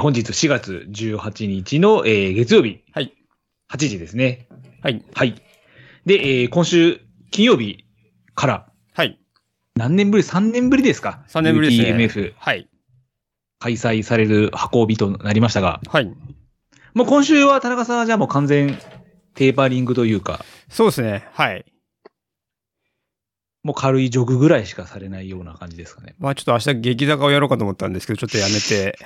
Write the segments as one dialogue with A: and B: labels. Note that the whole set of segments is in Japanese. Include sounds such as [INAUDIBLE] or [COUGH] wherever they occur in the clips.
A: 本日4月18日の、えー月曜日。
B: はい。
A: 8時ですね。
B: はい。
A: はい。で、えー今週金曜日から、
B: はい。
A: 何年ぶり ?3 年ぶりですか
B: 3年ぶりですね
A: UTMF
B: はい。
A: 開催される運びとなりましたが、
B: はい。
A: もう今週は田中さんはじゃあもう完全テーパリングというか、
B: そうですね。はい。
A: もう軽いジョグぐらいしかされないような感じですかね。
B: まあちょっと明日激坂をやろうかと思ったんですけど、ちょっとやめて、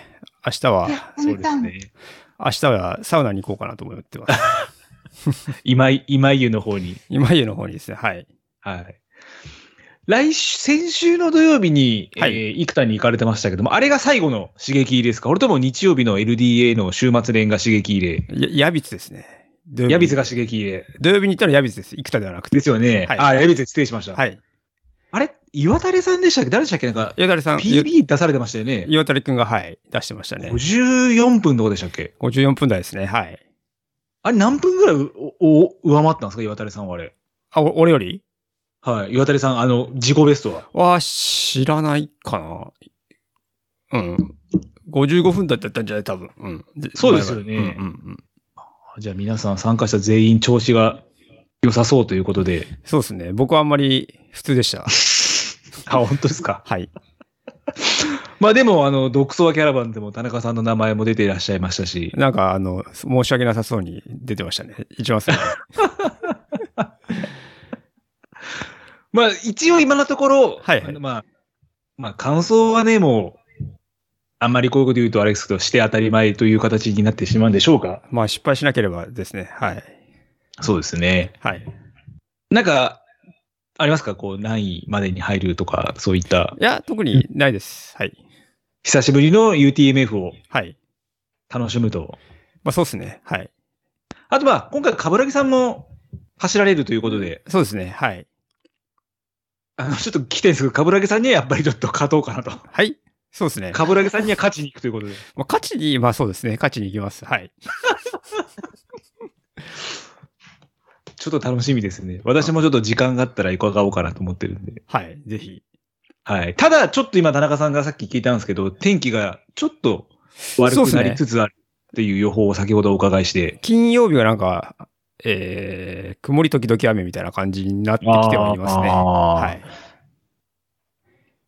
B: 明日は、
A: そうですね。
B: 明日はサウナに行こうかなと思って [LAUGHS] ます。
A: 今井、今井湯の方に。
B: 今家の方にですね。はい。
A: はい。来週、先週の土曜日に、
B: はい
A: えー、幾田に行かれてましたけども、あれが最後の刺激入れですか俺とも日曜日の LDA の週末連が刺激入れ。
B: や、やびつですね。土曜日
A: ヤビツが刺激入れ。
B: 土曜日に行ったらやびつです。生田ではなくて。
A: ですよね。
B: はい
A: あ、ヤビツ失礼しました。
B: はい。
A: あれ岩垂さんでしたっけ誰でしたっけなんか、
B: 岩谷さん、ゆ
A: PB 出されてましたよね。
B: 岩谷くんが、はい、出してましたね。
A: 54分とかでしたっけ
B: 54分台ですね。はい。
A: あれ何分ぐらいうおお上回ったんですか岩垂さんはあれ。
B: あ、お俺より
A: はい。岩垂さん、あの、自己ベストは。
B: は知らないかな。うん。55分だったんじゃない多分。うん。
A: そうですよね
B: うんうんうん。
A: じゃあ皆さん参加した全員調子が良さそうということ
B: [LAUGHS]
A: で。
B: そうですね。僕はあんまり普通でした。
A: あ、本当ですか。
B: はい。
A: まあでも、あの、独創キャラバンでも田中さんの名前も出ていらっしゃいましたし、
B: なんか、あの、申し訳なさそうに出てましたね。一番最 [LAUGHS] 後。
A: まあ一応今のところ、
B: はいはい
A: あのまあ、まあ感想はね、もう、あんまりこういうこと言うとあれですけど、して当たり前という形になってしまうんでしょうか。
B: まあ、失敗しなければですね。はい。
A: そうですね。
B: はい。い
A: なんか、ありますかこう、何位までに入るとか、そういった、
B: や、特にないです。はい。
A: 久しぶりの UTMF を
B: はい。
A: 楽しむと。
B: まあ、そうですね。はい。
A: あとまあ、今回、冠城さんも走られるということで、
B: そうですね。はい。
A: あの、ちょっと来てるんですけど、冠城さんにはやっぱりちょっと勝とうかなと。
B: はい。そうですね。
A: 冠城さんには勝ちに行くということで。
B: まあ、勝ちに、まあそうですね。勝ちに行きます。はい。
A: ちょっと楽しみですね。私もちょっと時間があったら伺おうかなと思ってるんで。
B: はい。ぜひ。
A: はい。ただ、ちょっと今、田中さんがさっき聞いたんですけど、天気がちょっと悪
B: そうっ
A: く
B: す
A: な
B: ね
A: りつつあるっていう予報を先ほどお伺いして。
B: 金曜日はなんか、えー、曇り時々雨みたいな感じになってきてはいますね。は。
A: はい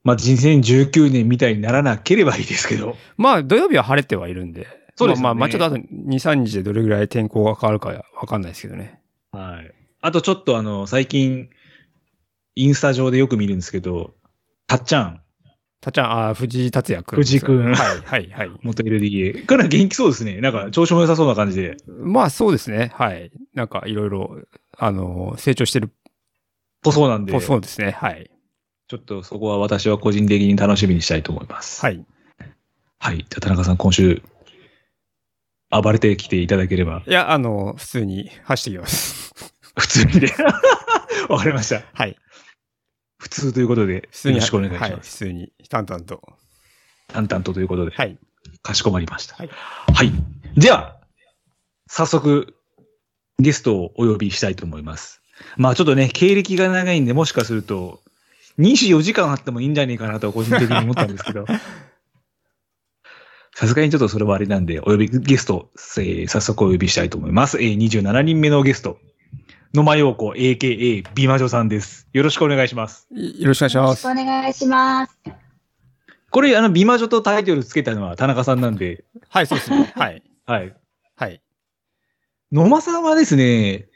A: まあ、人生19年みたいにならなければいいですけど。
B: まあ土曜日は晴れてはいるんで。
A: そうですね
B: まあまあ、まあちょっとあと2、3日でどれぐらい天候が変わるかわかんないですけどね。
A: はい。あとちょっとあの、最近、インスタ上でよく見るんですけど、たっちゃん、
B: たっちゃん、あー藤井達也くん。
A: 藤井君
B: はい、はい、はい。
A: 元 LDA。から元気そうですね。なんか、調子も良さそうな感じで。
B: まあそうですね。はい。なんかいろいろ、あのー、成長してるっ
A: ぽそうなんで。
B: ぽそうですね。はい。
A: ちょっとそこは私は個人的に楽しみにしたいと思います。。
B: はいい。
A: はい。じゃあ田中さん、今週、暴れてきていただければ、
B: いや、あのー、普通に走ってきます。 [LAUGHS]
A: 普通にで。 [LAUGHS] わかりました。
B: はい。
A: 普通ということで、
B: 普通
A: よ
B: に。
A: ろしくお願いし
B: は
A: ま
B: 普
A: す。
B: 通に、淡々と。
A: 淡々とということで、
B: はい。
A: かしこまりました。
B: はい
A: はい。では、早速、ゲストをお呼びしたいと思います。まあちょっとね、経歴が長いんで、もしかすると、24時間あってもいいんじゃねえかなとは個人的に思ったんですけど、 [LAUGHS] さすがにちょっとそれはあれなんで、お呼び、ゲスト、えー早速お呼びしたいと思います。えー、27人目のゲスト、野間陽子、AKA 美魔女さんです。よろしくお願いします。
B: いよろしくお願いし
C: よ
B: ま
C: ろし
B: す
C: くお。願いします。
A: これ、あの、美魔女とタイトルつけたのは田中さんなんで、
B: はい、そうですね。はい。
A: はい。
B: はい。
A: 野間さんはですね、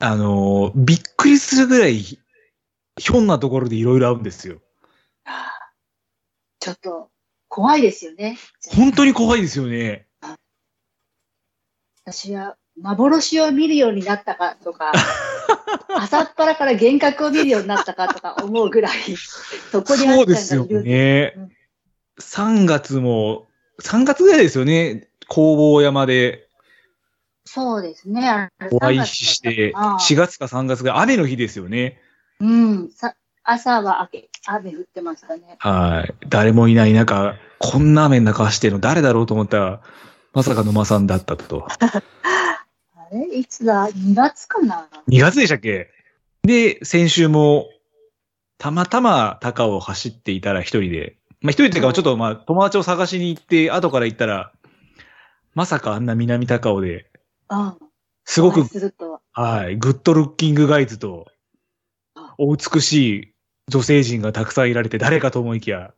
A: あのーびっくりするぐらい、ひょんなところでいろいろ会うんですよ。
C: ちょっと怖いですよね。
A: 本当に怖いですよね。
C: 私は幻を見るようになったか
B: [LAUGHS]
C: とか、朝っぱらから幻覚を見るようになったかとか思うぐらい、そこにあ
A: そう
C: っ
A: で
C: たん
A: す
C: が
A: よ
C: いる。
A: ね
C: うん。
A: 3月も、3月ぐらいですよね。工房山で
C: そうですね。あれ
A: お会いして、
C: 3月だったかな
A: 4月か3月が雨の日ですよね。
C: うん。さ朝は雨雨降ってましたね。
A: はい。誰もいない中、こんな雨の中してるの誰だろうと思ったら、まさか野間さんだったと。
C: あれいつだ ?2 月かな
A: 2月でしたっけで、先週も、たまたま高尾を走っていたら一人で、まあ一人っていうか、ちょっとまあ友達を探しに行って、後から行ったら、まさかあんな南高尾で、
C: ああ
A: すご
C: お
A: く
C: 会い、するとは。
A: はい、グッドルッキングガイズと
C: あ、
A: お美しい女性陣がたくさんいられて、誰かと思いきや、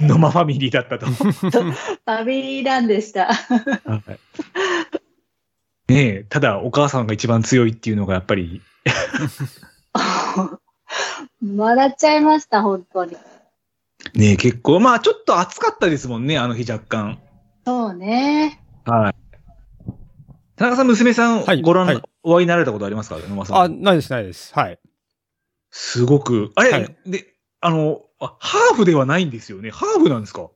A: 野間ファミリーだったと。
C: ファミリーランでした。 [LAUGHS]
A: はいねえ、ただお母さんが一番強いっていうのがやっぱり、
C: 笑っちゃいました、本当に。
A: ねえ、結構、まあちょっと暑かったですもんね、あの日若干。
C: そうね。
A: はい。田中さん、娘さん、
B: はい
A: ご覧、
B: はい
A: お会いになられたことありますか野間さん。
B: あ、ないです、ないです。はい。
A: すごく。あれ、
B: はい
A: で、あのあハーフではないんですよね。ハーフなんですか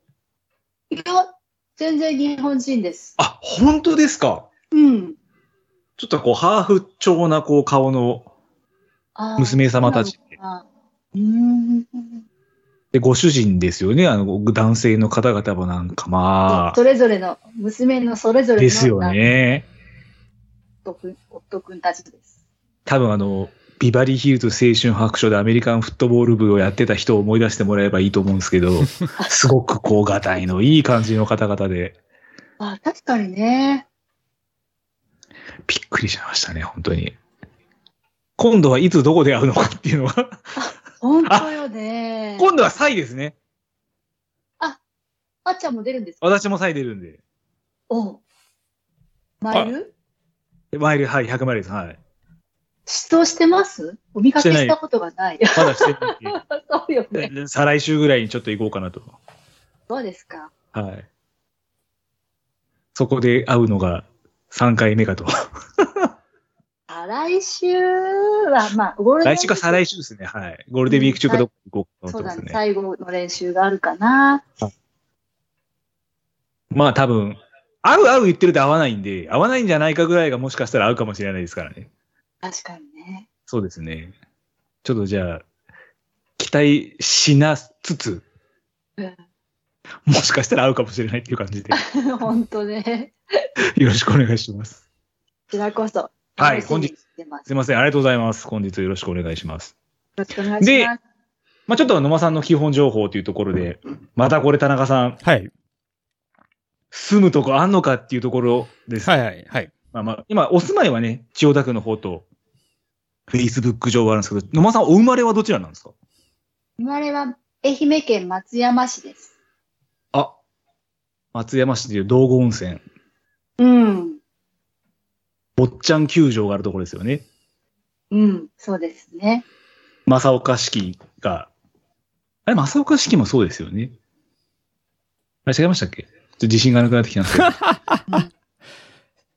C: いや、全然日本人です。
A: あ、本当ですか
C: うん。
A: ちょっとこう、ハーフ調なこう顔の
C: ああ
A: 娘様たち。
C: あうーん。
A: で、ご主人ですよね。あの、男性の方々もなんかま
C: それぞれの、娘のそれぞ
A: あ、
C: れの
A: ですよね。
C: 夫君夫君たちです。
A: 多分あの、ビバリーヒルズ青春白書でアメリカンフットボール部をやってた人を思い出してもらえばいいと思うんですけ [LAUGHS] ど、すごくこう、がたいのいい感じの方々で、
C: あ確かにね。
A: びっくりしましたね、本当に。今度はいつどこで会うのかっていうのが。
C: 本当よね。
A: [LAUGHS] 今度はサイですね。
C: あっちゃんも出るんですか
A: 私もサイ出るんで。
C: おうマイル
A: マイル、はい、100マイルです。はい。
C: 出動してますお見かけしたことがない。
A: まだしてな
C: [LAUGHS] そうよね。
A: いんで。 [LAUGHS] 再来週ぐらいにちょっと行こうかなと。
C: そうですか。
A: はい。そこで会うのが3回目かと。
C: 再来週は、まあ、ゴールデン
A: 来
C: ウィーク
A: 週か再来週ですね。はい。ゴールデンウィーク中かどこ行こうかと
C: そう
A: 思って
C: だ
A: ま
C: ね。
A: すね。
C: 最後の練習があるかな。
A: まあ多分、会う会う言ってると会わないんで、会わないんじゃないかぐらいがもしかしたら会うかもしれないですからね。
C: 確かにね。
A: そうですね。ちょっとじゃあ、期待しなつつ、もしかしたら会うかもしれないっていう感じで、 [LAUGHS]
C: [LAUGHS] 本当ね。
A: よろしくお願いします。
C: こちらこそ。
A: はい
C: 楽しみにしてます。
A: すいません、ありがとうございます。本日よろしくお願いします。
C: よろしくお願いします。
A: まあちょっと野間さんの基本情報というところで、またこれ田中さん、
B: はい。
A: 住むとこあんのかっていうところです。
B: はいはいはい。
A: まあまあ、今、お住まいはね、千代田区の方と、Facebook 上はあるんですけど、野間さん、お生まれはどちらなんですか
C: 生まれは愛媛県松山市です。
A: あ、松山市という道後温泉、
C: うん。
A: 坊っちゃん球場があるところですよね。
C: うん。そうですね。
A: 正岡式が。あれ、正岡式もそうですよね。あれ、違いましたっけちょっと自信がなくなってきたんですけど。
C: ど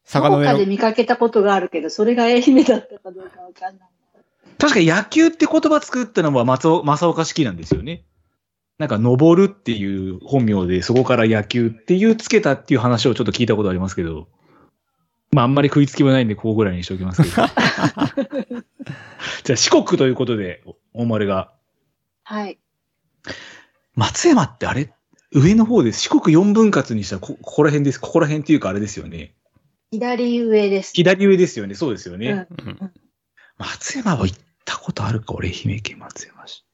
B: 坂の
C: こ
B: 上
C: かで
B: の。
C: 見かけたことがあるけど、それが愛媛だったかどうかわかんない。
A: 確か野球って言葉作ったのは松尾正岡式なんですよね。なんか、登るっていう本名で、そこから野球っていうつけたっていう話をちょっと聞いたことありますけど、まあ、あんまり食いつきもないんで、ここぐらいにしておきますけど。じゃあ、四国ということで、おお生まれが。
C: はい。
A: 松山ってあれ上の方です。四国四分割にしたらこ、ここら辺です。ここら辺っていうかあれですよね。
C: 左上です。
A: 左上ですよね。そうですよね。
C: うん
B: うん
A: 松山は行ったことあるか俺、愛媛県松山市。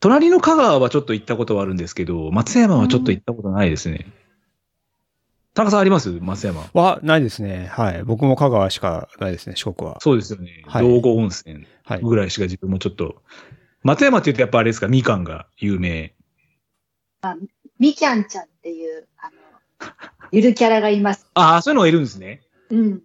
A: 隣の香川はちょっと行ったことはあるんですけど、松山はちょっと行ったことないですね。田中さんあります松山。
B: は、ないですね。はい。僕も香川しかないですね、四国は。
A: そうですよね。
B: はい
A: 道後温泉
B: はい。
A: ぐらいしか自分もちょっと。松山って言うとやっぱあれですか、みかんが有名。
C: みきゃんちゃんっていう、あの、
A: [LAUGHS]
C: ゆるキャラがいます。
A: ああ、そういうのがいるんですね。
C: うん。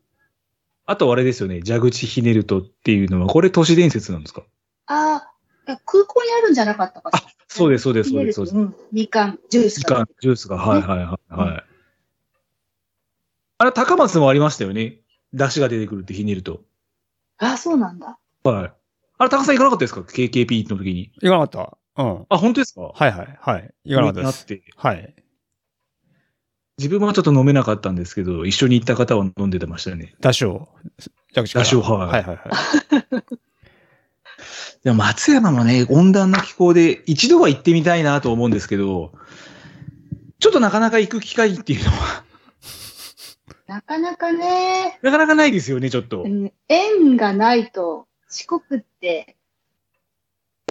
A: あとあれですよね、蛇口ひねるとっていうのは、これ都市伝説なんですか
C: ああ、いや空港にあるんじゃなかったかしら。
A: そうです、そうです、そうです、そうです。
C: うん。みかん、ジュース
A: 時
C: か
A: 間、ジュースが、はいはいはい。はい、あれ、高松もありましたよね。出汁が出てくるってひねると。
C: ああ、そうなんだ。
A: はい。あれ、高さん行かなかったですか ?KKP の時に。
B: 行かなかった。うん。
A: あ、本当ですかは
B: はいはいはい。行かなかったです。
A: って。
B: はい。
A: 自分はちょっと飲めなかったんですけど、一緒に行った方は飲んでてましたね。
B: ダッシュを。ジャクシか
A: ダ
B: ら
A: ッシュをはい
B: はいはいはい。
A: でも松山もね、温暖な気候で一度は行ってみたいなと思うんですけど、ちょっとなかなか行く機会っていうのは、
C: なかなかね、
A: なかなかないですよね、ちょっと
C: う。ん、縁がないと、四国って、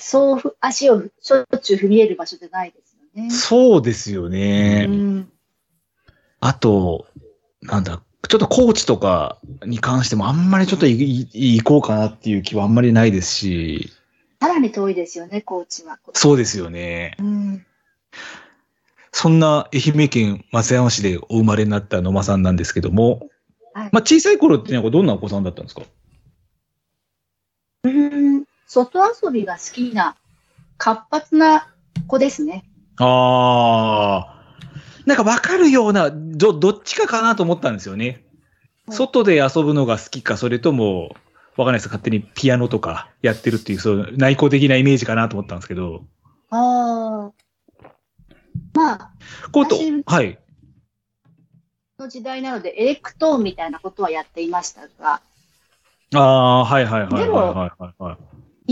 C: そうふ、足をしょっちゅう踏み入れる場所じゃないですよね。
A: そうですよね。
C: うん。
A: あと、なんだ、ちょっとコーチとかに関してもあんまりちょっといい行こうかなっていう気はあんまりないですし、
C: さらに遠いですよね、高知は。
A: そうですよね。
C: うん。
A: そんな愛媛県松山市でお生まれになった野間さんなんですけども、
C: はい
A: まあ小さい頃ってなんかどんなお子さんだったんですか
C: うん。外遊びが好きな、活発な子ですね。
A: ああ。なんかわかるような、ど、どっちかかなと思ったんですよね。
C: はい
A: 外で遊ぶのが好きか、それとも、わかんないです。勝手にピアノとかやってるっていう、そういう内向的なイメージかなと思ったんですけど。
C: ああ。まあ、
A: こうと
C: 私、
A: はい。
C: の時代なので、エレクトーンみたいなことはやっていましたが、
A: ああ、はいはいはいはい
C: でも
A: はいはい、はい。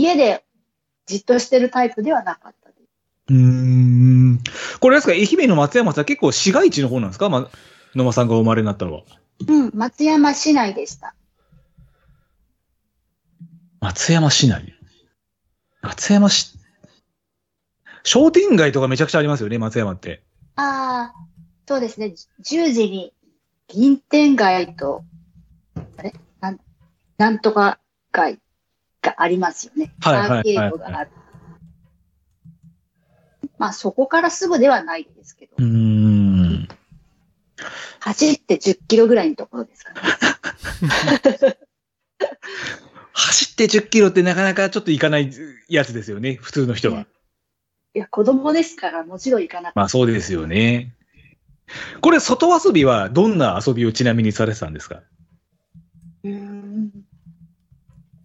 C: 家でじっとしてるタイプではなかったです。
A: うーん。これですか、愛媛の松山さん結構市街地の方なんですか、ま、野間さんがお生まれになったのは。
C: うん、松山市内でした。
A: 松山市内。松山市、商店街とかめちゃくちゃありますよね、松山って。
C: ああ、そうですね。じ10時に銀天街と、あれなんなんとか街がありますよね。
A: はいはいはいはい
C: アーケードがある。まあそこからすぐではないですけど
A: う、ーん。
C: 走って10キロぐらいのところですかね。
A: 走って10キロってなかなかちょっと行かないやつですよね、普通の人は。
C: いや、子供ですからもちろん行かなかっ
A: まあそうですよね。これ、外遊びはどんな遊びをちなみにされてたんですか
C: た。うーん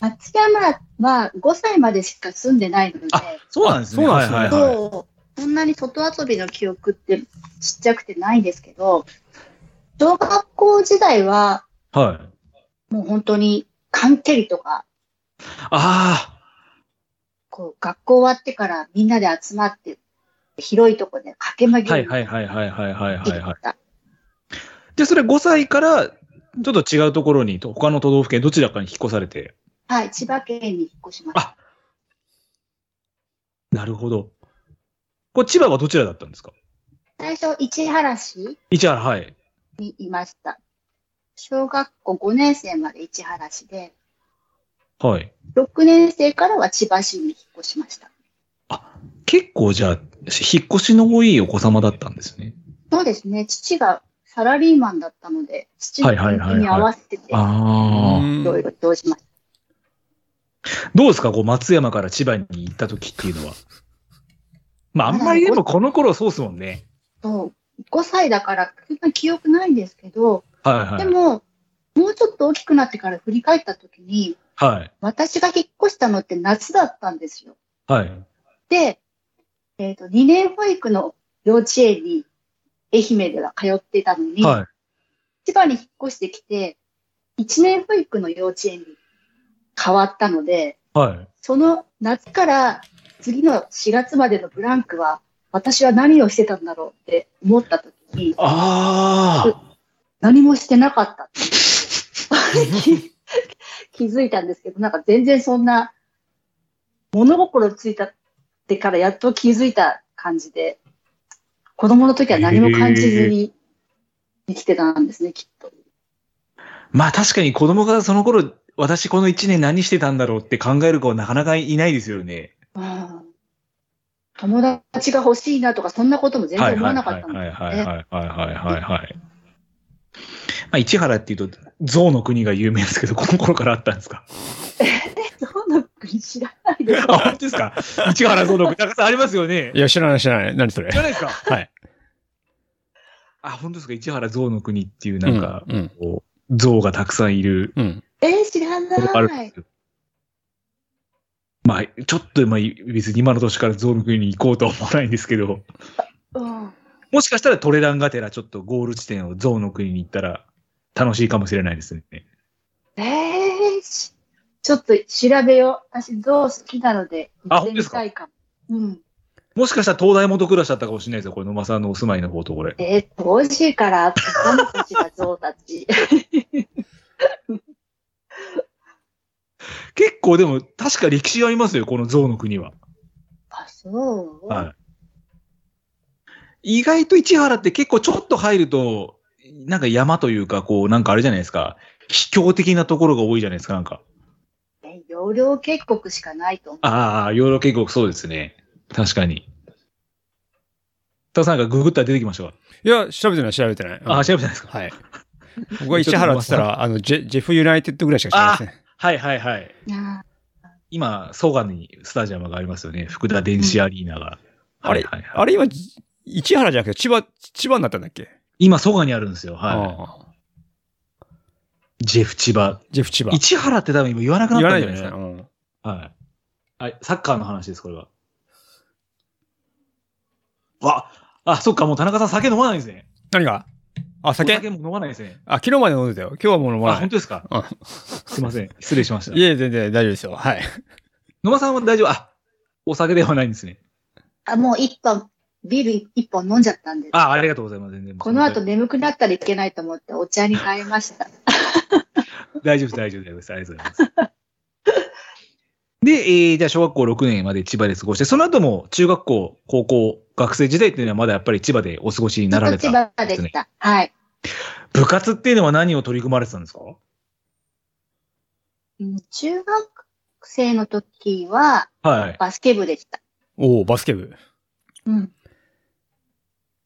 C: 松山は5歳までしか住んでないので、
A: あそうなんですね。
B: そうなんですね
A: はいはいはい。
C: そう、そんなに外遊びの記憶ってちっちゃくてないんですけど、小学校時代は
A: はい。
C: もう本当に缶蹴りとか、
A: あ
C: こう学校終わってからみんなで集まって、広いとこで駆け
A: あ、
C: 紛
A: は
C: れ
A: い
C: に
A: はいはいはいはいはい
C: で
A: は
C: き
A: い、はい。
C: た。
A: で、それ5歳から、ちょっと違うところに、と他の都道府県どちらかに引っ越されて。
C: はい、千葉県に引っ越しました。
A: あなるほど。これ千葉はどちらだったんですか
C: 最初、市原市
A: 市原、はい。
C: にいました。小学校5年生まで市原市で、
A: はい。
C: 6年生からは千葉市に引っ越しました。
A: 結構じゃあ、引っ越しの多いお子様だったんですね。
C: そうですね、父がサラリーマンだったので、父の
A: はいはいはいはい
C: に合わせてて、
A: あ
B: う
A: あ。
B: ん
C: いろいろどうしまし
A: どうですかこう、松山から千葉に行った時っていうのは。まあ、あんまりでもこの頃そうっすもんね。
C: たと、5歳だから、そんな記憶ないんですけど、
A: はいは
C: で
A: い。
C: も、もうちょっと大きくなってから振り返った時に、
A: はい。
C: 私が引っ越したのって夏だったんですよ。
A: はい。
C: で、えっ、と、2年保育の幼稚園に、愛媛では通っていたのに、
A: はい。
C: 千葉に引っ越してきて、1年保育の幼稚園に変わったので、
A: はい。
C: その夏から次の4月までのブランクは、私は何をしてたんだろうって思った時に、
A: ああ。
C: 何もしてなかったっていう [LAUGHS] 気づいたんですけど、なんか全然そんな、物心ついたってからやっと気づいた感じで、子供の時は何も感じずに生きてたんですね、きっと。
A: まあ確かに子供がその頃、私この一年何してたんだろうって考える子なかなかいないですよね。
C: うん友達が欲しいなとか、そんなことも全然思わなかったの [LAUGHS]
A: はい
C: で、
A: はいはいはいはいはいはい。まあ市原っていうと、象の国が有名ですけど、この頃からあったんですか
C: どんな国知らないです。
A: あ、本当ですか市原象の国、高さんありますよね
B: い。や、知らない知らない。何そ
A: [LAUGHS]
B: れ
A: 知。らないですか
B: はい。
A: あ、本当ですか市原象の国っていうなんか、
B: うん。
A: こう象がたくさんいる
B: うん。
C: えー、知ら
A: ところがあるん
C: な
A: で
C: い
A: す。よ。まあ、ちょっと、まあ、別に今の年から象の国に行こうとは思わないんですけど。
C: うん、
A: もしかしたらトレランがてらちょっとゴール地点をゾウの国に行ったら楽しいかもしれないですね。
C: えー、しちょっと調べよう。私、象好きなので、
A: あ
C: 行ってみたいかも。うん。
A: もしかしたら東大元暮らしだったかもしれないですよ。これ野間さんのお住まいの方とこれ。
C: えー、美味しいから、他のたちが象た
A: [LAUGHS]
C: ち。
A: 結構でも確か歴史ありますよ、このゾウの国は。
C: そう。
A: はい。意外と市原って結構ちょっと入ると、なんか山というか、こう、なんかあれじゃないですか。秘境的なところが多いじゃないですか、なんか。
C: え容量渓谷しかないと思う。
A: ああ、養老渓谷そうですね。確かに。たださんなんかググったら出てきましたか、
B: いや、調べてない、調べてない。
A: ああ、
B: べ
A: 調べたんですか。
B: はい。僕は石原って言ったら、あの、ジェジェフユナイテッドぐらいしか知りません。
A: はいはいはい。
C: あ
A: 今、蘇我にスタジアムがありますよね。福田電子アリーナが。
B: あれ
A: はいはいはい
B: あれ今、じ市原じゃなくて千葉、千葉になったんだっけ
A: 今、蘇我にあるんですよ。は
B: ああ
A: い。ジェフ千葉。
B: ジェフ千葉。
A: 市原って多分今言わなくな
B: 言
A: っ
B: わ
A: た
B: なんい
A: じゃ
B: じゃ
A: な
B: ない
A: で
B: いですす
A: か
B: か。。うん
A: はい。はい、サッカーの話です、これは。わあ、そっか、もう田中さん酒飲まないんですね。
B: 何があ、
A: お
B: 酒
A: 酒も飲まないですね。
B: あ、昨日まで飲んでたよ。今日はもう
A: あ、
B: 飲まな
A: 本
B: い。
A: 当ですか
B: うん
A: すいません。失礼しました。
B: いえ、全然大丈夫ですよ。はい。
A: 野間さんは大丈夫あ、お酒ではないんですね。
C: あ、もう一本、ビール一本飲んじゃったんで。
A: あ、ありがとうございます。全然。
C: この後
A: 大
C: 眠くなったらいけないと思ってお茶に変えました。
A: 丈夫です、大丈夫です。ありがとうございます。で、えーじゃあ小学校6年まで千葉で過ごして、その後も中学校、高校、学生時代っていうのはまだやっぱり千葉でお過ごしにな
C: ずっ
A: ら
C: と
A: れた
C: 千
A: ん
C: 葉で
A: ですね、
C: した。はい。
A: 部活っていうのは何を取り組まれてたんですか
C: うん中学生の時は
A: はい。
C: バスケ部でした。
B: おおバスケ部。
C: うん。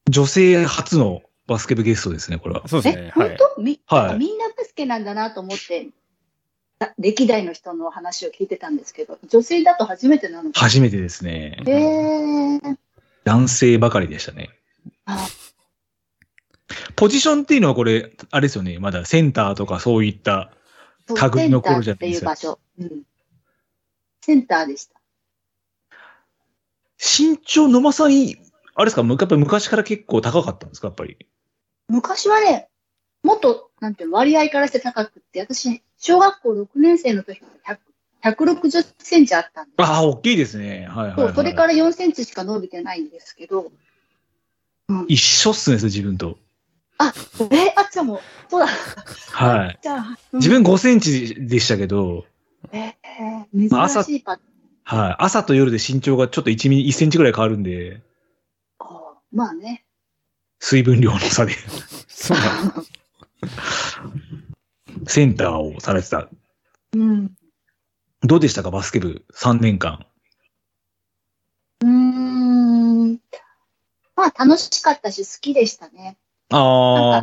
A: 女性初のバスケ部ゲストですね、これは。
B: そうです
C: え
B: ね、。は
C: 本
B: い。
C: 当み
A: はい
C: みんなバスケなんだなと思って、あ歴代の人の話を聞いてたんですけど、女性だと初めてなのか。
A: 初めてですね。
C: へえー。
A: 男性ばかりでしたね
C: あ。
A: ポジションっていうのはこれ、あれですよね。まだセンターとかそういった。類の頃じゃないです
C: センターっていう
A: か
C: 場所。うん。センターでした。
A: 身長野間さん、あれですか、むやっぱり昔から結構高かったんですか、やっぱり。
C: 昔はね、もっと、なんていうの、割合からして高くって、私、小学校6年生の時は160センチあったんで、
A: ああ、大きいですね。はいはい、
C: そ
A: は
C: う
A: い。
C: それから4センチしか伸びてないんですけど、うん、
A: 一緒っすね、自分と。
C: あ、え、あっちゃんも、そうだ、
A: はい。
C: じゃあ、うん
A: 自、分5センチでしたけど、
C: え
A: まあ
C: ー、
A: 朝
C: 珍しいパタ
A: はい。朝と夜で身長がちょっと1ミリ、1センチぐらい変わるんで、
C: ーン。まあね、 [LAUGHS]
A: 水分量の差で [LAUGHS]
B: そうなの。
A: センターをされてた。
C: うん。
A: どうでしたか、バスケ部3年間。
C: うーん。まあ、楽しかったし、好きでしたね。
A: ああ。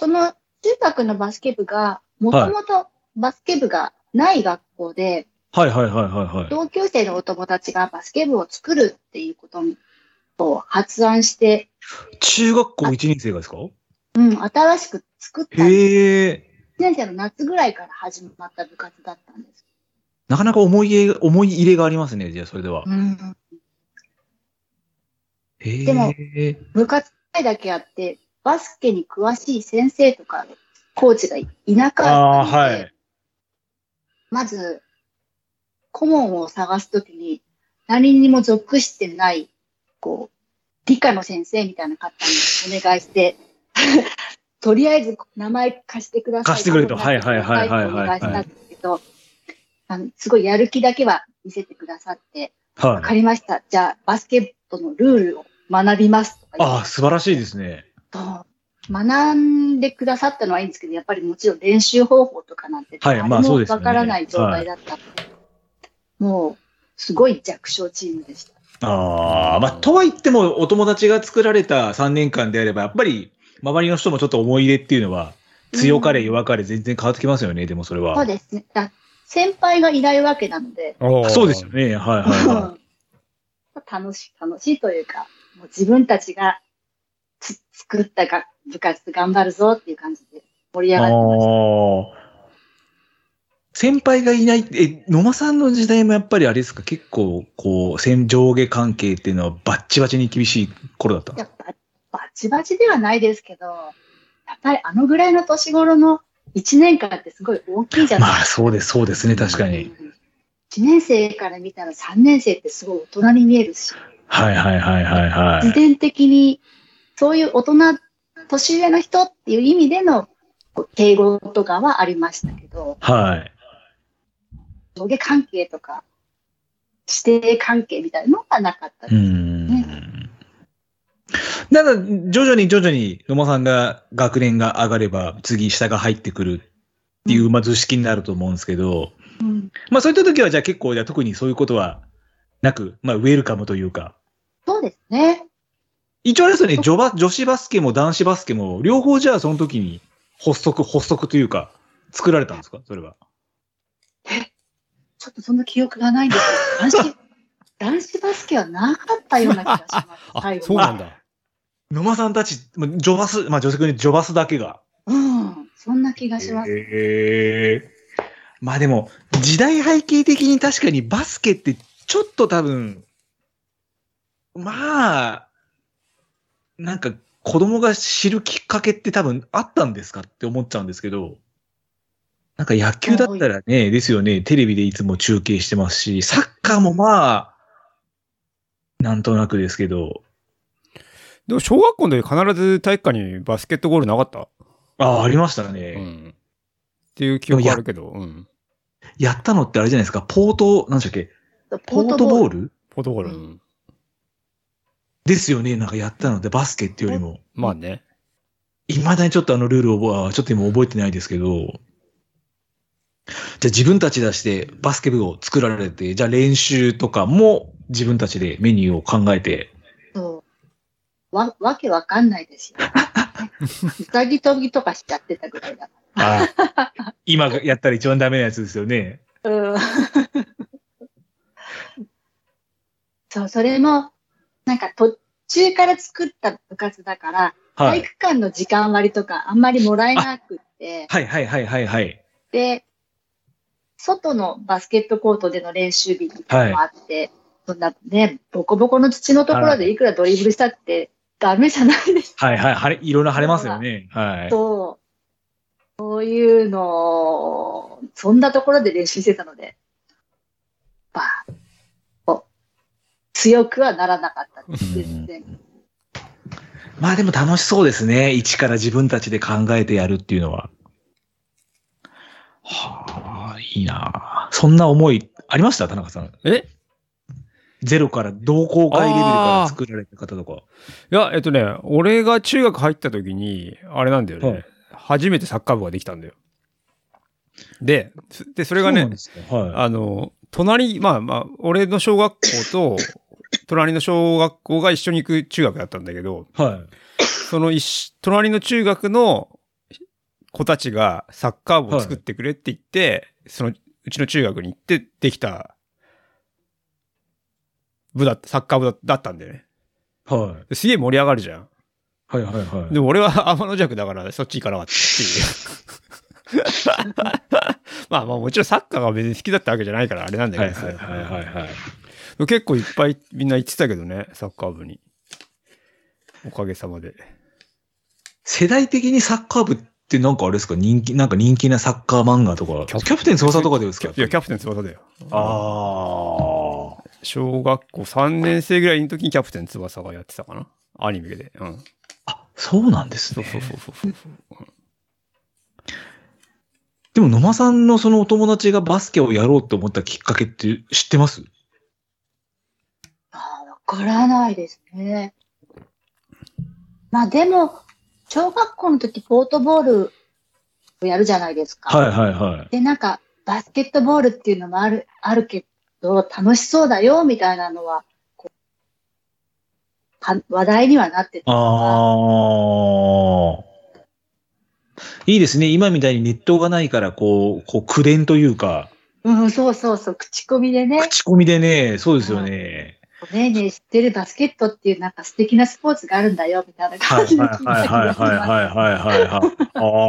C: その中学のバスケ部が、もともとバスケ部がない学校で、
A: はいはいはいはいはい。
C: 同級生のお友達がバスケ部を作るっていうことを発案して、
A: 中学校1年生がですか
C: うん、新しく作った、1
A: へえ。
C: 年生の夏ぐらいから始まった部活だったんです。
A: なかなか思い入れ、思い入れがありますね、じゃあそれでは。
C: うん、
A: へ
C: でも
A: え。
C: 部活会だけあって、バスケに詳しい先生とか、コーチがいなか
A: ああ
C: っ
A: ー、
C: たの
A: は
C: で、
A: い。
C: まず、顧問を探すときに、何にも属してない、こう、理科の先生みたいな方にお願いして、 [LAUGHS] とりあえず名前貸してください。
A: 貸してくれとはいはいはいはいはい
C: お願いしたんですけど、あの、すごいやる気だけは見せてくださって、わ
A: は
C: か
A: い。
C: りました。じゃあ、バスケットのルールを学びますとか言って
A: ああ、素晴らしいですね。
C: と、学んでくださったのはいいんですけど、やっぱりもちろん練習方法とかなんて、
A: はいまあそうですよ
C: わ
A: ね
C: からない状態だったので、もう、すごい弱小チームでした。
A: ああ、まあ、とはいっても、お友達が作られた3年間であれば、やっぱり、周りの人もちょっと思い入れっていうのは、強かれ弱かれ全然変わってきますよね、でもそれは。
C: そうですね。だ先輩がいないわけなので、
B: おー
A: そうですよ。ね、はいは
C: [LAUGHS]
A: いはい。
C: 楽しい、楽しいというか、もう自分たちがつ作ったが部活頑張るぞっていう感じで盛り上がってました。
A: ああ。先輩がいない、え、野間さんの時代もやっぱりあれですか、結構、こう、先上下関係っていうのはバッチバチに厳しい頃だったん
C: い
A: です
C: やババチバチではないですけど、やっぱりあのぐらいの年頃の1年間ってすごい大きいじ
A: か
C: ゃないで
A: まあ、そうです、そうですね、確か
C: す
A: に。
C: か。1年生から見たら3年生ってすごい大人に見えるし、
A: はいはいはいはいは
C: 自
A: い。
C: 伝的にそういう大人、年上の人っていう意味でのこう敬語とかはありましたけど、
A: はい。
C: 上下関係とか、指定関係みたいなのがなかった
A: う
C: です。
A: ん。だから、徐々に徐々に野間さんが学年が上がれば、次下が入ってくるっていう、まあ図式になると思うんですけど、
C: うん
A: まあそういった時は、じゃあ結構、じゃあ特にそういうことはなく、まあウェルカムというか、
C: そうですね。
A: 一応あれですよね、女ば女子バスケも男子バスケも、両方じゃあその時に発足、発足というか、作られたんですかそれは。
C: ちょっとそんな記憶がないんですけど、男子、 [LAUGHS] 男子バスケはなかったような気がします。
B: あ
C: 最、後
B: そうなんだ。
A: 野間さんたち、まあ女バス、まあ女性に女バスだけが。
C: うん。そんな気がします。
A: へえまあでも、時代背景的に確かにバスケってちょっと多分、まあ、なんか子供が知るきっかけって多分あったんですかって思っちゃうんですけど、なんか野球だったらね、ですよね、テレビでいつも中継してますし、サッカーもまあ、なんとなくですけど、
B: でも小学校の時必ず体育館にバスケットゴールなかった。
A: ああ、ありました
B: う
A: ね。
B: ん。っていう記憶あるけど、うん。
A: やったのってあれじゃないですか、ポート、なんでしたっけ、ポートボール
B: ポートゴール。
C: う
B: うん
A: ですよね、なんかやったので、バスケっていうよりも。
B: まあね。
A: いまだにちょっとあのルールを覚え、ちょっと今覚えてないですけど、じゃあ自分たち出してバスケ部を作られて、じゃあ練習とかも自分たちでメニューを考えて、
C: そう。わ、わけわかんないですよ。 [LAUGHS] うさぎ跳びとかしちゃってたぐらいだか
A: [LAUGHS] あ今やったら一番ダメなやつですよね。
C: ら。うん。 [LAUGHS] そう、それも、なんか途中から作った部活だから、
A: は
C: 体
A: い。
C: 育館の時間割とかあんまりもらえなくって、
A: はいはいはいはいはい。
C: で、外のバスケットコートでの練習日とかもあって、そんなね、ボコボコの土のところでいくらドリブルしたってダメじゃないです
A: はいはい。晴れ、いろいろ晴れますよね。はい。
C: と、そういうのを、そんなところで練習してたので、まあ、こう強くはならなかったです全然
A: まあでも楽しそうですね。一から自分たちで考えてやるっていうのは。はあ、いいなあそんな思いありました田中さん。
B: え
A: ゼロから同好会レベルから作られた方とか。
B: いや、えっとね、俺が中学入った時に、あれなんだよね。
A: はい
B: 初めてサッカー部ができたんだよ。で、すで、それが
A: そうなん
B: ね、
A: ですかはい。
B: あの、隣、まあまあ、俺の小学校と、隣の小学校が一緒に行く中学だったんだけど、
A: はい。
B: その一緒、隣の中学の子たちがサッカー部を作ってくれって言って、その、うちの中学に行ってできた部だった、サッカー部だだったんだよね。
A: は
B: ですげえ盛り上がるじゃん。
A: い。はいはいはい。
B: でも俺は [LAUGHS] 天の弱だからそっち行かなかったっていう。
A: [LAUGHS]
B: まあまあもちろんサッカーが別に好きだったわけじゃないからあれなんだ
A: は
B: け
A: い
B: どさ、
A: はいはいはいはい。
B: 結構いっぱいみんな行ってたけどね、サッカー部に。おかげさまで。
A: 世代的にサッカー部ってなんかあれですか人気、なんか人気なサッカー漫画とか。
B: キャプ
A: キャプテン翼とかですか
B: いや、キャプテン翼だよ。
A: ああ。
B: 小学校3年生ぐらいの時にキャプテン翼がやってたかな。アニメで。うん。
A: あ、そうなんです
B: そ
A: ね。
B: うそうそうそうそう。
A: でも野間さんのそのお友達がバスケをやろうと思ったきっかけって知ってます
C: あーわからないですね。まあでも、小学校の時、ポートボールをやるじゃないですか。
A: はいはいはい。
C: で、なんか、バスケットボールっていうのもある、あるけど、楽しそうだよ、みたいなのは、こうは話題にはなってた
A: ああ。いいですね。今みたいにネットがないから、こう、こう、口伝というか、
C: うん、そうそうそう、口コミでね、
A: 口コミでね、そうですよね。
C: ねえねえ知ってるバスケットっていうなんか素敵なスポーツがあるんだよ、みたいな
A: は
C: 感
A: い
C: じで
A: はい
C: 聞い
A: はいはい
C: た気
A: はい
C: がしま
A: はいはいはいはい。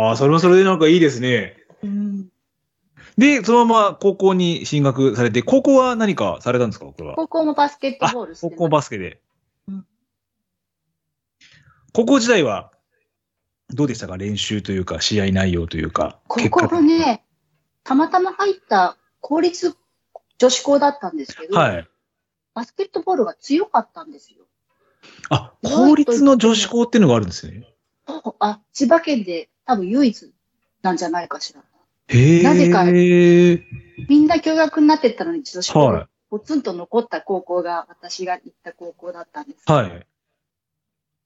A: ああ、それはそれでなんかいいですね。
C: すうん
A: で、そのまま高校に進学されて、高校は何かされたんですかこれは。
C: 高校もバスケットボールして
A: 高
C: ま
A: 校
C: す
A: バスケで
C: うん。
A: 高校時代は、どうでしたか練習というか、試合内容というか。
C: 高校がね、たまたま入った公立女子校だったんですけど、
A: はい。
C: バスケットボールが強かったんですよ。
A: あ、公立の女子校っていうのがあるんですね。
C: [LAUGHS] あ、千葉県で多分唯一なんじゃないかしら。
A: へえ。
C: なぜか
A: へえ。
C: みんな共学になってったのに女子校
A: は
C: ポツンと残った高校が私が行った高校だったんですけど、
A: はい。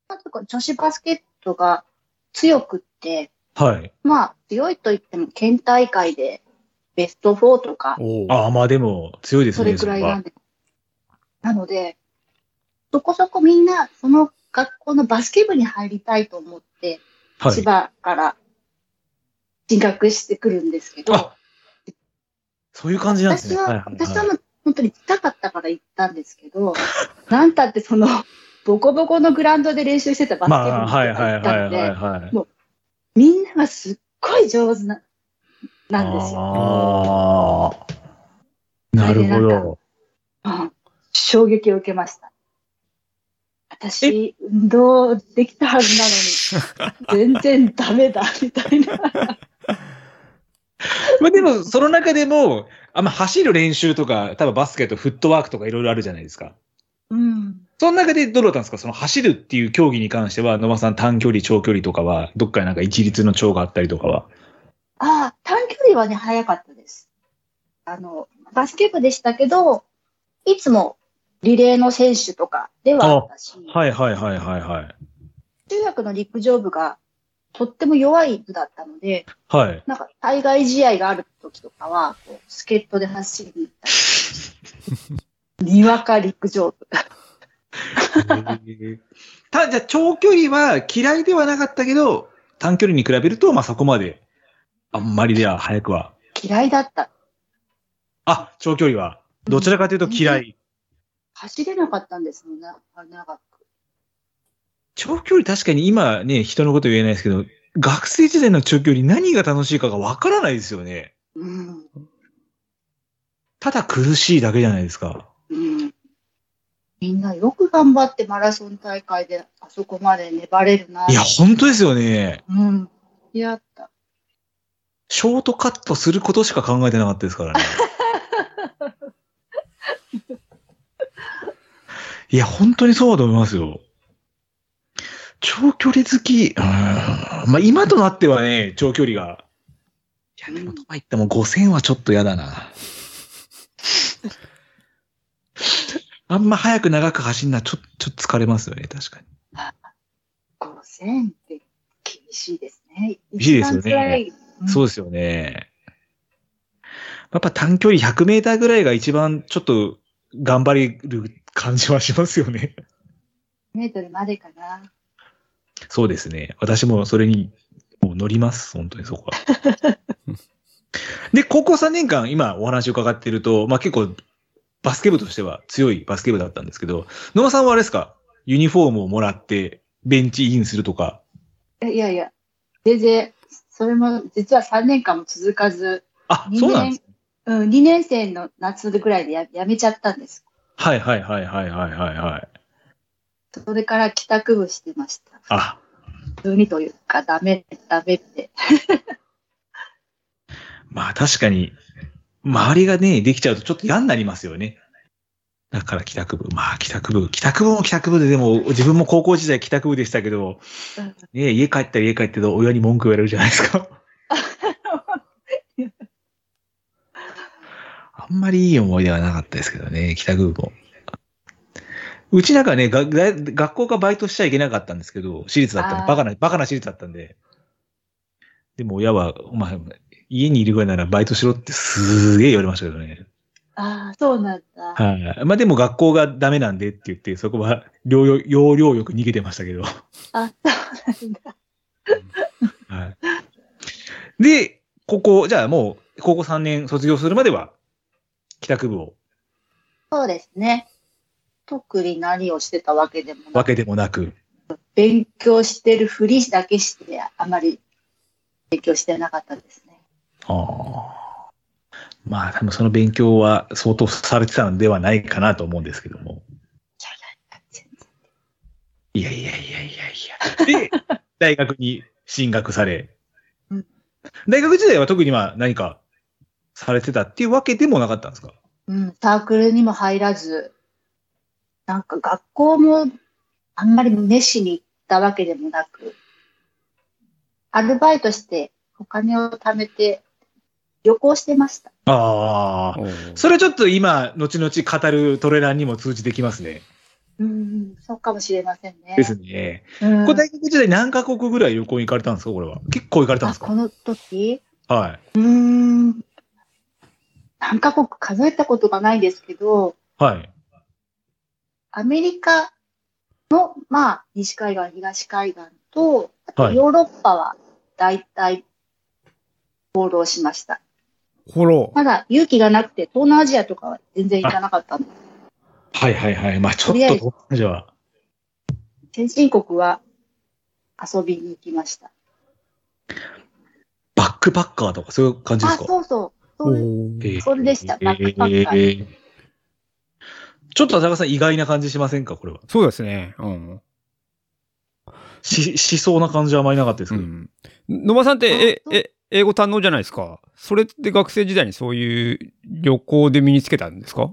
C: まあ、とか女子バスケットが強くって、
A: はい。
C: まあ強いといっても県大会でベスト4とか、
B: おお。
A: ああ、まあでも、強いです
C: そ
A: ね。
C: れくらいなん
A: は。
C: で。なので、そこそこみんな、その学校のバスケ部に入りたいと思って、
A: は
C: 千
A: い。
C: 葉から進学してくるんですけど、
A: あそういう感じなんですね。
C: 私は、
A: いい
C: 私はもう本当に行きたかったから行ったんですけど、 [LAUGHS] なんたってその、ボコボコのグラウンドで練習してたバスケ部
A: まあ、はい
C: に
A: はい
C: 行
A: は
C: っ
A: い
C: た
A: は
C: の
A: いはい
C: で、
A: はい。
C: みんながすっごい上手な、なんですよ。
A: ああ。なるほど。
C: うん衝撃を受けました。私、運動できたはず
A: [LAUGHS]
C: なのに、全然ダメだ、みたいな。
A: まあでも、その中でも、あまあ、走る練習とか、多分バスケット、フットワークとかいろいろあるじゃないですか。
C: うん。
A: その中でどうだったんですかその走るっていう競技に関しては、野間さん短距離、長距離とかは、どっかになんか一律の長があったりとかは。
C: ああ、短距離はね、早かったです。あの、バスケ部でしたけど、いつもリレーの選手とかではあったし、
A: はいはいはいはいはい。
C: 中学の陸上部がとっても弱い部だったので、
A: はい。
C: なんか対外試合がある時とかは、こう助っ人で走りに行っ
A: [LAUGHS]
C: たり、にわか陸上部。
A: ただ、じゃあ長距離は嫌いではなかったけど、短距離に比べると、まあそこまで、あんまりでは早くは。
C: 嫌いだった。
A: あ、長距離は、どちらかというと嫌い。
C: 走れなかったんですもんな、長く。
A: 長距離確かに今ね、人のこと言えないですけど、学生時代の長距離何が楽しいかがわからないですよね。
C: うん。
A: ただ苦しいだけじゃないですか。
C: うん。みんなよく頑張ってマラソン大会であそこまで粘れるな。
A: いや、本当ですよね。
C: うん。やった。
A: ショートカットすることしか考えてなかったですからね。いや、本当にそうだと思いますよ。長距離好き、うーんまあ今となってはね、長距離が。いや、でもとはいっても5000はちょっと嫌だな。あんま早く長く走んな、ちょ、ちょっと疲れますよね、確かに。
C: 5000って厳しいですね。
A: 厳しいですよね
C: 一番辛い。
A: そうですよね。やっぱ短距離100メーターぐらいが一番ちょっと頑張れる感じはしますよね。
C: メートルまでかな。
A: そうですね。私もそれにもう乗ります。本当にそこは。 [LAUGHS] で、高校3年間今お話を伺っていると、まあ結構バスケ部としては強いバスケ部だったんですけど、野間さんはあれですかユニフォームをもらってベンチインするとか。
C: いやいや、全然、それも実は3年間も続かず、
A: あ、
C: 二
A: そうなんで
C: 年
A: すね。
C: うん、2年生の夏ぐらいでややめちゃったんです。
A: はいはいはいはいはいはいはい。
C: それから帰宅部してました。
A: あ、
C: 普通にというか、ダメ、ダメって。
A: まあ確かに、周りがね、できちゃうとちょっと嫌になりますよね。だから帰宅部、まあ帰宅部、帰宅部も帰宅部で、でも自分も高校時代帰宅部でしたけど、ね、家帰ったら家帰って親に文句言われるじゃないです
C: [LAUGHS]
A: か。あんまりいい思い出はなかったですけどね、帰宅部も。うちなんかね、が大学校がバイトしちゃいけなかったんですけど、私立だった
C: あ
A: の、
C: ー
A: バカな、バカな私立だったんで。でも親は、お前、家にいるぐらいならバイトしろってすげえ言われましたけどね。
C: ああ、そうなんだ。
A: はい。まあでも学校がダメなんでって言って、そこは要領、要領よく逃げてましたけど。
C: あ、そうなんだ。
A: はい。で、ここ、じゃあもう、高校3年卒業するまでは、帰宅部を
C: そうですね。特に何をしてたわけでもな
A: わ
C: く、
A: けでもなく、
C: 勉強してるふりだけして、あまり勉強してなかったですね。
A: ああまあ多分その勉強は相当されてたのではないかなと思うんですけども。
C: 全然
A: いやいやいやいやいや。で、 [LAUGHS] 大学に進学され
C: うん。
A: 大学時代は特にまあ何かされてたっていうわけでもなかったんですか
C: うん、サークルにも入らず、なんか学校もあんまり熱心に行ったわけでもなく、アルバイトしてお金を貯めて旅行してました。
A: ああ。それちょっと今、後々語るトレランにも通じてきますね。
C: うんうん、そうかもしれませんね。
A: ですね。
C: うん
A: これ大学時代何カ国ぐらい旅行に行かれたんですかこれは。結構行かれたんで
C: あ
A: す
C: こ
A: か
C: の時
A: は
C: うーん。何カ国数えたことがないですけど、
A: い。はい。
C: アメリカの、まあ、西海岸、東海岸と、あと
A: はい
C: ヨーロッパは大体、放浪しました。
B: ほろ。
C: まだ勇気がなくて、東南アジアとかは全然行かなかったんです。
A: はいはいはい。まあちょっ
C: とりあえず
A: と、じゃあ。
C: 先進国は遊びに行きました。
A: バックパッカーとかそういう感じで
C: あ、
A: すか
C: そうそう。そういう
A: ええ
C: それでしたバックパッカ
A: え
C: ー
A: えちょっと田中さん意外な感じしませんかこれは。
B: そうですね。うん。
A: し、しそうな感じはあまりなかったです
B: う
A: けど。
B: ん。野間さんって、
C: あ
B: え、え、英語堪能じゃないですか。それって学生時代にそういう旅行で身につけたんですか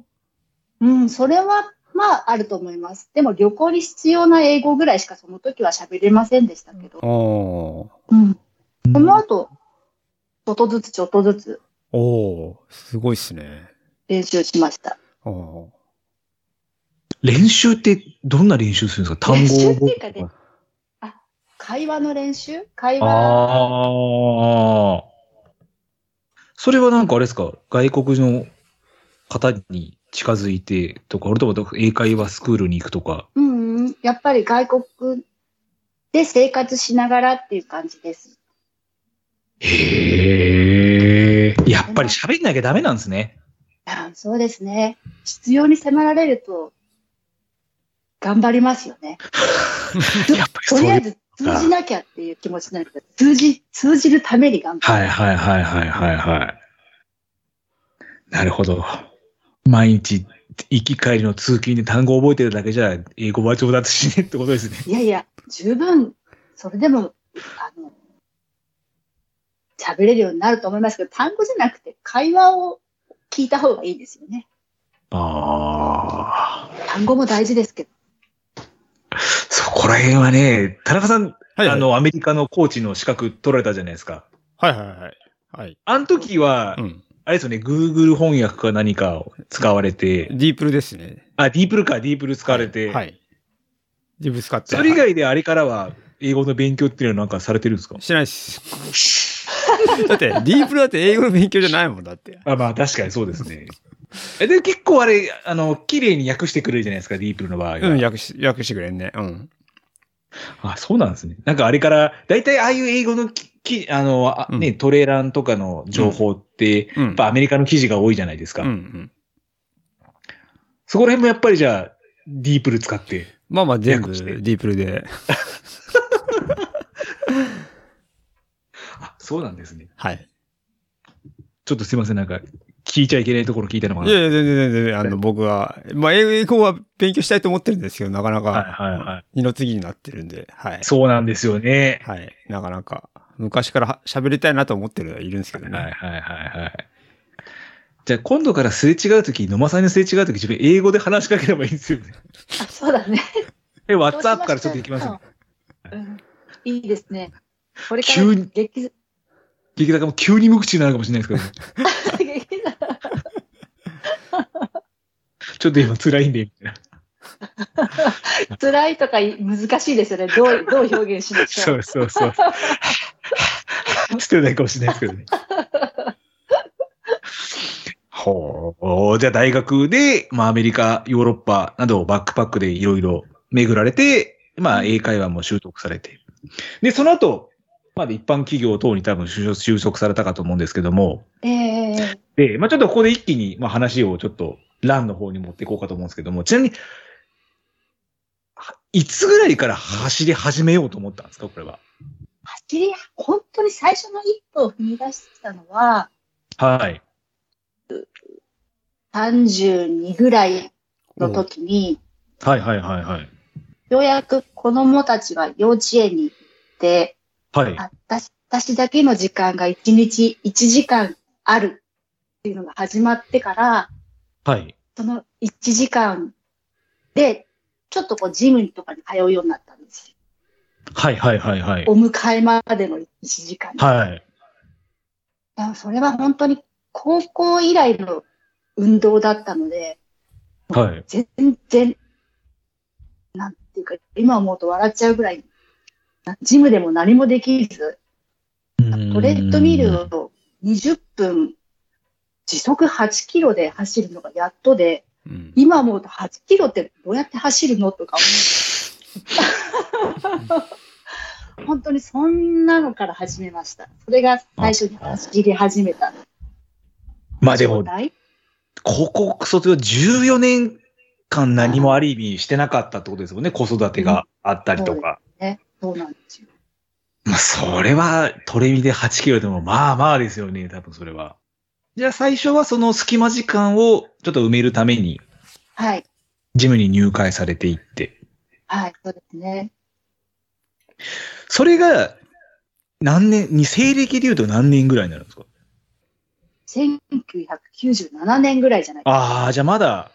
C: うん、それは、まあ、あると思います。でも、旅行に必要な英語ぐらいしかその時は喋れませんでしたけ
B: あ
C: ど、
B: あ。お
C: うん。その後、ちょっとずつちょっとずつ
B: おすごいっすね。
C: 練習しました。
B: あー
A: 練習ってどんな練習するんですか単
C: 練
A: 語
C: 習
A: を
C: って
A: 覚
C: い
A: え
C: うか
A: ると
C: ね
A: か。
C: 会話の練習会話。
A: ああ。それはなんかあれですか外国の方に近づいてとか、俺とか英会話スクールに行くとか。
C: うんうん。やっぱり外国で生活しながらっていう感じです。
A: へえ。やっぱり喋んなきゃダメなんですね。
C: あそうですね。必要に迫られると、頑張りますよね。
A: [LAUGHS] やっぱり
C: と
A: そう
C: りあ
A: い
C: え
A: う。
C: ず通じなきゃっていう気持ちになるけど通じ、通じるために頑張る。
A: はいはいはいはいはいはい。なるほど。毎日、行き帰りの通勤で単語を覚えてるだけじゃ、英語は上達しねえってことですね。
C: いやいや、十分、それでも、あの、喋れるようになると思いますけど、単語じゃなくて会話を聞いた方がいいですよね。
A: ああ。
C: 単語も大事ですけど。
A: そこら辺はね、田中さん、
B: はい、
A: あ、の、アメリカのコーチの資格取られたじゃないですか。
B: はいはいはい。はい。
A: あの時は、
B: うん。
A: あれですよね、Google 翻訳か何かを使われて、
B: ディープルですね。
A: あ、ディープルか、ディープル使われて、
B: はい。ディープル使って。
A: それ以外であれからは、英語の勉強っていうのはなんかされてるんですか
B: してないっす。だ [LAUGHS] って、ディープルだって英語の勉強じゃないもんだって。
A: あまあ確かにそうですね。 [LAUGHS] えで結構あれ、あの、綺麗に訳してくれるじゃないですか、ディープルの場合は。
B: うん、訳し、訳してくれんね。うん。
A: あ、そうなんですね。なんかあれから、大体ああいう英語のき、きあの、あ
B: うん
A: ね、トレーランとかの情報って、や
B: うん。や
A: っぱアメリカの記事が多いじゃないですか。
B: うんうん。
A: そこら辺もやっぱりじゃあ、ディープル使って。
B: まあまあ全部
A: 訳
B: デ
A: して
B: ィープルで。
A: あ、そうなんですね。
B: はい。
A: ちょっとすいません、なんか、聞いちゃいけないところ聞いたのか
B: い
A: な。
B: やいや、全然全然全然、あの、僕は、まあ英語は勉強したいと思ってるんですけど、なか
A: は
B: な
A: い
B: か、
A: はいはい。
B: 二の次になってるんで、はい。
A: そうなんですよね。
B: はい。なかなか、昔からは喋りたいなと思ってるはいるんですけど
A: はい
B: ね。
A: はいはいはい。じゃあ今度からすれ違うとき、野間さんにすれ違うとき、自分英語で話しかければいいんですよね。
C: あ、そうだ
A: [LAUGHS]
C: ね。
A: え、ワッツアップからちょっと行きます、ね。
C: うんうんいいですね。これから
A: 急に、
C: 激、
A: 劇団も急に無口になるかもしれないですけどね、
C: 激だ
A: ちょっと今辛いんで、みたいな。
C: 辛いとかい難しいですよね。どう、どう表現しましょ。
A: そううそうそう。つってないかもしれないですけどね。ほう。じゃあ大学で、まあアメリカ、ヨーロッパなどをバックパックでいろいろ巡られて、まあ英会話も習得されて。で、その後、まあで一般企業等に多分就職就職されたかと思うんですけども、
C: ええ
A: で、まあちょっとここで一気に、まあ話をちょっと、欄の方に持っていこうかと思うんですけども、ちなみに、はいつぐらいから走り始めようと思ったんですか、これは。
C: 走り、本当に最初の一歩を踏み出してきたのは、
A: はい。
C: 32ぐらいの時に、
A: はいはいはいはい。
C: ようやく子供たちが幼稚園に行って、
A: はい。
C: あ私私だけの時間が1日1時間あるっていうのが始まってから、
A: はい。
C: その1時間で、ちょっとこうジムとかに通うようになったんです
A: はいはいはいはい
C: よ。。お迎えまでの1時間。
A: はい。
C: やそれは本当に高校以来の運動だったので、
A: はい。
C: 全然、なんていうか、今思うと笑っちゃうぐらい、ジムでも何もできず、トレッドミルを20分、時速8キロで走るのがやっとで、
B: うん
C: 今思うと8キロってどうやって走るのとか
A: [LAUGHS]
C: 思う。本当にそんなのから始めました。それが最初に走り始めた。
A: まあでも
C: 状、態
A: 高校卒業14年間何もある意味してなかったってことですもんね、子育てがあったりとか。
C: ね、そうなんですよ。
A: まあ、それは、トレミで8キロでも、まあまあですよね、多分それは。じゃあ最初はその隙間時間をちょっと埋めるために、
C: はい、
A: ジムに入会されていって。
C: はい、そうですね。
A: それが、何年、に西暦で言うと何年ぐらいになるんですか
C: 1997年ぐらいじゃないで
A: ああ、じゃあまだ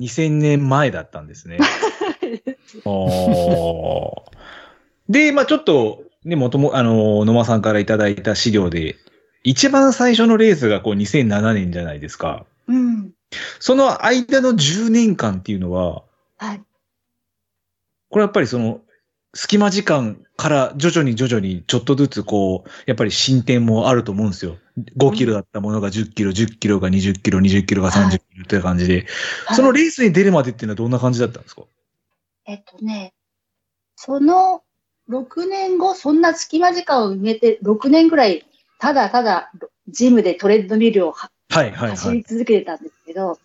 A: 2000年前だったんですね。
C: すか。
A: おーで、まあちょっと、ね、もとも、あの、野間さんからいただいた資料で、一番最初のレースがこう2007年じゃないですか。
C: うん、
A: その間の10年間っていうのは、
C: はい。
A: これやっぱりその、隙間時間から徐々に徐々にちょっとずつこう、やっぱり進展もあると思うんですよ。5キロだったものが10キロ、10キロが20キロ、20キロが30キロって感じで、
C: はい
A: そのレースに出るまでっていうのはどんな感じだったんですか
C: えっとね、その6年後、そんな隙間時間を埋めて、6年ぐらい、ただただジムでトレッドミルをは
A: はいはい
C: 走
A: は
C: り
A: い。
C: 続けてたんですけど、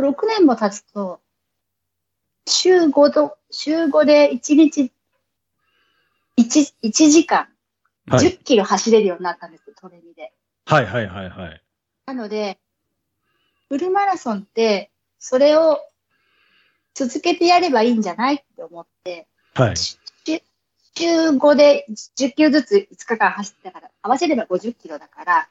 C: 6年も経つと、週5度、週5で1日、1, 一時間、
A: はい
C: 10キロ走れるようになったんですよ、トレミで。
A: はいはいはいはい。
C: なので、フルマラソンって、それを続けてやればいいんじゃないって思って、
A: はい。
C: 週週5で10キロずつ5日間走ってたから、合わせれば50キロだから、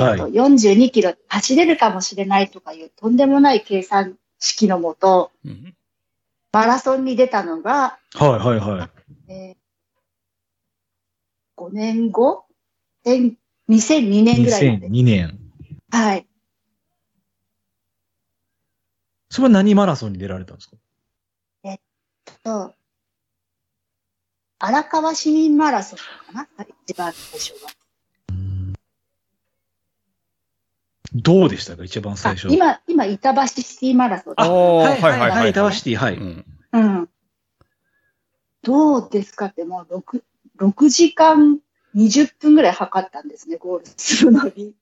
A: はい
C: えっと42キロ走れるかもしれないとかいうとんでもない計算式のもと、
B: うん
C: マラソンに出たのが、
A: はいはいはい。
C: え5年後千 ?2002 年ぐらいなんで。
A: 2002年。
C: はい。
A: それは何マラソンに出られたんですか
C: と荒川市民マラソンかな一番最初は。
A: どうでしたか一番最初。
C: あ今、今、板橋シティマラソン。
A: あ、
B: おー
A: はいはいはいはい。ダワシティ、は
B: う
A: い。
B: ん
C: うん。どうですかって、もう6、6時間20分ぐらい測ったんですね、ゴールするのに。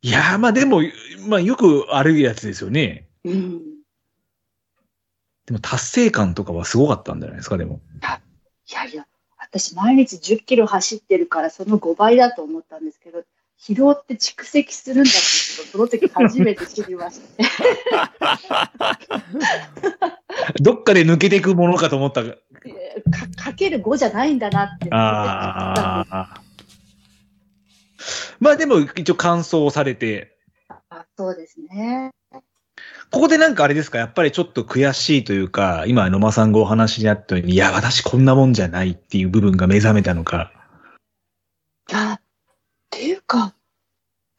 A: いやー、まあでも、まあよくあるやつですよね。
C: うん。
A: でも達成感とかはすごかったんじゃないですか、でも。 [LAUGHS]
C: いやいや、私毎日10キロ走ってるから、その5倍だと思ったんですけど、疲労って蓄積するんだってことを、その時初めて知りま [LAUGHS] したね。
A: どっかで抜けていくものかと思ったが。
C: かかける5じゃないんだなって。
A: あ
C: [LAUGHS]
A: あ。まあでも、一応完走されて、
C: あそうですね。
A: ここでなんかあれですか、やっぱりちょっと悔しいというか、今、野間さんがお話にあったように、いや、私こんなもんじゃないっていう部分が目覚めたのか。
C: いや、っていうか、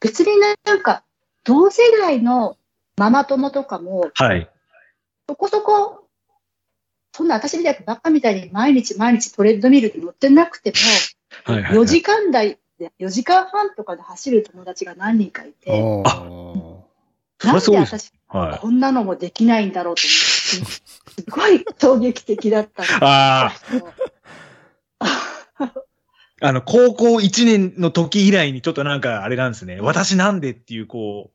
C: 別になんか、同世代のママ友とかも、
A: はい。
C: そこそこ、そんな私みたいなバカみたいに毎日毎日トレッドミルに乗ってなくて
A: は
C: も、
A: いはい、はい。
C: 4時間台で、4時間半とかで走る友達が何人かいて、
B: おー
A: そり
C: なん
A: ゃ
C: で
A: そうです。
C: 私
A: はい。
C: こんなのもできないんだろうと思って、すごい衝撃的だったんです
A: あ
C: けど、
A: あ、あの、高校1年の時以来にちょっとなんかあれなんですね。私なんでっていう、こ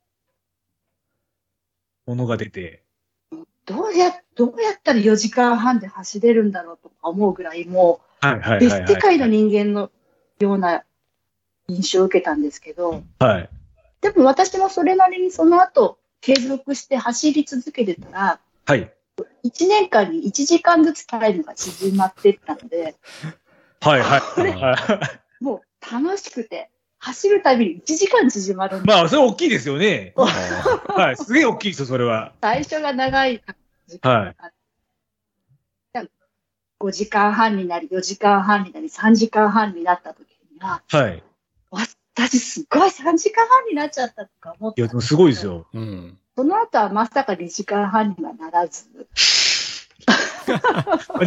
A: う、ものが出て。
C: どうや、どうやったら4時間半で走れるんだろうとか思うぐらい、も
A: はいは
C: う
A: いはい、
C: 別
A: はい。
C: 世界の人間のような印象を受けたんですけど、
A: はい。
C: でも私もそれなりにその後継続して走り続けてたら、
A: はい。
C: 1年間に1時間ずつタイムが縮まっていったので、
A: はいはい。はい
C: もう楽しくて、走るたびに1時間縮まるんです。
A: まあ、それ大きいですよね。
B: あ
A: はい。すげえ大きいですよ、それは。
C: 最初が長い時間があって、5時間半になり、4時間半になり、3時間半になった時には、
A: はい。
C: 忘私すごい3時間半になっちゃったとか思って。
A: いや、でもすごいです。よ。
B: うん。
C: その後はまさか2時間半にはならず。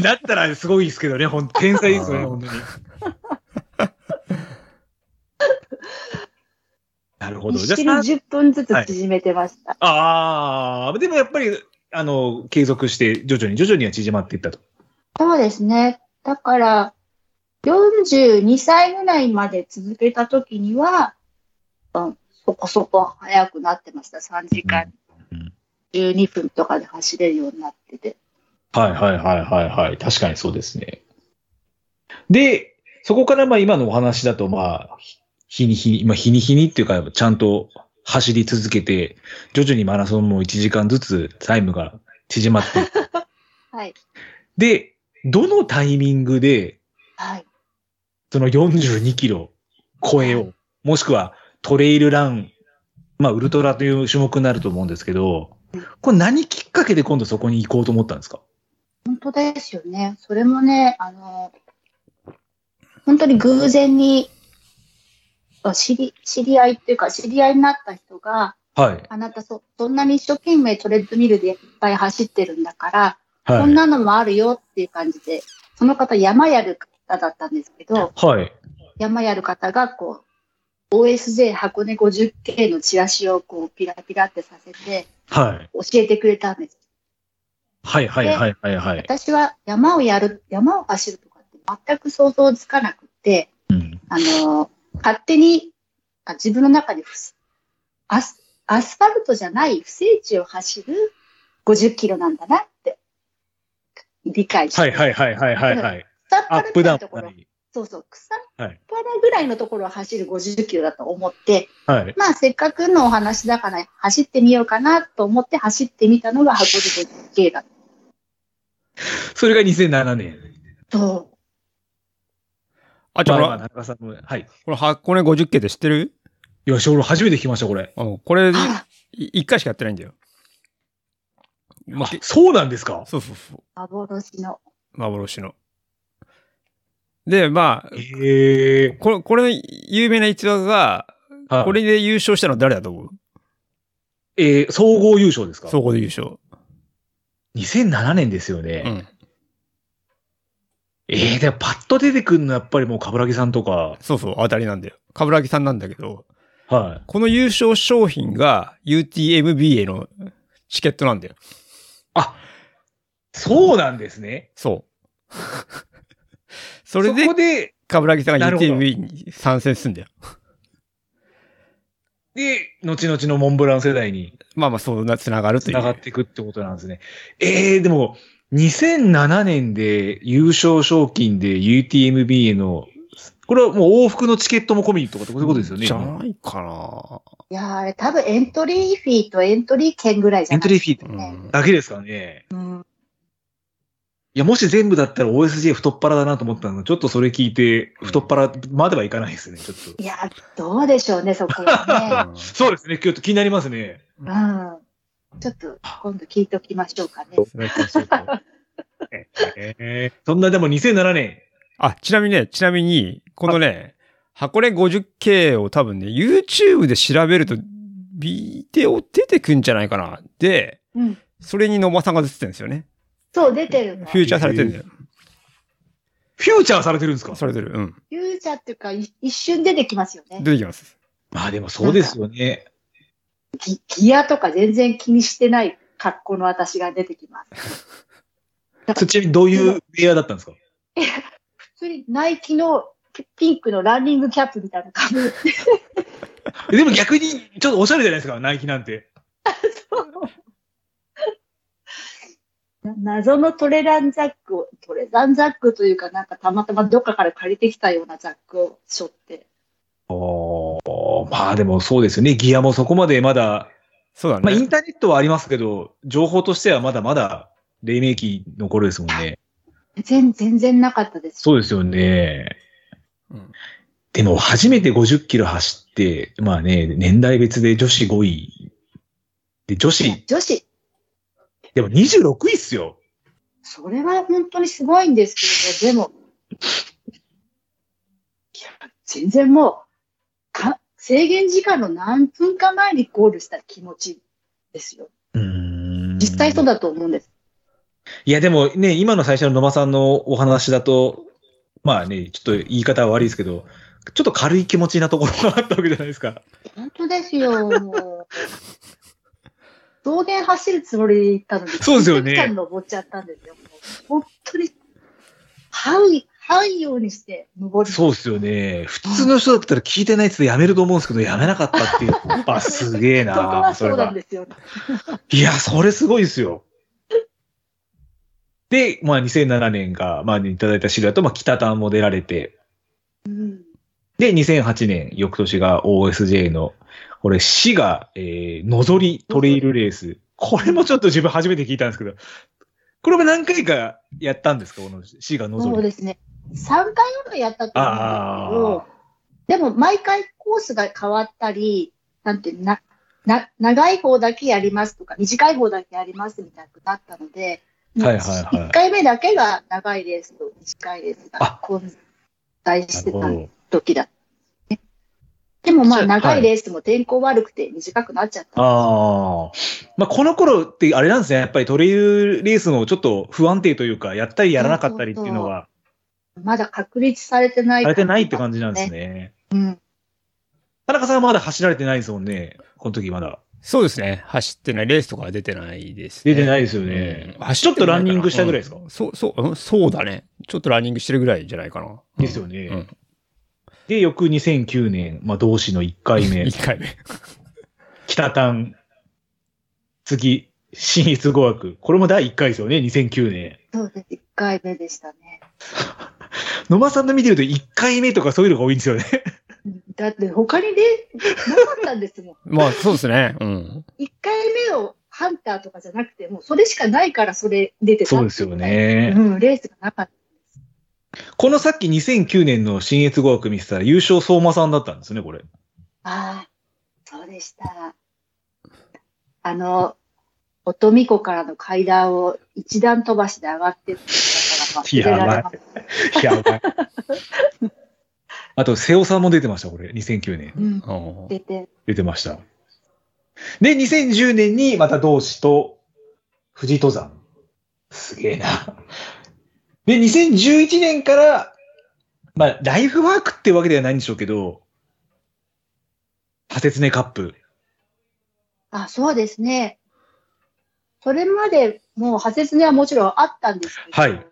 A: だったらすごいですけどね、ほん天才ですよね、
B: あー
A: 本当に。なるほど。
C: 一
A: じ
C: 式
A: ゃあ、さ
C: 10分ずつ縮めてました。
A: ああ、でもやっぱり、あの、継続して、徐々に徐々には縮まっていったと。
C: そうですね。だから、42歳ぐらいまで続けた時には、うん、そこそこ早くなってました。3時間
A: うん
C: 12分とかで走れるようになってて。
A: はいはいはいはいはい。確かにそうですね。で、そこからまあ今のお話だとまあ、ひ日に日に、まあ日に日にっていうか、ちゃんと走り続けて、徐々にマラソンも1時間ずつタイムが縮まって。
C: はい。
A: で、どのタイミングで、
C: はい。
A: その42キロ超えを、もしくはトレイルラン、まあウルトラという種目になると思うんですけど、これ何きっかけで今度そこに行こうと思ったんですか
C: 本当ですよね。それもね、あの、本当に偶然に、あ知り、知り合いっていうか、知り合いになった人が、
A: はい。
C: あなたそ、そんなに一生懸命トレッドミルでいっぱい走ってるんだから、
A: はい。
C: こんなのもあるよっていう感じで、その方山やる方だったんですけど、
A: はい。
C: 山やる方がこう、OSJ 箱根 50K のチラシをこう、ピラピラってさせて、
A: はい。
C: 教えてくれたんです。
A: はいはいはいはいはい。
C: 私は山をやる、山を走るとかって全く想像つかなくて、
A: うん
C: あの、勝手に、あ自分の中でふすアス、アスファルトじゃない不整地を走る50キロなんだなって、理解して。
A: はいはいはいはいはいはい。
C: 草っ
A: ア
C: ぱ
A: ップダ
C: ら
A: ウ
C: い
A: ン
C: とこ
A: は
C: ろ、
A: い。
C: そうそう、草っ
A: はい。
C: ぱらぐらいのところを走る50キロだと思って、
A: はい。
C: まあせっかくのお話だから走ってみようかなと思って走ってみたのが箱根 50K だっ
A: それが2007年。
C: た。そう。
B: あ、じゃ
A: まあ
B: あ、
A: まあ、
B: これ、
A: 中田さんも、はい。
B: これ箱根50系って知ってる
A: いや、し俺初めて聞きました、これ。
B: あのこれ、い
C: あ
B: 一回しかやってないんだよ。まあ、け
A: そうなんですか
B: そうそうそう。
C: ら、幻の。
B: 幻の。で、まあ、
A: へえ。
B: これ、これの有名な逸話が、
A: はい
B: これで優勝したの誰だと思う
A: えー総合優勝ですか
B: 総合で優勝。
A: 2007年ですよ
B: う
A: ね。
B: ん。
A: ええー、でもパッと出てくるのはやっぱりもう、冠城さんとか。
B: そうそう、当たりなんだよ。冠城さんなんだけど、
A: は
B: この優勝商品が UTMBA のチケットなんだよ。
A: い。そうなんですね。
B: そう。 [LAUGHS] それで
A: そこ、で、
B: 冠城さん
A: な
B: が
A: るほど
B: UTMB に参戦するんだよ。
A: で、後々のモンブラン世代に。
B: まあまあ、そうな、つながるという。
A: 繋がっていくってことなんですね。ええでも、2007年で優勝賞金で UTMB への、これはもう往復のチケットも込みとかってことですよね。
B: じゃ
A: 今
B: ないかない
C: やーあれ多分エントリーフィーとエントリー券ぐらいじ
A: エ
C: ゃ
A: ン
C: な
A: ト
C: い
A: リーフィーって
B: う
C: ね
B: ん。
A: だけですかね。
C: うん
A: いや、もし全部だったら OSJ 太っ腹だなと思ったので、ちょっとそれ聞いて、太っ腹まではいかないですね、ちょっと。
C: いやー、どうでしょうね、そこはね。
A: そうですね、ちょっと気になりますね。
C: うん。ちょっと、今度聞いておきましょうかね。
B: そうかそうか
A: えーそんなでも2007年。
B: [LAUGHS] あ、ちなみにね、ちなみに、このね、箱根 50K を多分ね、YouTube で調べると、ビデオ出てくんじゃないかな。で、
C: うん。
B: それに野間さんが出てるんですよね。
C: そう、出てるの。
B: フ
C: フ
B: ューチャーされてるんだよ。
A: フューチャーされてるんですか
B: されてる。うん。
C: ューチャーっていうか、い一瞬出てきますよね。
B: 出てきます。
A: まあでもそうですよね。
C: ギギアとか全然気にしてない格好の私が出てきます。
A: そっちなみにどういうウェアだったんですか
C: 普通にナイキのピピンクのランニングキャップみたいな感じ。
A: でも逆に、ちょっとおしゃれじゃないですか、ナイキなんて。
C: [LAUGHS] な謎のトレランザックを、トレランザックというか、なんかたまたまどっかから借りてきたようなザックを背負って。
A: まあでもそうですよね。ギアもそこまでまだ、
B: そうだね。
A: まあインターネットはありますけど、情報としてはまだまだ黎明期の頃ですもんね。
C: 全全然なかったです。
A: そうですよね。
B: うん
A: でも初めて50キロ走って、まあね、年代別で女子5位。で、女
C: いや
A: 子、
C: 女子、
A: でも26位っすよ。
C: それは本当にすごいんですけれど、でも、いや、全然もう、か、制限時間の何分か前にゴールした気持ちですよ。
A: うん
C: 実際そうだと思うんです。
A: いや、でもね、今の最初の野間さんのお話だと、まあね、ちょっと言い方は悪いですけど、ちょっと軽い気持ちなところがあったわけじゃないですか。
C: 本当で
A: [LAUGHS]
C: すよ、もう。道玄走るつもりで行ったのに、
A: そうですよね
C: 一時間登っちゃったんですよ。もう本当に、這う、這うようにして登り。
A: そうですよね。普通の人だったら聞いてないやつでやめると思うんですけど、やめなかったっていう。やっぱすげえ
C: そこは
A: な
C: そうなんですよ。
A: いや、それすごいですよ。で、まあ2007年が、まあいただいた資料だと、まあ北端も出られて、
C: うん。
A: で、2008年、翌年が OSJ の、これ、市が、えー、のぞりトレイルレース。これもちょっと自分初めて聞いたんですけど、これも何回かやったんですかこの市がのぞ
C: そう
A: り。
C: ですね。3回ぐらいやったと思うんですけど、でも毎回コースが変わったり、なんていうのな、な、長い方だけやりますとか、短い方だけやりますみたいになったので、
A: はいはいはい
C: 1回目だけが長いレースと短いレースが
A: あ
C: 混在してた
A: なるほど
C: 時だった、ね。でもま
A: そ
C: あ
A: う
C: 長
A: はい
C: いレースも天候悪くて短くなっちゃった。
A: ああ。まあ、この頃ってあれなんですね。やっぱりトレイルレースもちょっと不安定というか、やったりやらなかったりっていうのは、
C: まだ確立されてない。
A: されてないって感じなんです。ね。
C: うん。
A: 田中さんはまだ走られてないですもんね。この時まだ。
B: そうですね。走ってない。レースとかは出てないですね。
A: 出てないですよ
B: うん
A: ね。
B: 走
A: ちょってと
B: な
A: ラ
B: いかな
A: ンニングしたぐらいですか、
B: うんそう、そう、うんそうだね。ちょっとランニングしてるぐらいじゃないかな。
A: ですよね。
B: うん
A: で、翌2009年、まあ、同志の1回 [LAUGHS]
B: [LAUGHS]
A: 目、
B: 1回目。
A: 北丹、次、新越語学。これも第1回ですよね、2009年。
C: そうです。1回目でしたね。
A: 野間さんの見てると1回目とかそういうのが多いんですよね。
C: だって他にね、なかったんですもん。 [LAUGHS]
B: まあ、そうですね。うん。
C: 1回目をハンターとかじゃなくて、もうそれしかないからそれ出てた。
A: そうですよ。ね。
C: うん、レースがなかった。
A: このさっき2009年の新越語学見せたら優勝相馬さんだったんですね、
C: [LAUGHS]
A: これ。
C: ああ、そうでした。あの、乙女湖からの階段を一段飛ばしで上がってったから、
A: [LAUGHS] やばい
C: 忘れられます
A: やばい。あと、瀬尾さんも出てました、これ。2009年。
C: うん、
B: うん
C: 出て、
A: 出てました。で、2010年にまた同志と富士登山。すげえな。で、2011年から、まあ、ライフワークってわけではないんでしょうけど、ハセツネカップ。
C: あ、そうですね。それまでもう、ハセツネはもちろんあったんですけど、
A: はい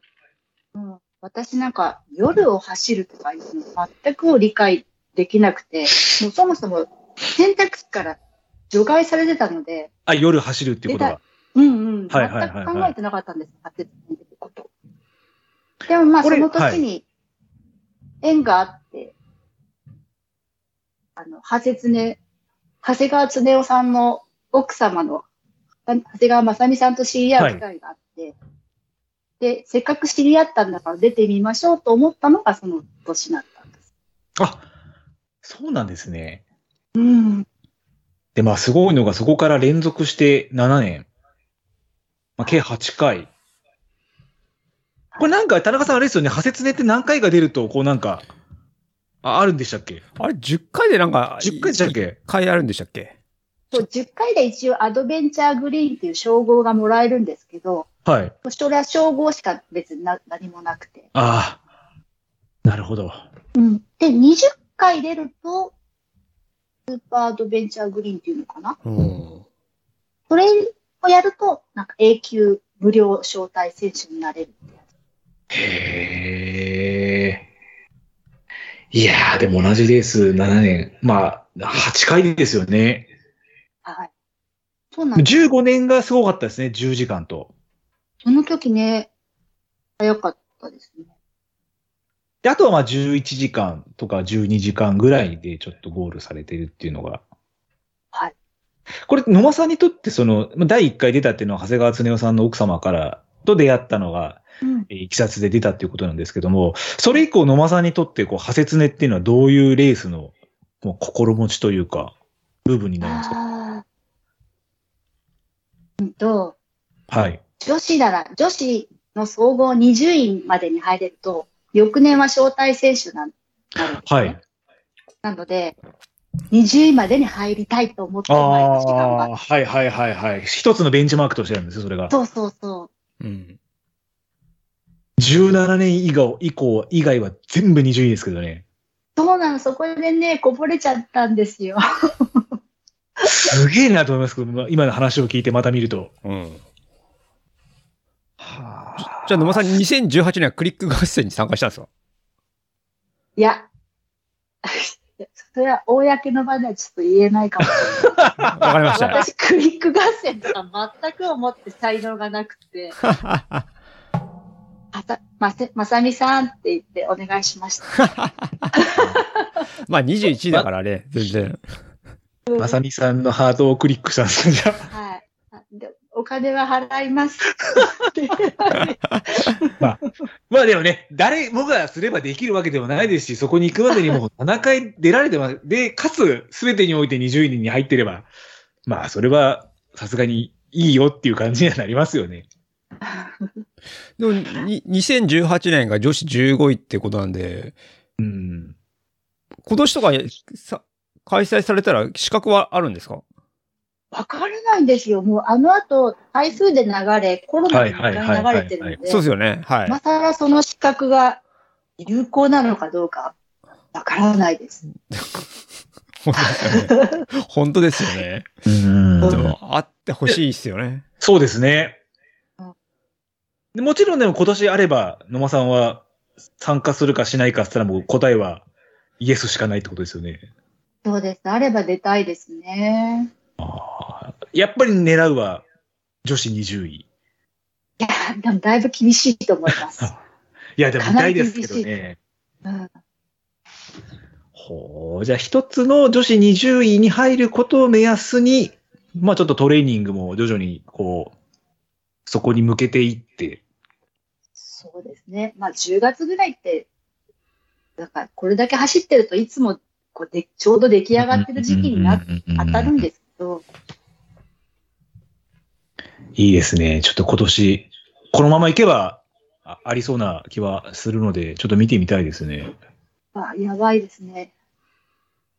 C: うん、私なんか夜を走るとかいうの全くを理解できなくて、もうそもそも選択肢から除外されてたので、
A: あ、夜走るっていうことが。
C: うんうん、
A: はいはいはいはい
C: 全く考えてなかったんです、ハセツネってこと。でもまあ、
A: こ
C: そ
A: れ
C: の時に縁があって、あの、ハセツネ、長谷川恒夫さんの奥様の長谷川雅美さんと知り合う機会があって、で、せっかく知り合ったんだから出てみましょうと思ったのがその年だったんです。
A: あ、そうなんですね。
C: うん。
A: で、まあすごいのがそこから連続して7年。まあ計8回。これなんか田中さんあれですよね、破説ねって何回が出ると、こうなんか、ああるんでしたっけ
B: あれ、10回でなんか、
A: ?10 回でしたっ
B: 一
A: け
B: 回あるんでしたっけ
C: そう、10回で一応アドベンチャーグリーンっていう称号がもらえるんですけど、
A: はい。
C: それは称号しか別にな何もなくて。
A: ああ。なるほど。
C: うん。で、20回出ると、スーパーアドベンチャーグリーンっていうのかな
B: うん。
C: それをやると、なんか永久無料招待選手になれるってやつ。
A: へえ。いやー、でも同じレース7年。まあ、8回ですよね。
C: はい。そうなんです
A: 15年がすごかったですね、10時間と。
C: その時ね、早かったですね。
A: で、あとはまあ11時間とか12時間ぐらいでちょっとゴールされてるっていうのが。
C: はい。
A: これ、野間さんにとってその、まあ第1回出たっていうのは長谷川恒夫さんの奥様からと出会ったのが、
C: うん、
A: えーいきさつで出たっていうことなんですけども、それ以降野間さんにとってこう、長谷ねっていうのはどういうレースのこう心持ちというか、部分になるんですか
C: あーうんと、
A: はい。
C: 女子なら、女子の総合20位までに入れると、翌年は招待選手なんなるんですね
A: はい。
C: なので、 20位までに入りたいと思って毎年頑
A: あ
C: 張
A: あ、はいはいはいはい。一つのベンチマークとしてあるんですよ、それが
C: っ。そうそうそう。
B: うん。
A: 17年以降、以降、以外は全部20位ですけどね。
C: そうなの、そこでね、こぼれちゃったんですよ。
A: すげえなと思いますけど、まあ今の話を聞いてまた見ると。
B: うん。
A: は
B: じゃあ、野間さん、2018年はクリック合戦に参加したんですか
C: いや、 [LAUGHS] それは公の場ではちょっと言えないかもしれない。
B: わかりました。 [LAUGHS]
C: 私、クリック合戦とか全く思って才能がなくて、あさまさまさみさんって言ってお願いしました。
B: まあ、21だからね、全然。
A: まさみさんのハートをクリックしたん [LAUGHS] ですか、じゃあ。
C: はい。あでお金は払
B: [LAUGHS]
C: います。
A: まあでもね、誰もがすればできるわけではないですし、そこに行くまでにもう7回出られてます。で、かつ、すべてにおいて20人に入ってれば、まあそれはさすがにいいよっていう感じにはなりますよね。
B: でも、に2018年が女子15位ってことなんで、
A: うん。
B: 今年とかさ開催されたら資格はあるんですか
C: わからないんですよ。もうあの後、台風で流れ、コロナで一回流れてるので
B: そう、ですよね。はい。
C: 今更その資格が有効なのかどうか、わからないです。
B: [LAUGHS] 本当ですよ
A: [LAUGHS]
B: ね。でも、あってほしいですよね。
A: そうですね
C: うん。
A: でもちろんでも今年あれば、野間さんは参加するかしないかって言ったらもう答えはイエスしかないってことですよね。
C: そうです。あれば出たいですね。
A: やっぱり狙うは女子20位。
C: いや、でもだいぶ厳しいと思います。
A: いや、でも見たいですけど
C: [LAUGHS]
A: ね。
C: うん、
A: ほう。じゃあ一つの女子20位に入ることを目安に、まあちょっとトレーニングも徐々にこう、そこに向けていって。
C: そうですね。まあ、10月ぐらいって、だからこれだけ走ってるといつもこうでちょうど出来上がってる時期にな当たるんですけど、
A: いいですね。ちょっと今年、このままいけば、あありそうな気はするので、ちょっと見てみたいですね。
C: まあ、やばいですね。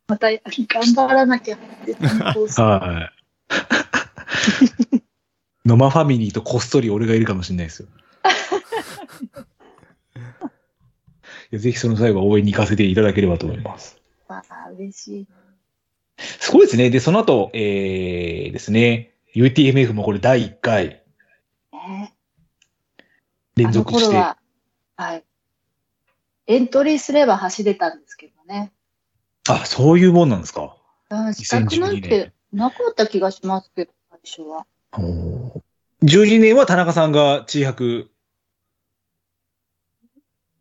C: また頑張らなきゃって。
A: はい。野間ファミリーとこっそり俺がいるかもしれないですよ。いやぜひその際は応援に行かせていただければと思います。
C: まあ、嬉しい。
A: すごいですね。で、その後、えー、ですね、UTMF もこれ第1回
C: ね、
A: 連続し
C: あの
A: て
C: 頃。は、はい。エントリーすれば走れたんですけどね。
A: あ、そういうもんなんですか。
C: うん、資格なんてなかった気がしますけど、最初は。
A: 12年は田中さんが地博、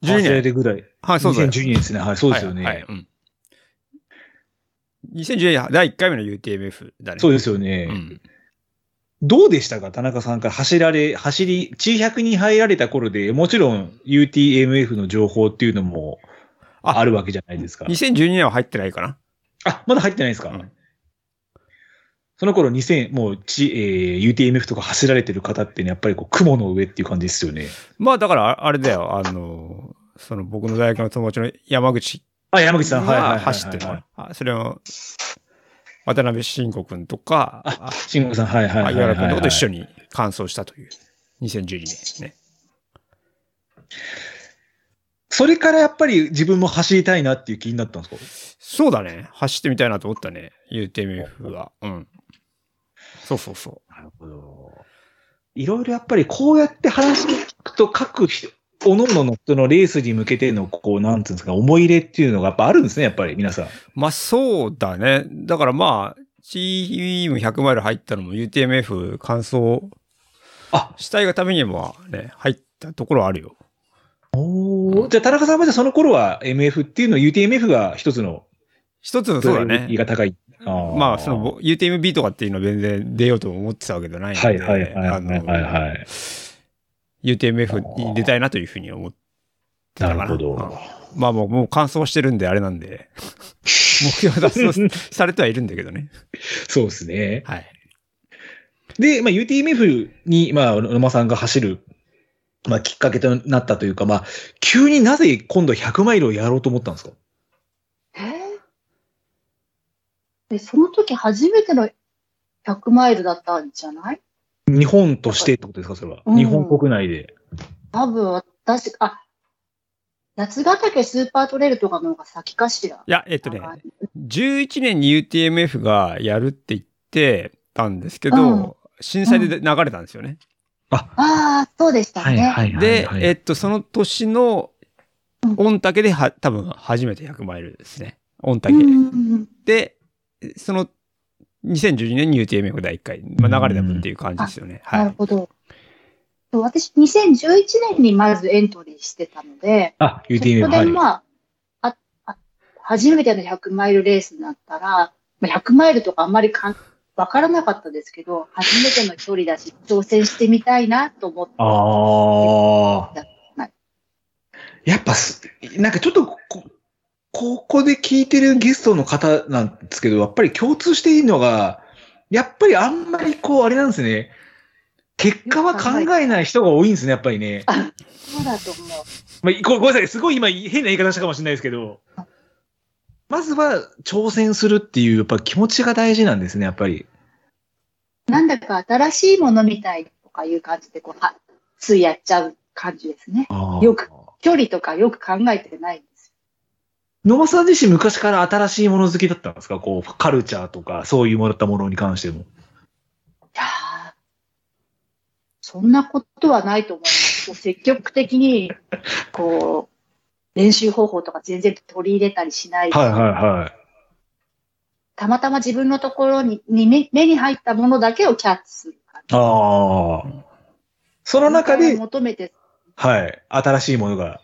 B: 12年。
A: でぐらい。
B: はい、そうです。
A: 2012年ですね。はい、そうですよ
B: はいはい
A: ね。
B: うん2014年第1回目の UTMF だね。。
A: そうですすよね。
B: ん、
A: どうでしたか田中さんから走られ、走り、地100に入られた頃で、もちろん UTMF の情報っていうのも
B: あ
A: あるわけじゃないですか。
B: 2012年は入ってないかな。
A: あ、まだ入ってないですか、
B: うん
A: その頃2000、もうち、えー UTMF とか走られてる方ってね、やっぱりこう雲の上っていう感じですよね。
B: まあだからあ、あれだよ、あの、その僕の大学の友達の山口
A: あ、山口さん、はい、はいはいは
B: が
A: い
B: 走ってるの。あそれを、渡辺慎吾君とか、あ
A: 慎吾さん、はいはい
B: あ
A: はい
B: 岩
A: はい、
B: 原君とかと一緒
A: に。
B: に完走したという、2012年ですね。
A: それからやっぱり自分も走りたいなっていう気になったんですか
B: そうだね。走ってみたいなと思ったね。UTMF は。うん。そうそうそ
A: なるほど。いろいろやっぱりこうやって話聞くと各人、おののの人のレースに向けての、こう、なんていうんですか、思い入れっていうのがやっぱあるんですね、やっぱり皆さん。
B: う。まあそうだね。だからまあ、チーム100マイル入ったのも UTMF 完走
A: あ
B: したいがためにもね、入ったところはあるよ。
A: おじゃあ田中さんはじゃあその頃は MF っていうの、UTMF が一つの、
B: 一つのそうだ
A: 位
B: ね。
A: が高い。
B: まあそのぼ UTMB とかっていうのは全然出ようとも思ってたわけじゃないので、
A: はいはいはい
B: あ
A: はい
B: の
A: はいはい。
B: UTMF に出たいなというふうに思ってた
A: な
B: か
A: る
B: な。
A: ほ
B: うん
A: ど。
B: まあもう、もう乾燥してるんであれなん
A: [LAUGHS]
B: で、目標は達成されてはいるんだけどね。
A: そうですね。
B: はい。
A: で、まあ、UTMF に、まあ、野間さんが走る、まあ、きっかけとなったというか、まあ、急になぜ今度100マイルをやろうと思ったんですか
C: えーで、その時初めての100マイルだったんじゃない
A: 日本としてってことですか、それは。
C: うん
A: 日本国内で。
C: 多分私、あ、八ヶ岳スーパートレイルとかの方が先かしら。
B: いや、えっとね、11年に UTMF がやるって言ってたんですけど、
C: うん
B: 震災で流れたんですよね。
C: ああ、そうでした
A: はい
C: ね。
A: はいはい。
B: で、
A: はい
B: えっと、その年の
C: うん
B: 御嶽では多分初めて100マイルですね。御嶽。
C: うんうんうん
B: で、その2012年に UTMF 第1回、まあ、流れた分っていう感じですよね。は
C: なる
B: い。
C: ほど。そう私、2011年にまずエントリーしてたので、
A: あ、
C: そ
A: UTM、
C: こで
A: はい。
C: まあ、ああ初めての100マイルレースになったら、まあ100マイルとかあんまりかんわからなかったですけど、初めての距離だし、挑戦してみたいなと思って。
A: あ
C: は
A: あ。やっぱす、なんかちょっとこ、ここで聞いてるゲストの方なんですけど、やっぱり共通していいのが、やっぱりあんまりこう、あれなんですね。結果は考えない人が多いんですね、やっぱりね。
C: そうだと思う。
A: まあ、ごごめんなさい、すごい今変な言い方したかもしれないですけど、まずは挑戦するっていう、やっぱ気持ちが大事なんですね、やっぱり。
C: なんだか新しいものみたいとかいう感じで、こう、はついやっちゃう感じですね。よく。距離とかよく考えてないんです
A: 野間さん自身昔から新しいもの好きだったんですかこう、カルチャーとか、そういうもらったものに関しても。
C: よ。いやーそんなことはないと思います。こう積極的に、こう、練習方法とか全然取り入れたりしない。
A: はいはいはい。
C: たまたま自分のところにに目目に入ったものだけをキャッチする感じ。
A: ああ。その中で、
C: 求めて、
A: はい、新しいものが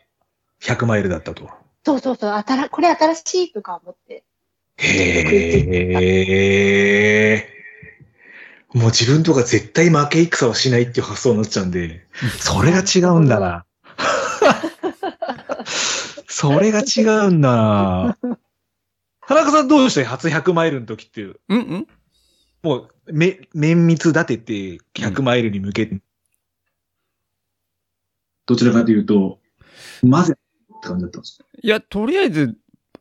A: 100マイルだったと。
C: そうそうそう、あたらこれ新しいとか思って。
A: へえ。もう自分とか絶対負け戦はしないっていう発想になっちゃうんで、それが違うんだ
B: [LAUGHS]
A: な。それが違うんだな。田中さんどうでした初100マイルの時って、
B: うんうん
A: もう、め、綿密立てて100マイルに向けて、どちらかというと、まぜって感じだったんです
B: いや、とりあえず、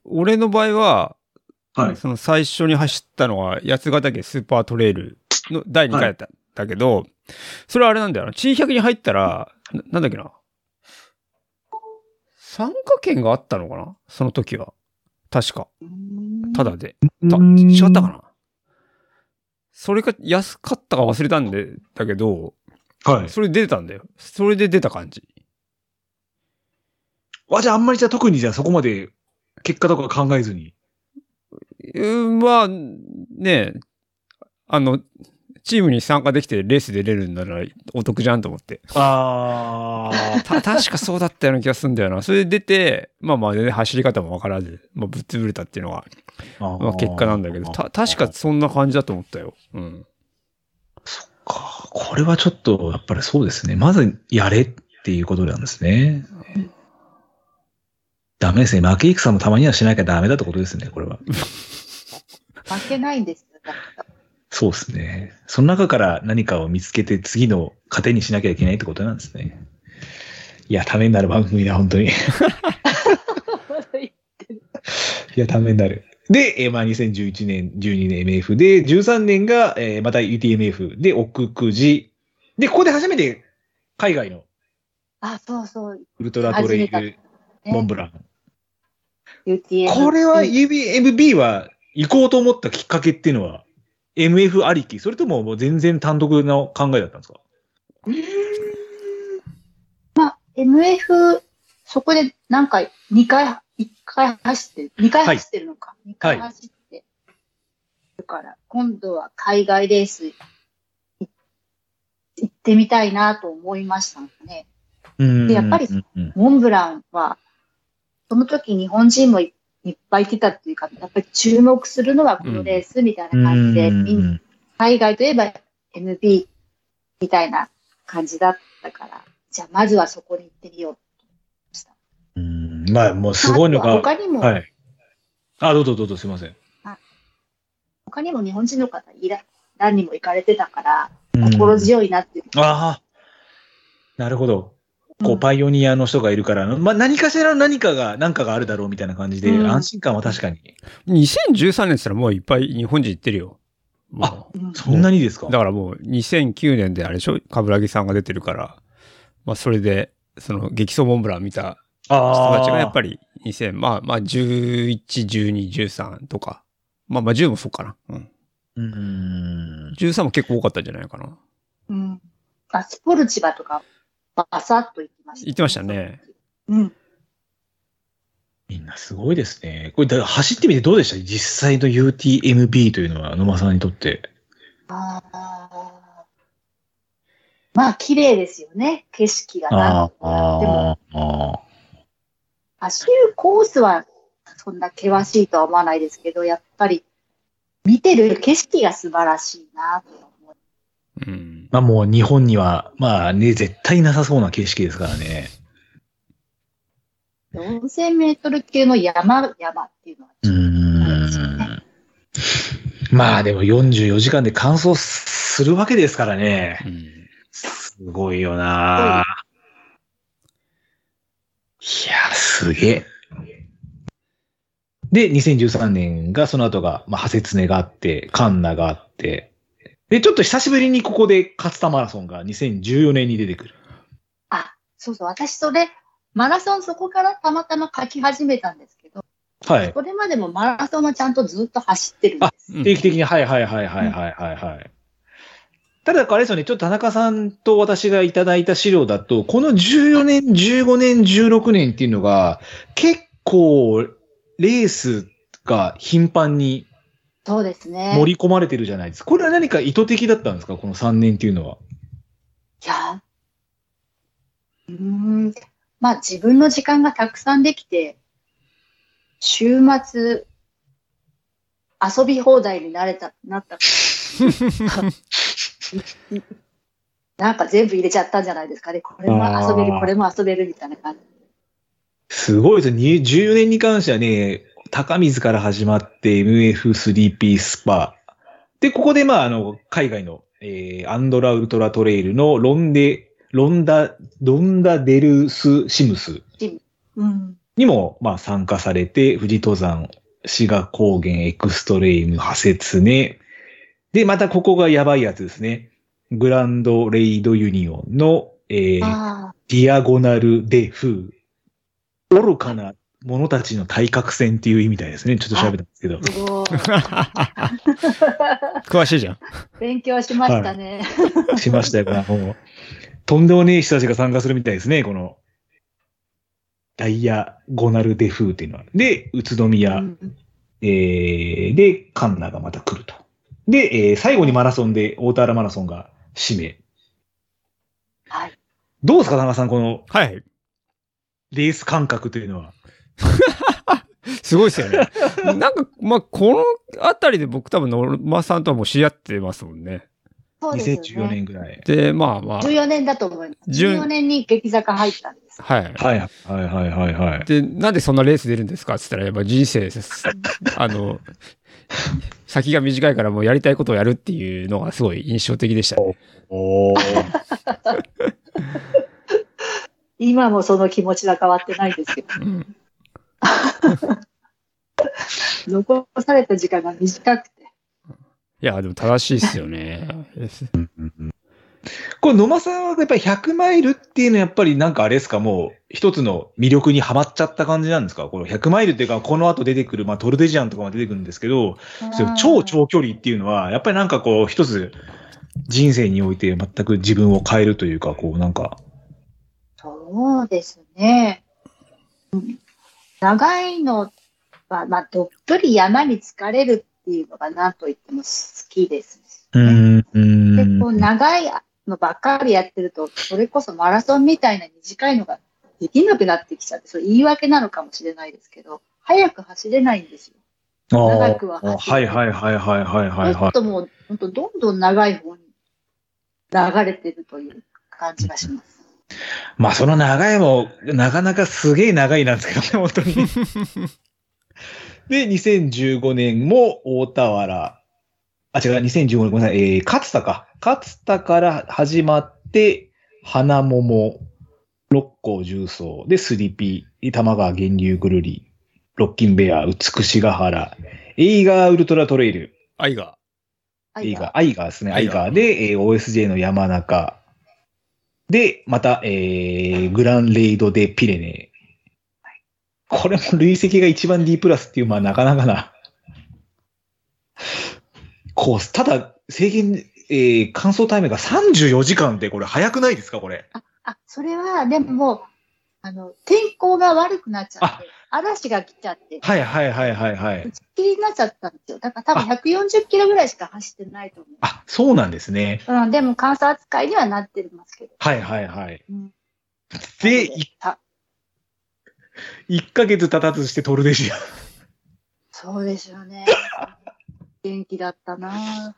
B: 俺の場合は、
A: か
B: その最初に走ったのは八ヶ岳スーパートレイルの第2回だった、だけど、それはあれなんだよな。珍百に入ったら、ななんだっけな。参加券があったのかなその時は。確か。ただで。た違ったかなそれか安かったか忘れたんで、だけど、
A: なはい。
B: それ出てたんだよ。それで出た感じ。
A: あ、じゃああんまりじゃあ特にじゃあそこまで結果とか考えずに。
B: うん、まあ、ねえ、あの、チームに参加できてレース出れるんならお得じゃんと思って。
A: ああ。
B: た [LAUGHS] 確かそうだったような気がするんだよな。それで出て、まあまあ全然走り方もわからず、まあ、ぶっ潰れたっていうのが、まあ、結果なんだけど、た確かそんな感じだと思ったよ。うん。
A: か。これはちょっと、やっぱりそうですね。まずやれっていうことなんですね。ダメですね。負け戦もたまにはしなきゃダメだってことですね、これは。
C: 負けないんですよ。だから
A: そうですね。その中から何かを見つけて次の糧にしなきゃいけないってことなんですね。いや、ためになる番組だ、本当に。いや、ためになる。で、えーまあ、2011年、12年 MF で、13年が、えーまた UTMF で、奥久慈。で、ここで初めて海外の
C: あ、そうそう。
A: ウルトラトレイ
C: 初め
A: ル、モンブラン。
C: UTM。
A: これは
C: うん
A: UBMB は行こうと思ったきっかけっていうのは、MF ありき、それとももう全然単独の考えだったんですか
C: MF、そこで何回、2回、1回走ってる、2回走ってるのか。二
A: はい
C: 回走って。だから、今度は海外レースい行ってみたいなと思いましたのね。
A: うん
C: でやっぱり
A: うんうん
C: モンブランは、その時日本人もいいっぱい来たっていうか、やっぱり注目するのはこのレースみたいな感じで、みんな海外といえば MB みたいな感じだったから、じゃあまずはそこに行ってみよう。
A: うんまあ、もうすごいの
C: あ
A: が
C: と、は他にも、
A: はい。あ、どうぞどうぞ、すいません。
C: 他にも日本人の方いら、何人も行かれてたから、
A: うん
C: 心強いなっていう。
A: ああ、なるほど。こ
C: う
A: う、
C: ん
A: パイオニアの人がいるから、まあ、何かしらの何かが、何かがあるだろうみたいな感じで、
C: うん
A: 安心感は確かに。
B: 2013年って言ったらもういっぱい日本人行ってるよ。もう
A: あそんなにですか
B: だからもう2009年であれでしょ冠城さんが出てるから、まあそれで、その激走モンブラン見た人たちがやっぱ
A: り。
B: り2000、まあまあ11、12、13とか。まあまあ10もそうかな。うん。
A: うーん。
B: 13も結構多かったんじゃないかな。
C: うん。あ、スポルチバとか、バサッと行きました。
B: 行ってましたね。
C: うん。
A: みんなすごいですね。これ、だから走ってみてどうでした実際の UTMB というのは、野間さんにとって。
C: ああ。まあ、綺麗ですよね。景色がな。でも、
A: ああ。
C: 走るコースはそんな険しいとは思わないですけど、やっぱり見てる景色が素晴らしいなと思う。
B: うん。
A: まあもう日本には、まあね、絶対なさそうな景色ですからね。
C: 4000メートル級の山、山っていうのは、
A: うーん。まあでも44時間で完走するわけですからね。
B: うん
A: すごいよな、いや、すげえ。で、2013年が、その後が、まあ、ハセツネがあって、カンナがあって、で、ちょっと久しぶりにここで勝田マラソンが2014年に出てくる。
C: あ、そうそう、私それ、マラソンそこからたまたま書き始めたんですけど、
A: はい。
C: これまでもマラソンはちゃんとずっと走ってるんです。
B: うん
A: 定期的に、はいはいはいはいはいはいはい。ただ、あれですよね、ちょっと田中さんと私がいただいた資料だと、この14年、15年、16年っていうのが、結構、レースが頻繁に
C: そうですね。
A: 盛り込まれてるじゃないですか。これは何か意図的だったんですかこの3年っていうのは。
C: いや、うーん、まあ自分の時間がたくさんできて、週末、遊び放題になれた、
A: [LAUGHS]
C: なった。なんか全部入れちゃったんじゃないですかね。これも遊べる
A: あ、ー
C: これも遊べるみたいな感じ。
A: すごいですね。に14年に関してはね、高水から始まって MF3P スパ。で、ここでまあ、あの、海外の、えー、アンドラウルトラトレイルのロンデ、ロンダ、ロンダデルスシムス
C: うん。
A: にも、まあ、参加されて、富士登山、志賀高原、エクストレイム、派切ね。で、またここがやばいやつですね。グランドレイドユニオンの、えー、
C: ああ、
A: ディアゴナル・デ・フー。愚かな者たちの対角線っていう意味みたいですね。ちょっと調べたんですけど。
C: すごい。
B: [LAUGHS] 詳しいじゃん。
C: 勉強しましたね。
A: しましたよ、この。とんでもねえ人たちが参加するみたいですね、この。ダイアゴナル・デ・フーっていうのは。で、宇都宮、
C: うん
A: えー、で、カンナがまた来ると。で、えー最後にマラソンで、大田原マラソンが締め。
C: [LAUGHS] はい。
A: どうですか、田中さん、この
B: はい。
A: レース感覚というのは。
B: すごいですよね。なんか、まあ、このあたりで僕多分、ノルマさんとはもう知り合ってますもんね。
C: そうですよ
A: 2014
C: ね。
A: 年ぐらい。
B: で、まあまあ。
C: 14年だと思います。
B: 14
C: 14年に激坂入ったんです。
B: はい。
A: はい、はい、はい、はい、はい。
B: で、なんでそんなレース出るんですかって言ったら、やっぱ人生です、あの、先が短いからもうやりたいことをやるっていうのがすごい印象的でしたね。
A: おー。
C: 今もその気持ちは変わってないで
A: [LAUGHS]
C: すけど。
B: うん、
C: 残された時間が短くて。
B: いや、でも正しいですよね。
A: これ、野間さんはやっぱり100マイルっていうのはやっぱりなんかあれですか、もう一つの魅力にはまっちゃった感じなんですかこの100マイルっていうか、この後出てくる、まあトルデジアンとかも出てくるんですけど、そういう超長距離っていうのは、やっぱりなんかこう一つ人生において全く自分を変えるというか、こうなんか、
C: そうですね。うん、長いのは、まあ、どっぷり山に疲れるっていうのが何と言っても好きです
A: う
C: ね、
A: ん、うん。
C: で、こう長いのばっかりやってると、それこそマラソンみたいな短いのができなくなってきちゃって、それ言い訳なのかもしれないですけど、早く走れないんですよ。
A: あー
C: 長くは走
A: はい
C: る
A: はいはいはいはいはい
C: ちょ
A: は
C: っともう、ほんとどんどん長い方に流れてるという感じがします。
A: い。まあその長いも、なかなかすげえ長いなんですけどね、本当に。で、2015年も大田原。あ、違う、2015年、ごめんなさい。えー、勝田か。勝田から始まって、花桃、六甲重曹、で、スリピ、玉川源流ぐるり、ロッキンベア、美しが原、映画ウルトラトレイル、
B: 愛が。
A: 映
C: が
A: 画、アイガーですね、ア
B: アイ
A: イ
B: ガー
A: ガーで、えー OSJ の山中、で、また、えーグランレイドでピレネこれも累積が一番 D プラスっていう、まあなかなかなコース。ただ、制限、えー、乾燥タイムが34時間って、これ早くないですか、これ。
C: あ、それは、でももう、あの、天候が悪くなっちゃって、嵐が来ちゃって、
A: はいはいはいはいはい
C: 打。ち切りになっちゃったんですよ。だから多分140キロぐらいしか走ってないと思
A: あ、そうなんですね。
C: う。うん、でも監査扱いにはなってますけど。
A: はいはいはい。
C: うん、
A: で、
C: なの
A: い
C: た
A: 1ヶ月経たずしてトルデシア。
C: そうですよね。元気だったな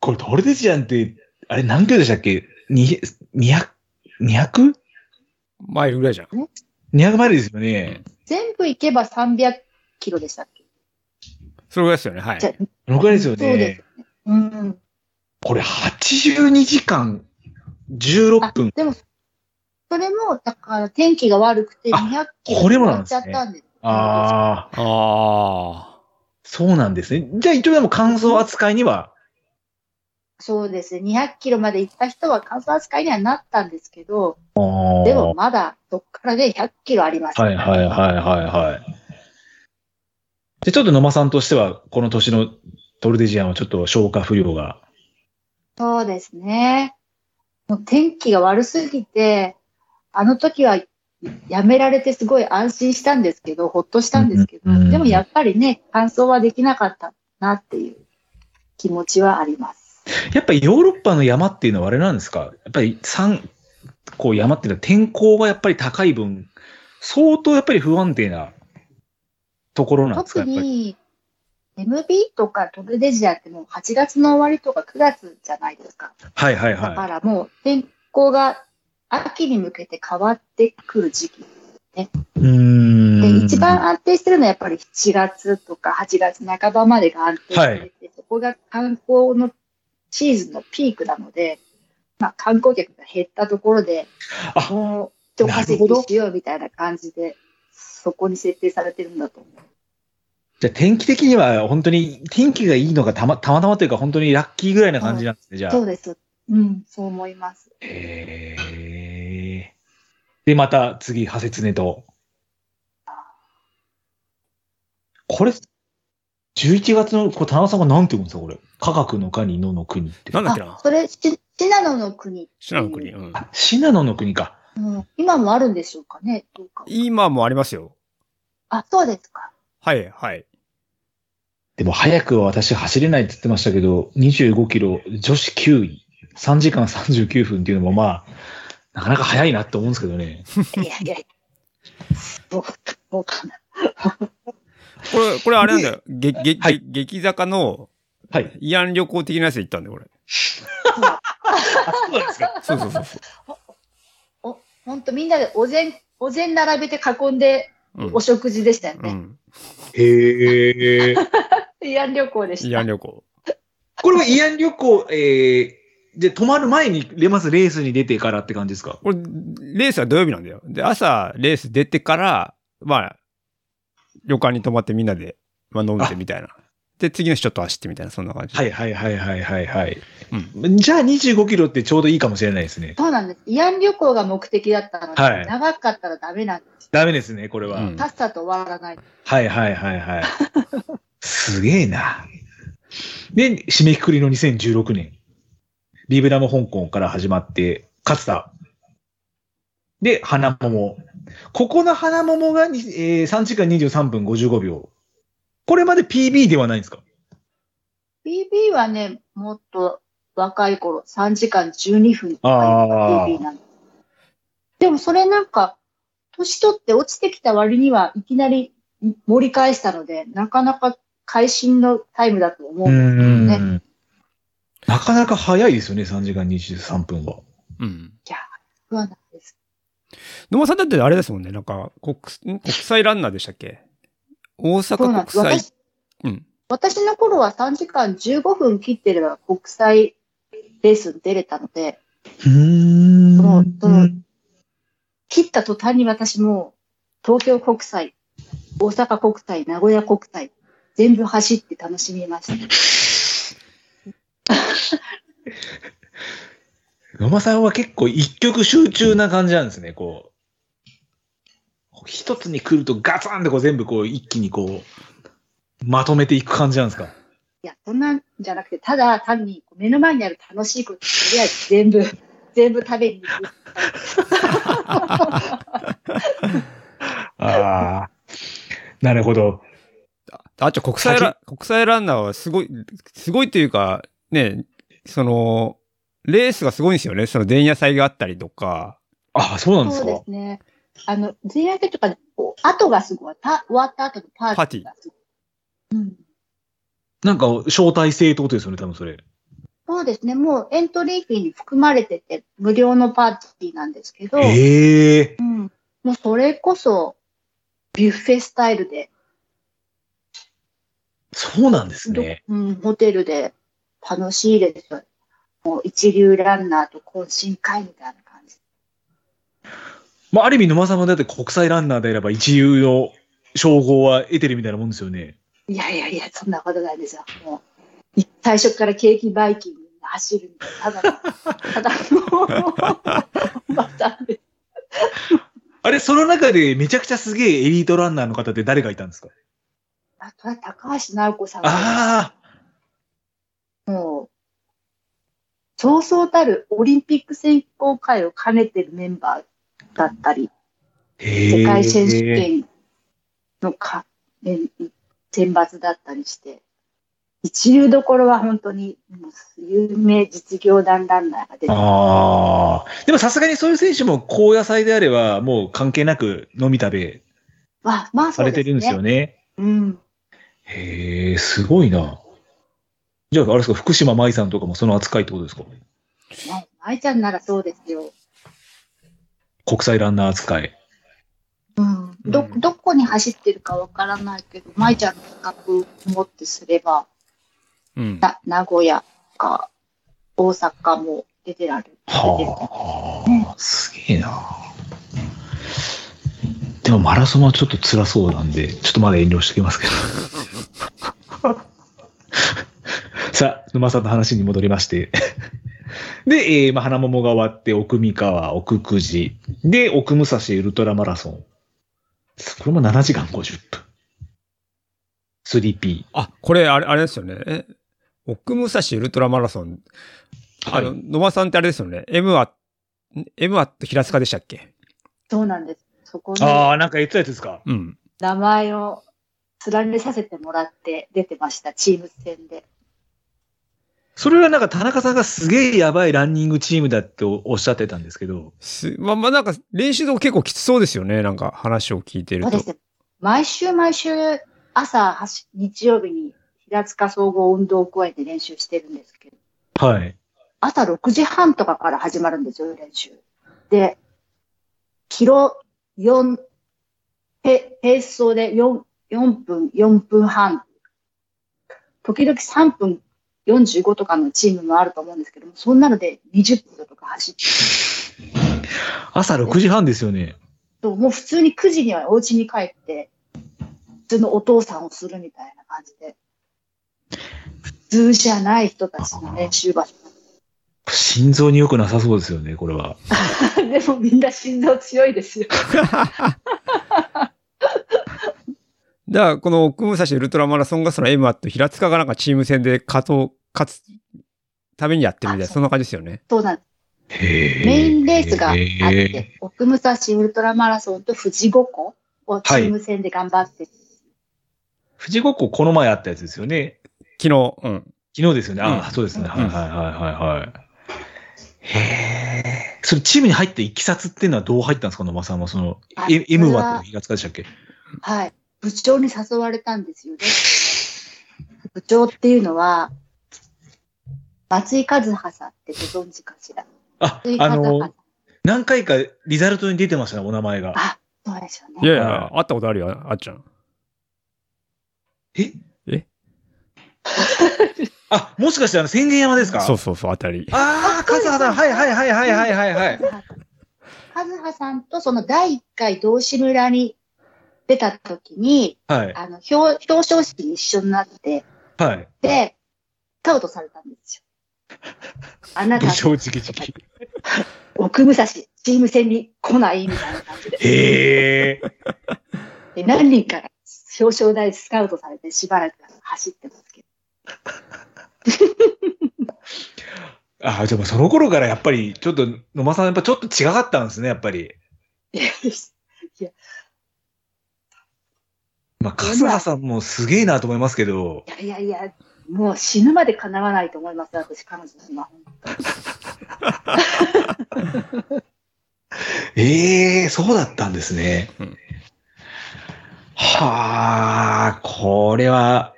A: これトルデシアンって、あれ何キロでしたっけに ?200、200?200
B: マイルぐらいじゃん。
A: マイルですよね。
C: 全部行けば300キロでしたっけ
B: それぐらいですよね。はい
C: じ。ゃ
A: そのくらいですよ
C: そうです
A: ね。
C: うん。
A: これ82時間16分。
C: でも、それも、だから天気が悪くて
A: あ
C: 200キロ
A: これもなんで
C: ちゃ
A: す
C: っ
A: ね
C: たんです。
A: ああ、
B: あ
A: そうなんですね。じゃあ一応でも乾燥扱いには、
C: そうですね。200キロまで行った人は乾燥扱いにはなったんですけど、
A: あー
C: でもまだ、そこからで100キロあります。
A: はいはいはいはいはい。で、ちょっと野間さんとしては、この年のトルデジアンはちょっと消化不良が。
C: そうですね。もう天気が悪すぎて、あの時はやめられてすごい安心したんですけど、ほっとしたんですけど、
A: うんうん
C: でもやっぱりね、乾燥はできなかったなっていう気持ちはあります。
A: やっぱりヨーロッパの山っていうのはあれなんですかやっぱり山、こう山っていうのは天候がやっぱり高い分、相当やっぱり不安定なところなんですか
C: 特
A: やっぱり。
C: に、MB とかトルデジアってもう8月の終わりとか9月じゃないですか。
A: はいはい
C: だか
A: は
C: らもう天候が秋に向けて変わってくる時期
A: い。うー
C: で
A: ん。
C: 一番安定してるのはやっぱり7月とか8月半ばまでが安定していて、そこが観光のシーズンのピークなので、まあ、観光客が減ったところで、
A: あ、
C: もう一稼
A: なるほど
C: ぎしようみたいな感じで、そこに設定されてるんだと思う。
A: じゃあ天気的には本当に天気がいいのがたまたまたまというか本当にラッキーぐらいな感じなんですね、じゃあ。
C: そうです。うん、そう思います。
A: へーで、また次、ハセツネと。これ、11月の、これ、田中さんが何て読むんですか、これ。科学の科に野の国って
B: ー。。なんだっけ
C: あ
B: な、
C: それ、し信濃の国。
B: 信濃の国。うん。
A: あ、信濃の国か。
C: うん、今もあるんでしょうかね、どうか。
B: 今もありますよ。
C: あ、そうですか。
B: はい、はい。
A: でも、早くは私走れないって言ってましたけど、25キロ、女子9位、3時間39分っていうのも、まあ、なかなか早いなって思うんですけど [LAUGHS] ね。
C: いやい [LAUGHS] や、どうか、どうかな。
B: これ、これあれなんだよ。げ、げ、
A: は
B: げ
A: い、
B: 激坂の
A: はい。
B: 慰安旅行的なやつ行ったんだよ、これ。
A: あ、そうなんですか。
B: そうそうそうそ
C: 本当みんなでお膳、お膳並べて囲んで
B: う。うん
C: お食事でしたよ
B: う
C: ね。
B: ん。
A: へえ。
C: 慰安旅行でし
B: 慰
C: た。
B: 安旅行。
A: これは慰安旅行、えー、で、泊まる前にレマスレースに出てからって感じですか
B: これ、レースは土曜日なんだよ。で、朝、レース出てから、まあ、旅館に泊まってみんなで、まあ、飲んでみたいな。で、次の日ちょっと走ってみたいな、そんな感じ。
A: はいはいはいはいはいはい。
B: うん。
A: じゃあ25キロってちょうどいいかもしれないですね。
C: そうなんです。慰安旅行が目的だったので、
A: はい
C: 長かったらダメなんで
A: ダメですね、これは。
B: うん
C: す。さっさと終わらない。
A: はいはいはいはい。すげえな。で、締めくくりの2016年。ビブラム香港から始まって、勝田。で、花桃。ここの花桃がに、えー3時間23分55秒。これまで PB ではないんですか
C: BB はね、もっと若い頃、3時間12分と
A: あ
C: か
A: ー
C: BB なんです。でもそれなんか、年取って落ちてきた割にはいきなり盛り返したので、なかなか会心のタイムだと思う。
A: うん
C: ね
A: なかなか早いですよね、3時間23分は。
B: うん。
C: 不安なんです。
B: 野間さんだってあれですもんね。なんか、国、ん国際ランナーでしたっけ大
C: そう
B: 阪
C: なんです。
B: 国際
C: 私。
B: うん。
C: 私の頃は3時間15分切ってれば国際レースに出れたので、
A: うーん。
C: その切った途端に私もう東京国際、大阪国際、名古屋国際、全部走って楽しみました。
A: 野間さんは結構一曲集中な感じなんですね、こう。一つに来るとガツンってこう全部こう一気にこう、まとめていく感じなんですか。
C: いや、そんなんじゃなくて、ただ単に目の前にある楽しいこと、とりあえず全部、 [LAUGHS] 全部食べに行く。
A: ああ。なるほど。
B: あと国際ラ、国際ランナーはすごい、すごいというか、ね、その、レースがすごいんですよね。その前夜祭があったりとか。
A: ああ、そうなんです
C: そう
A: か。
C: ですね。あの、JR とか、こう後がすごい。た終わった後のパーティーがすごい。うん、
A: なんか、招待制ってことですよね、多分それ。
C: そうですね。もうエントリーフィーに含まれてて、無料のパーティーなんですけど、
A: ええ
C: うん、もうそれこそ、ビュッフェスタイルで、
A: そうなんです
C: ど
A: ね。
C: うん、ホテルで楽しいですよ。もう一流ランナーと懇親会みたいな感じ。
A: まあ、ある意味、野間さんもだって国際ランナーであれば一流の称号は得てるみたいなもんですよね。
C: いやいやいや、そんなことないですよ。もう、い最初からケーキバイキングに走るみたいな、た
A: [LAUGHS]
C: だの、ただの、 [LAUGHS] またで
A: あれ、その中でめちゃくちゃすげえエリートランナーの方って誰がいたんですか
C: あとは高橋直子さんが、
A: ああ、
C: もう、そうそうたるオリンピック選考会を兼ねてるメンバーだったり、
A: へえ。
C: 世界選手権のか、え選抜だったりして、一流どころは本当にもう有名実業団ランナーが出てる
A: ああ。でもさすがにそういう選手も高野菜であれば、もう関係なく飲み食べ
C: まあ、まあ
A: さ
C: そう
A: れ
C: ですね。
A: てるんですよね。
C: うん。
A: へえ、すごいな。じゃあ、あれですか、福島舞さんとかもその扱いってことですか
C: まあ舞ちゃんならそうですよ。
A: 国際ランナー扱い。
C: うん。ど、
B: うん
C: どこに走ってるかわからないけど、舞ちゃんの企画を持ってすれば、
B: うん。
C: な、名古屋か、大阪も出てられる。
A: はあ、すげえな。でもマラソンはちょっと辛そうなんで、ちょっとまだ遠慮しておきますけど。 [LAUGHS] さあ、沼さんの話に戻りまして。で、えーまあ、花桃が終わって、奥三河、奥久慈。で、奥武蔵ウルトラマラソン。これも7時間50分。3P。
B: あ、これ、あれ、あれですよね。え、奥武蔵ウルトラマラソン。あの、野間さんってあれですよね。M は、ん M はって平塚でしたっけ
C: そうなんです。そこ
A: あ
C: の
A: あ、なんか言ってたやつですか。
B: うん。
C: 名前を連ねさせてもらって出てました、チーム戦で。
A: それはなんか田中さんがすげえやばいランニングチームだっておっしゃってたんですけど、
B: す、まあ、まあ、なんか、練習でも結構きつそうですよね。なんか、話を聞いてる
C: そう
B: と
C: で。すね。毎週毎週朝走、日曜日に平塚総合運動公園で練習してるんですけど、
A: はい。
C: 朝6時半とかから始まるんですよ、練習。で、キロ4、ペペース走で 4, 4分、4分半。時々3分45とかのチームもあると思うんですけども、そんなので20キロとか走って、
A: 朝6時半ですよね。
C: もう普通に9時にはお家に帰って、普通のお父さんをするみたいな感じで、普通じゃない人たちの練習場所。 [LAUGHS]
A: 心臓に良くなさそうですよね、これは。
C: でもみんな心臓強いですよ。
B: [LAUGHS] だから、この奥武蔵ウルトラマラソンが、その M はと平塚がなんかチーム戦で勝とう、勝つためにやってるみたいな、
C: あそう
B: そんな感じですよね。
C: そうなんですメ
A: メ
C: インレースがあって、奥武蔵ウルトラマラソンと富士五湖をチーム戦で頑張って、
A: 富士五湖この前あったやつですよね。
B: 昨日、うん。
A: 昨日ですよね。ああ、
B: うん
A: そうですね。
C: うん
A: はいはいはいはいはい。へえ。それチームに入っていきさつっていうのはどう入ったんですか、野間さんは。その、
C: あ
A: え M
C: それ
A: は
C: は
A: って平塚でしたっけ
C: はい、部長に誘われたんですよね。部長っていうのは、松井和葉さんってご存知かしら。
A: あ
C: 松井、
A: あ
C: 和葉さ
A: の
C: ん、。
A: 何回かリザルトに出てましたね、お名前が。
C: あ、そうですよ
B: い
C: ね。
B: やい
A: は
B: や
A: い、
B: 会ったことあるよ、あっちゃん。
A: え
B: え
A: [LAUGHS] あ、もしかしてあの、千元山ですか
B: そうそうそう、当たり。
A: ああ、笠原さん、はいはいはいはいはいはいはい。
C: カズハさんとその第1回道志村に出た時に、
A: はい。
C: あの、表、表彰式に一緒になって、
A: はい。
C: で、スカウトされたんですよ。あなた
A: 武、将直々。
C: 奥武蔵、チーム戦に来ないみたいな感じで。
A: へえ。
C: で何人か表彰台スカウトされてしばらく走ってますけど。
A: ああ、でもその頃からやっぱり、ちょっと、野間さんやっぱちょっと違かったんですね、やっぱり。まあ、笠原さんもすげえなと思いますけど
C: い、やいやいや、もう死ぬまで叶わないと思います、私、彼女には。
A: ええそうだったんですね。
B: うん
A: はあ、これは、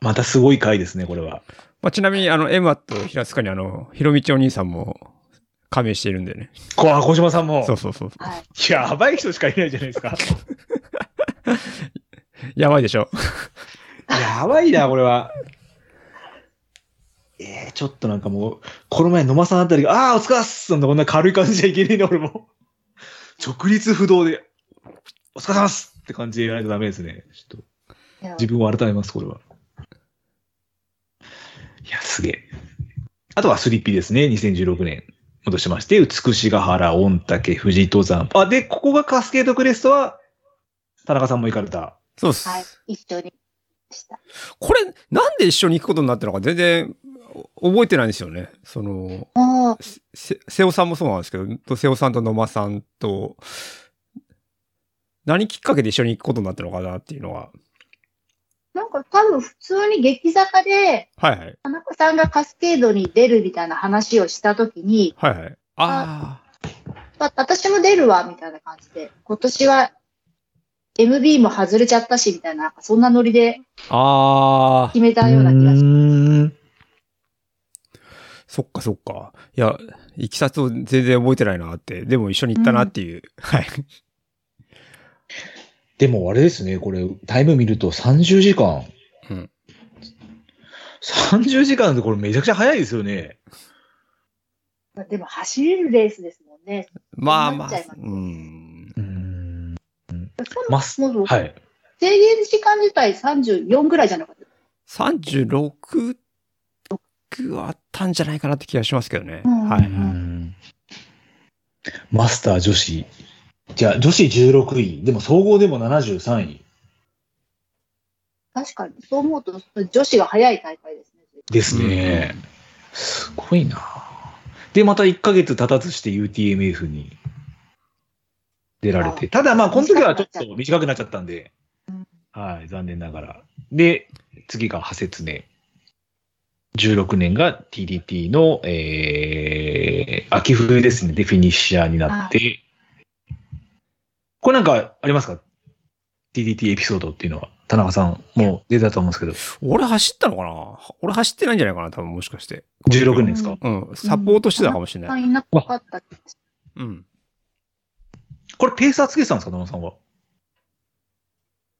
A: またすごい回ですね、これは。
B: まあ、ちなみに、あの、エマと平塚に、あの、ひろみちお兄さんも加盟しているんでね。
A: こあ小島さんも
B: そうそうそう。
C: はい。
A: やばい人しかいないじゃないですか。
B: やばいでしょ。
A: [LAUGHS] やばいな、これは。えー、ちょっとなんかもう、この前野間さんあたりが、ああー、お疲れっすなんてこんな軽い感じじゃいけねえな、俺も。直立不動で、お疲れ様っすって感じでやらないとダメですね。ちょっと
C: いや
A: 自分を改めます、これは。いや、すげえ。あとはスリッピーですね、2016年。戻しまして、美しが原、御嶽、富士登山。あ、で、ここがカスケートクレストは、田中さんも行かれた。
B: そうっす。
C: はい。一緒にした。
B: これ、なんで一緒に行くことになったのか全然覚えてないんですよね。その、
C: もう、
B: せ瀬尾さんもそうなんですけど、瀬尾さんと野間さんと、何きっかけで一緒に行くことになったのかなっていうのは。
C: なんか多分普通に激坂で、
B: はいはい。
C: 田中さんがカスケードに出るみたいな話をしたときに、
B: はいはい。あ
C: わ私も出るわ、みたいな感じで、今年は MB も外れちゃったし、みたいな、なんかそんなノリで
B: あ。ああ。
C: 決めたような気がし
A: うーん
B: そっかそっか。いや、いきさつを全然覚えてないなって。でも一緒に行ったなっていう。はい。
A: でもあれですね、これ、タイム見ると30時間。
B: うん
A: 30時間ってこれめちゃくちゃ早いですよね。
C: ます。でも走れるレースですもんね。
B: [LAUGHS] まあま
C: なっちゃ
B: あ
C: いま。す
B: うん。
A: うん。ま。
C: ますもう
A: はい。
C: 制限時間自体34ぐらいじゃなかった。
B: 36はあったんじゃないかなって気がしますけどね。
C: うん
B: は
A: う
B: い。
A: んマスター女子。じゃあ、女子16位。でも総合でも73位
C: 確かに、そう思うと女子が早い大会ですね。
A: ですね。すごいなで、また1ヶ月経たずして UTMF に出られて。ただまあ、この時はちょっと短くなっちゃったんで。はい、残念ながら。で、次が派切年。16年が TDT の、えー、秋冬ですね。で、フィニッシャーになって。これなんかありますか ?TDT エピソードっていうのは。田中さん、もう出たと思うんですけど。
B: 俺走ったのかな俺走ってないんじゃないかな多分もしかして。
A: 16年ですか、
B: うん。サポートしてたかもしれ
C: あ
B: ない。
C: いなかった気がし
B: うん。
A: これペーサーつけてたんですか、野間さんは。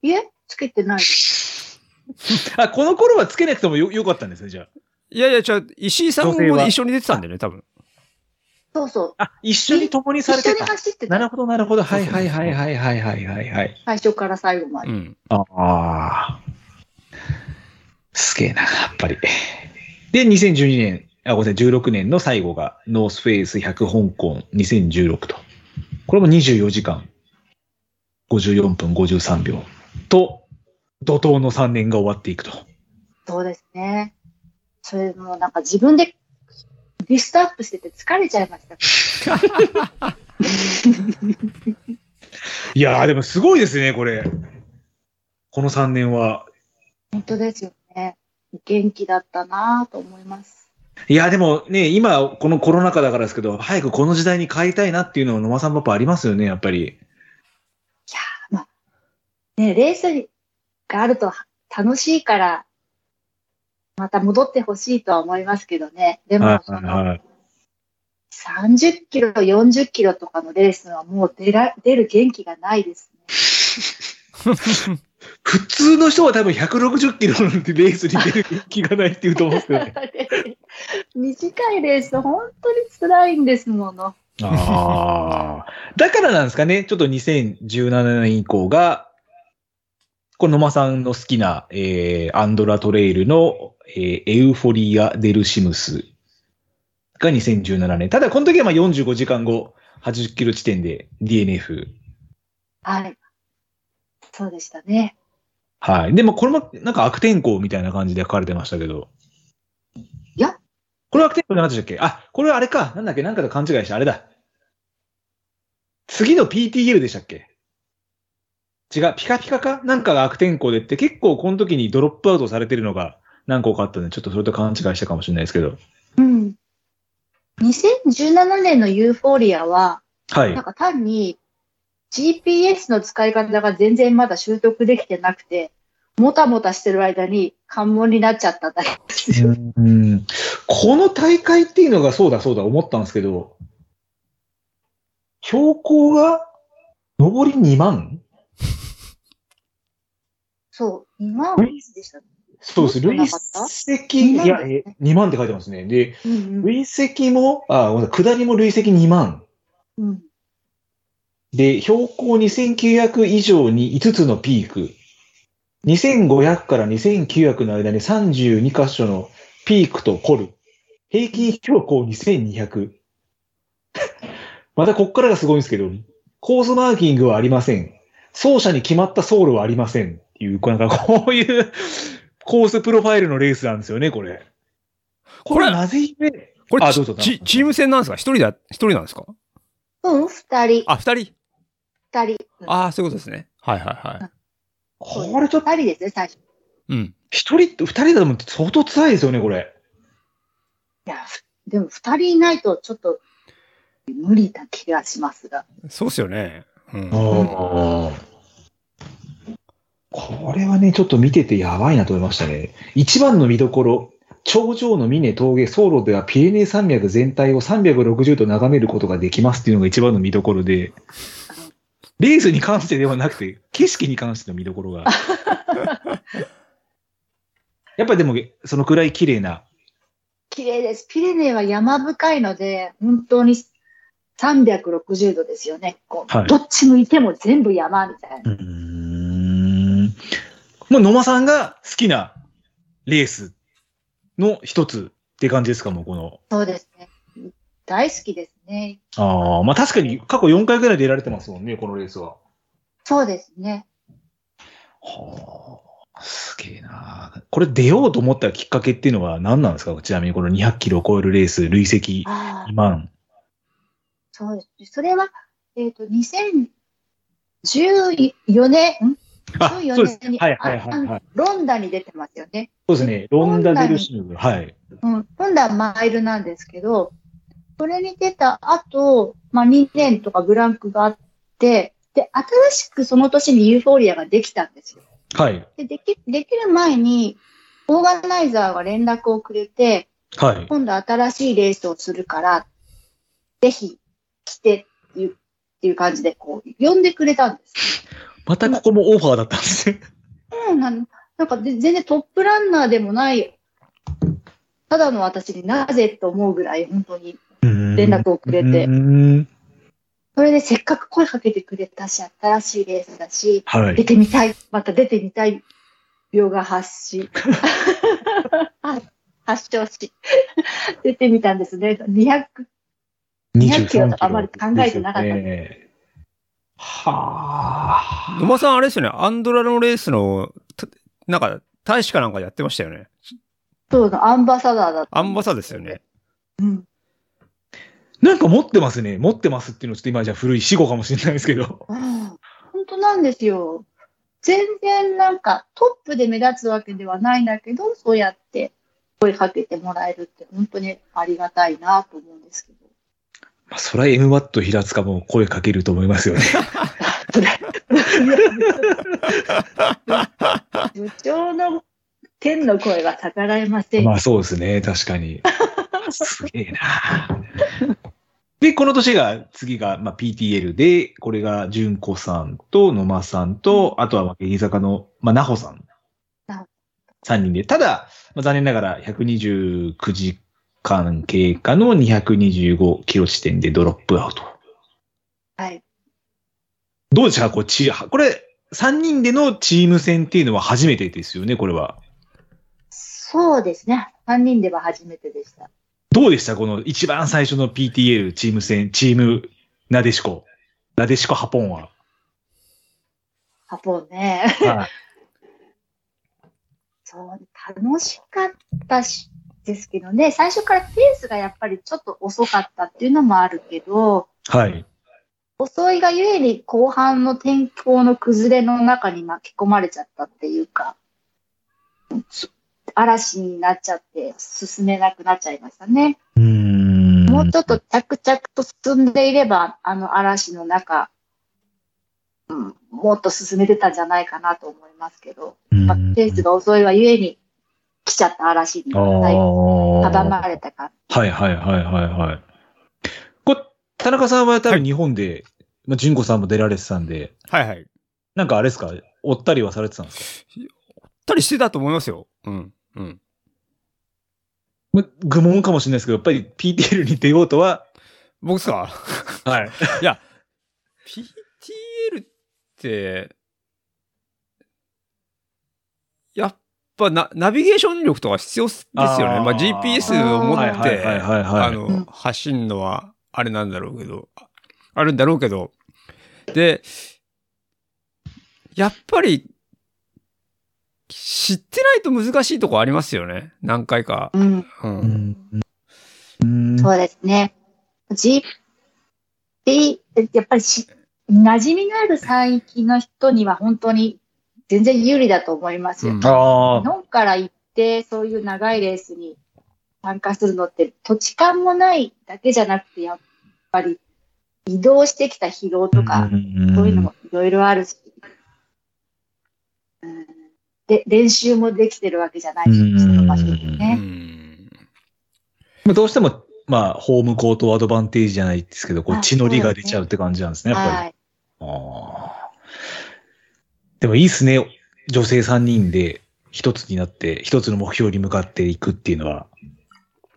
C: いえつけてないです。
A: あ、この頃はつけなくてもよよかったんですね、じゃ
B: いやいや、じゃあ、石井さんも
A: 女性は
B: 一緒に出てたんだよね、多分。
C: そうそう。
A: あ。あ、一緒に共に
C: 一
A: され
C: 緒
A: て
C: に
A: た。
C: 走って
A: な
C: た。
A: るほど、なるほど。はいはいはいはいはいはいはいはい。
C: 最初から最後ま
B: う
C: で。
B: ん。
A: ああー。すげえな、やっぱり。で、2012年、あ、ごめんなさい、16年の最後が、ノースフェイス100香港2016と。これも24時間、54分53秒と、怒涛の3年が終わっていくと。
C: そうですね。それもなんか自分でリストアップしてて疲れちゃいました。
A: [LAUGHS] いやー、でもすごいですね、これ。この3年は。
C: 本当ですよね。元気だったなぁと思います。
A: いや、でもね、今、このコロナ禍だからですけど、早くこの時代に帰りたいなっていうのは野間さんパパありますよね、やっぱり。
C: ね、レースがあると楽しいから、また戻ってほしいとは思いますけどね。でも、その
A: い。
C: 30キロ、40キロとかのレースはもう出ら出る元気がないですね。
A: 普通の人は多分160キロなんてレースに出る気がないって言うと思うんですけどね。
C: [LAUGHS] 短いレース、本当に辛いんですもの。
A: ああ。だからなんですかね、ちょっと2017年以降が、この野間さんの好きな、えー、アンドラトレイルの、えー、エウフォリア・デルシムスが2017年。ただ、この時はまあ45時間後、80キロ地点で DNF。
C: はい。そうでしたね。
A: はい。でも、これもなんか悪天候みたいな感じで書かれてましたけど。
C: いや
A: これは悪天候じゃなかったでしたっけあ、これはあれか。なんだっけなんかと勘違いした。あれだ。次の PTL でしたっけ違う。ピカピカかなんかが悪天候でって結構この時にドロップアウトされてるのが何個かあったんで、ちょっとそれと勘違いしたかもしれないですけど。
C: うん。2017年のユーフォーリアは、
A: はい
C: なん。か単に GPS の使い方が全然まだ習得できてなくて、もたもたしてる間に関門になっちゃっただけですよ。
A: うんこの大会っていうのがそうだそうだ思ったんですけど、標高が上り2万
C: そう、2万はいつでしたね。
A: そうです。
C: もっと
A: 累
C: なかった
A: 積、い
C: 2万
A: や、
C: です
A: え
C: ね
A: 2万って書いてますね。で、
C: うん
A: 累積も、あ、ごめんなさい、下りも累積2万。
C: うん。うん。
A: で、標高2900以上に5つのピーク。2500から2900の間に32箇所のピークとコル。平均標高2200。またこっからがすごいんですけど、コースマーキングはありません。走者に決まった走路はありません。っていう、こうなんかこういうコースプロファイルのレースなんですよね、これ。これ
B: これ
A: なぜゆえ
B: これ
A: あ
B: チ
A: どうぞどうぞ
B: チチーム戦なんですか一人だ、一人なんですか
C: うん、二人、
B: あ、二人
C: 二人。うん
B: ああ、そういうことですね。はいはいはい。
A: これちょっと、
C: 二人ですね、最初。い
B: うん。
A: 一人と二人だと思って相当辛いですよね、これ。
C: や、ふでも二人いないとちょっと無理な気がしますが。
B: そうっすよね。うん。
A: ああ。これはね、ちょっと見ててやばいなと思いましたね。一番の見どころ、頂上の峰峠走路ではピレネー山脈全体を360度眺めることができますっていうのが一番の見どころで、レースに関してではなくて、景色に関しての見どこ
B: [LAUGHS]
A: ろが。やっぱりでも、そのくらい綺麗な。
C: 綺麗です。ピレネーは山深いので、本当に360度ですよね。こう
A: はい
C: どっち向いても全部山みたい
A: う
C: な。
A: ん。もう野間さんが好きなレースの一つって感じですか、もうこの。
C: そうですね。大好きですね。
A: ああ、まあ確かに過去4回ぐらい出られてますもんね、このレースは。
C: そうですね。
A: はあ、すげえな。これ出ようと思ったきっかけっていうのは何なんですかちなみにこの200キロを超えるレース、累積
C: ああ
A: 2、万。
C: そうですね。それは、えっ、と、2014年、ん
A: あ、
C: 14
A: そうです。
C: 年に
A: はいはいはい、はい。
C: ロンダに出てますよね。
A: そうですね。ロンダ・デルシム。はい。
C: うん、今度はマイルなんですけど、それに出た後、まあ、2年とかブランクがあって、で、新しくその年にユーフォーリアができたんですよ。
A: はい。
C: で、でき、できる前に、オーガナイザーが連絡をくれて、
A: はい。
C: 今度新しいレースをするから、ぜひ来てっていうっていう感じで、こう、呼んでくれたんです。
A: またここもオファーだったんですね。
C: うん、なんなんかで全然トップランナーでもない、ただの私になぜと思うぐらい、本当に連
A: 連
C: 絡をくれて
A: う、ん
C: それでせっかく声かけてくれたし、新しいレースだし、
A: は
C: 出
A: い。
C: てみたい、また出てみたい病が発し、 [LAUGHS] はい発症し、出てみたんですね。200、200キロとかあまり考えてなかった
A: ですよねはあ。
B: 野間さん、あれですよね。アンドラのレースの、たなんか、大使かなんかやってましたよね。
C: そうのアンバサダーだった。
B: アンバサダーですよね。
C: うん。
A: なんか持ってますね。持ってますっていうのはちょっと今じゃ古い死語かもしれないですけど。
C: うん本当なんですよ。全然なんかトップで目立つわけではないんだけど、そうやって声かけてもらえるって本当にありがたいなと思うんですけど。
A: まあ、そら M ワット平塚も声かけると思いますよね。
C: 部長の天の声は逆らえませんよ。
A: まあそうですね。確かに。すげえな。で、この年が、次が、まあ、PTL で、これが、純子さんと、野間さんと、あとは、まあ、劇坂の、まあ、なほさん
C: なほ。
A: 3人で。ただ、まあ、残念ながら、129時間経過の225キロ地点でドロップアウト。
C: はい。
A: どうでしたかこうチーこれ、3人でのチーム戦っていうのは初めてですよね、これは。
C: そうですね。3人では初めてでした。
A: どうでしたこの一番最初の PTL チーム戦、チームなでしこ。なでしこハポンは。
C: ハポンね。
A: はい。
C: そう、楽しかったし、ですけどね。最初からペースがやっぱりちょっと遅かったっていうのもあるけど、
A: はい。
C: 遅いがゆえに後半の天候の崩れの中に巻き込まれちゃったっていうか、嵐になっちゃって進めなくなっちゃいましたね。
A: うーん。
C: もうちょっと着々と進んでいれば、あの嵐の中、うん、もっと進めてたんじゃないかなと思いますけど、
A: うん、
C: まあペースが遅いはゆえに来ちゃった嵐に、はい、阻まれたか
A: はいはいはいはいはい。これ田中さんは多分日本で、まあ、純子さんも出られてたんで、
B: はいはい。
A: なんかあれですか追ったりはされてたんですか
B: たりしてたと思いますよ。うん。うん。
A: まあ愚問かもしれないですけど、やっぱり PTL に出ようとは、
B: 僕っすか
A: はい。
B: PTL って、やっぱな、ナビゲーション力とか必要っすですよね。
A: あー
B: まあ GPS を持
A: はい
B: っ
A: はい
B: て、
A: はいはいはい。
B: あの、
C: うん
B: 走んのはあれなんだろうけど、ああるんだろうけど、で、やっぱり、知ってないと難しいとこありますよね。何回か。
C: ら。うん、
B: うん
A: うん。うん
C: そうですね。G、P、やっぱりし、馴染みのある産域の人には本当に全然有利だと思いますよ。
B: うん
A: あ
C: 日本から行って、そういう長いレースに参加するのって、土地勘もないだけじゃなくて、やっぱり移動してきた疲労
A: あ。
C: とか、
A: ん
C: そういうのもいろいろあるし、うんで、練習もできてるわけじゃないし、
A: うん
C: その場所で
B: う
C: ね。
B: ん
A: まあどうしても、まあ、ホームコートアドバンテージじゃないですけど、こう、
C: あ
A: 血のりが出ちゃうって感じなんですね、やっぱり。
C: はい。
A: あーでもいいっすね。女性3人で一つになって、一つの目標に向かっていくっていうのは。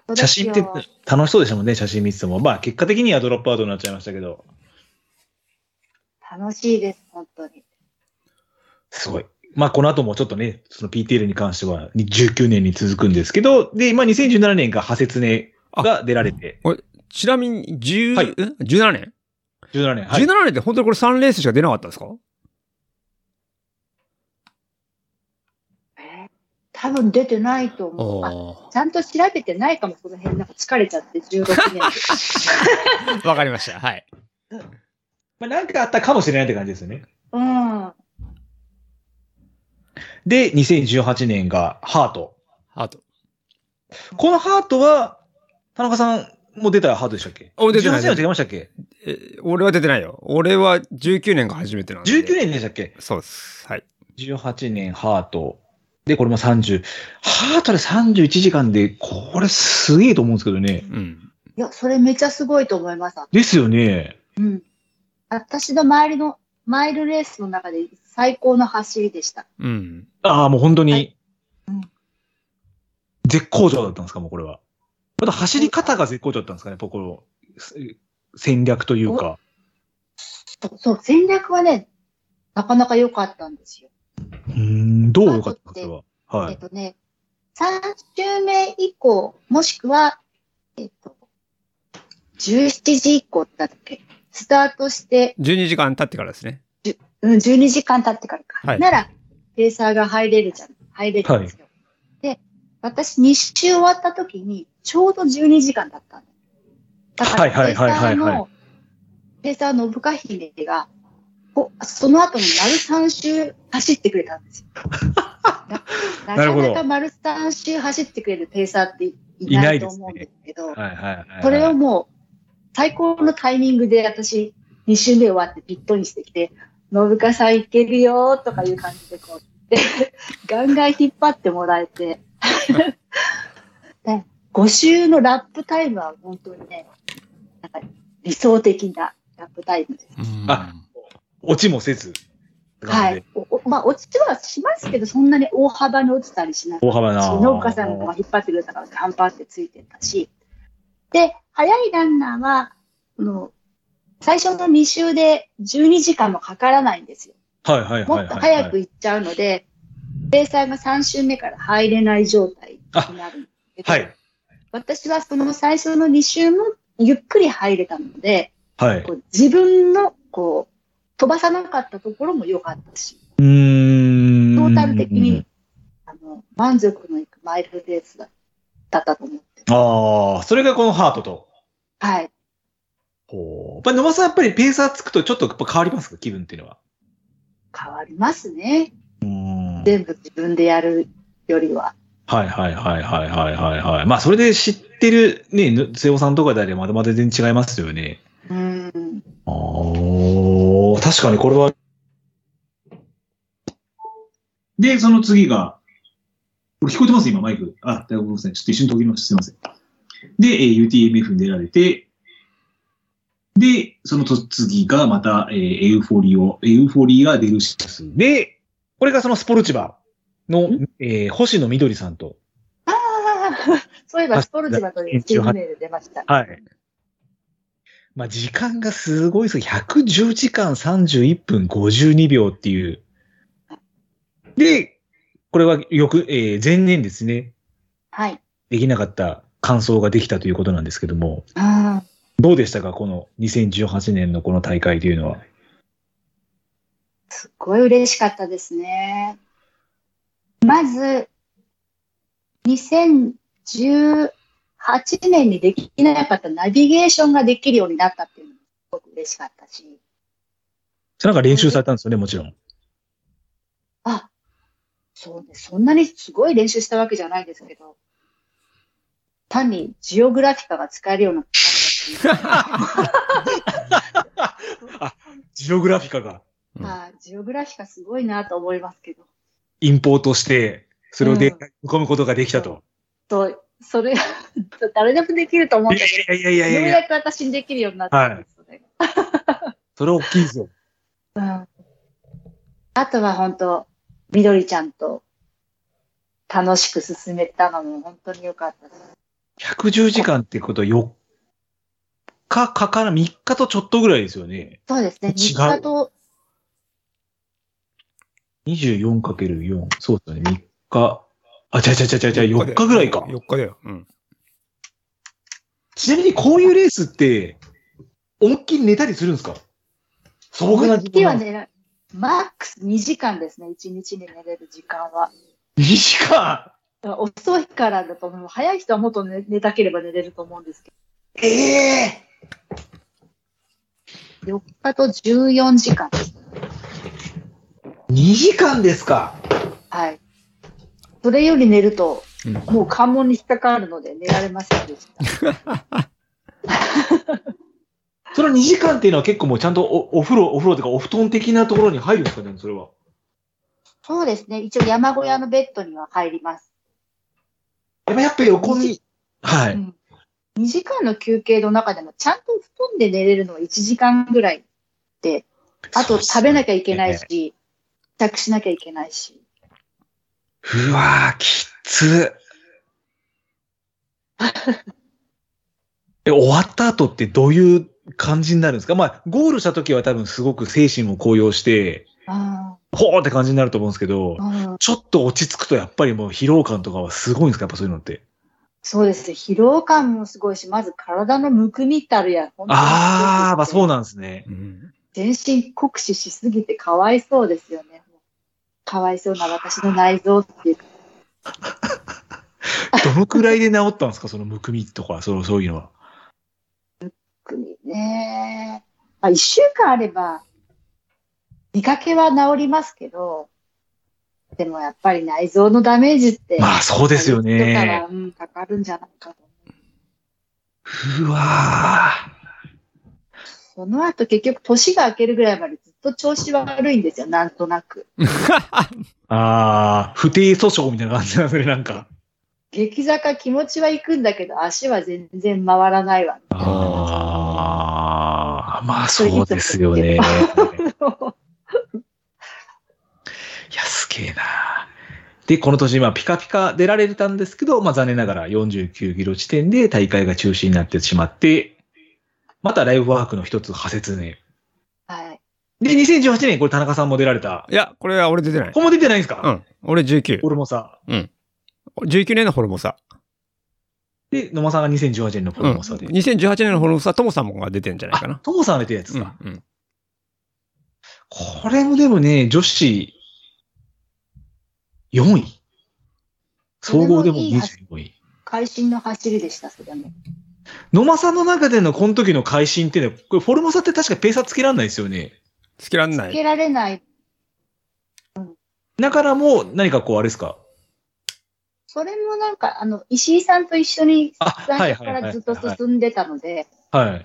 C: そうで
A: 写
C: す
A: 真
C: よ
A: って楽しそうでしたもんね、写真見てても。まあ、結果的にはドロップアウトになっちゃいましたけど、
C: 楽しいです、本当に。
A: すごい。まあ、この後もちょっとね、その PTL に関しては19年に続くんですけど、で、今2017年が派切ねが出られて、
B: ちなみに、10、
A: はい
B: ん17年
A: 17年。はい
B: 17年って本当にこれ3レースしか出なかったんですか
C: えー多分出てないと思う。あ
B: あ
C: ちゃんと調べてないかも、その辺。なんか疲れちゃって、16年。
A: [LAUGHS]
B: ー。わかりました。はい。
A: まあ、なんかあったかもしれないって感じですよね。
C: うん。
A: で、2018年がハート。
B: あと。
A: このハートは、田中さんも出たハートでしたっけ
B: お出てない
A: 18年は違いましたっけ
B: え、俺は出てないよ。俺は19年が初めてなんで。
A: ?19 年でしたっけ
B: そうです。はい。
A: ?18 年ハート。で、これも30。ハートで31時間で、これすげえと思うんですけどね。
B: うん。
C: いや、それめちゃすごいと思います。
A: ですよね。
C: うん。私の周りの、マイルレースの中で最高の走りでした。
B: うん。
A: ああ、もう本当に。
C: はいうん
A: 絶好調だったんですかもうこれは。また走り方が絶好調だったんですかねここの戦略というか。
C: そう、そう戦略はね、なかなか良かったんですよ。
A: うーん、どうよかったんですかそれは。は
C: えっ
A: い。
C: とね、3周目以降、もしくは、えっと、17時以降だっけスタートして、
B: 12時間経ってからですね。
C: うん、12時間経ってからか。
B: はい
C: なら、ペーサーが入れるじゃん。入れるんですよ。で、私2周終わった時に、ちょうど12時間だったの。だか
A: はい
C: ら、ペ
A: はい
C: ーサ
A: はいはい
C: ー
A: はい
C: の、ペーサーの信香秀が、こその後に丸3周走ってくれた
A: [LAUGHS]
C: んですよ。な
A: なる
C: か
A: ほど
C: なか丸3周走ってくれるペーサーってい
A: いな
C: ないい
A: で
C: と
A: すね
C: 思うんですけど、
A: はいはいはいはい。
C: それをもう、最高のタイミングで私、2周目終わってピットにしてきて、信香さんいけるよとかいう感じでこう、 [LAUGHS] でガンガン引っ張ってもらえて、で5周のラップタイムは本当にね、なんか理想的なラップタイムです。
A: あ [LAUGHS] 落ちもせず。
C: はい。。おおまあ、落ちはしますけど、そんなに大幅に落ちたりしない
A: 大幅な。
C: 農家さんが引っ張ってくれたから、頑張ってついてったし。で、早いランナーは、この、最初の2周で12時間もかからないんですよ。
A: はいはいはい
C: も
A: はい。
C: っと早く行っちゃうので、レーサーが3周目から入れない状態になるんですけど
A: はい。
C: 私はその最初の2周もゆっくり入れたので、
A: はい。
C: こう自分の、こう、飛ばさなかったところも良かったし、
A: うーん。
C: トータル的に。あの満足のいくマイルレースだったと思ってます
A: ああ、それがこのハートと。
C: はい。
A: ほう。やっぱり野間さん、やっぱりペーサーつくとちょっとやっぱ変わりますか気分っていうのは。
C: 変わりますね。
A: うーん。
C: 全部自分でやるよりは。
A: はいはいはいはいはいはいはい。まあ、それで知ってるね、ぬ瀬尾さんとかであればまだまだ全然違いますよね。
C: うん。
A: ああ、確かにこれは。で、その次が、これ聞こえてます今、マイク。あ、大丈夫ですね。ちょっと一瞬途切りました。すいません。で、えー UTMF に出られて、で、そのと次がまた、えーエウフォリオ、エウフォリア・デルシス。で、これがそのスポルチバの、えー星野みどりさんと。
C: ああ、そういえばスポルジバというチームメール出ました。
A: はい。まあ、時間がすごいです。110時間31分52秒っていう。で、これはよく、えー前年ですね、
C: はい。
A: できなかった感想ができたということなんですけども、
C: あー
A: どうでしたかこの2018年のこの大会というのは。
C: すっごい嬉しかったですね。まず、2018年にできなかったナビゲーションができるようになったっていうのもすごく嬉しかったし。
A: それなんか練習されたんですよね、もちろん。
C: あ、そうね。そんなにすごい練習したわけじゃないですけど、単にジオグラフィカが使えるようになったし
A: ジオグラフィカが
B: うん
C: あージオグラフィカすごいなと思いますけど。
A: インポートして、それをデータに込むことができたと。
C: と、それ、 [LAUGHS] 誰でもできると思うん
A: い
C: だけ
A: やいやいや
C: ど、
A: いや
C: よ
A: いうや
C: やく私にできるようになったんですよね。
A: それは大きいですよ。
C: うんあとは本当、みどりちゃんと楽しく進めたのも本当に良かったです。
A: 110時間ってことは4日かから、3日とちょっとぐらいですよね。
C: そうですね。
A: 違う
C: 3日と、
A: 24×4。そうですよね。3日。あ、ちゃちゃちゃちゃちゃ、4日ぐらいか。
B: 4日だよ。うん。
A: ちなみにこういうレースって、思いっきり寝たりするんですか素朴な時
C: 日は
A: 間。
C: ね、マックス2時間ですね、1日に寝れる時間は。
A: 2時間
C: だから遅いからだと思う。早い人はもっと寝寝たければ寝れると思うんですけ
A: ええ
C: ど、4日と14時間です。
A: ー、!2 時間ですか
C: はい。それより寝ると、
B: うん
C: もう関門に引っかかるので寝られませんでした。
A: その2時間っていうのは結構もうちゃんとおお風呂、お風呂というかお布団的なところに入るんですかね、それは。
C: そうですね。一応山小屋のベッドには入ります。
A: やっぱやっぱ横に。は
C: う
A: い。
C: ん、2時間の休憩の中でも、ちゃんと布団で寝れるのは1時間ぐらいで、あと食べなきゃいけないし、支度しなきゃいけないし。
A: うわー、きつ。え、終わった後ってどういう感じになるんですかまあ、ゴールした時は多分すごく精神も高揚して、
C: あ
A: ほーって感じになると思うんですけど
C: ー、うん
A: ちょっと落ち着くとやっぱりもう疲労感とかはすごいんですかやっぱそういうのって。
C: そうですね。疲労感もすごいし、まず体のむくみたるや、本当に
A: あー、まあそううなんですね。
B: うん
C: 全身酷使しすぎてかわいそうですよね。かわいそうな私の内臓っていうか。
A: どのくらいで治ったんですかそのむくみとか、そのそういうのは。
C: むくみね。まあ、一週間あれば、見かけは治りますけど、でもやっぱり内臓のダメージって、
A: まあそうですよ
C: 人から
A: ね。
C: うん、かかるんじゃないかと思う。
A: うわー。
C: その後結局年が明けるぐらいまでずっと調子悪いんですよ、なんとなく。
A: ああ、不定訴訟みたいな感じなんですね、なんか。
C: 激坂気持ちは行くんだけど足は全然回らないわ。
A: あまあそうですよね。いや、すげえな。で、この年、まあ、ピカピカ出られたんですけど、まあ、残念ながら49キロ地点で大会が中止になってしまって、またライフワークの一つ破説ね。
C: はい。
A: で、2018年、これ田中さんも出られた。
B: いや、これは俺出てない
A: こ。こも出てないんですか、
B: うん。俺19。
A: 俺もさ。
B: 19年のホルモサ。
A: で、野間さんが2018年の子
B: うん。
A: 供さで。
B: 2018年のホルモサ、ともさんもが出てんじゃないか
A: あ
B: な、。
A: トモさんが出てるやつ
B: う
A: か。
B: ん。うん。
A: これもでもね、女子、4位。総合でも
C: これもいい
A: 25位。
C: 会心の走りでした、それも。
A: 野間さんの中でのこの時の会心っていうのは、これフォルモサって確かペーサーつけられないですよね。
B: つけらんな
C: つ
B: い。
C: けられない。
A: だからもう何かこうあれですか
C: それもなんか、あの、石井さんと一緒に
A: あ、は
C: 最
A: い
C: 初
A: は
C: か
A: いはい。
C: らずっと進んでたので、
A: はい。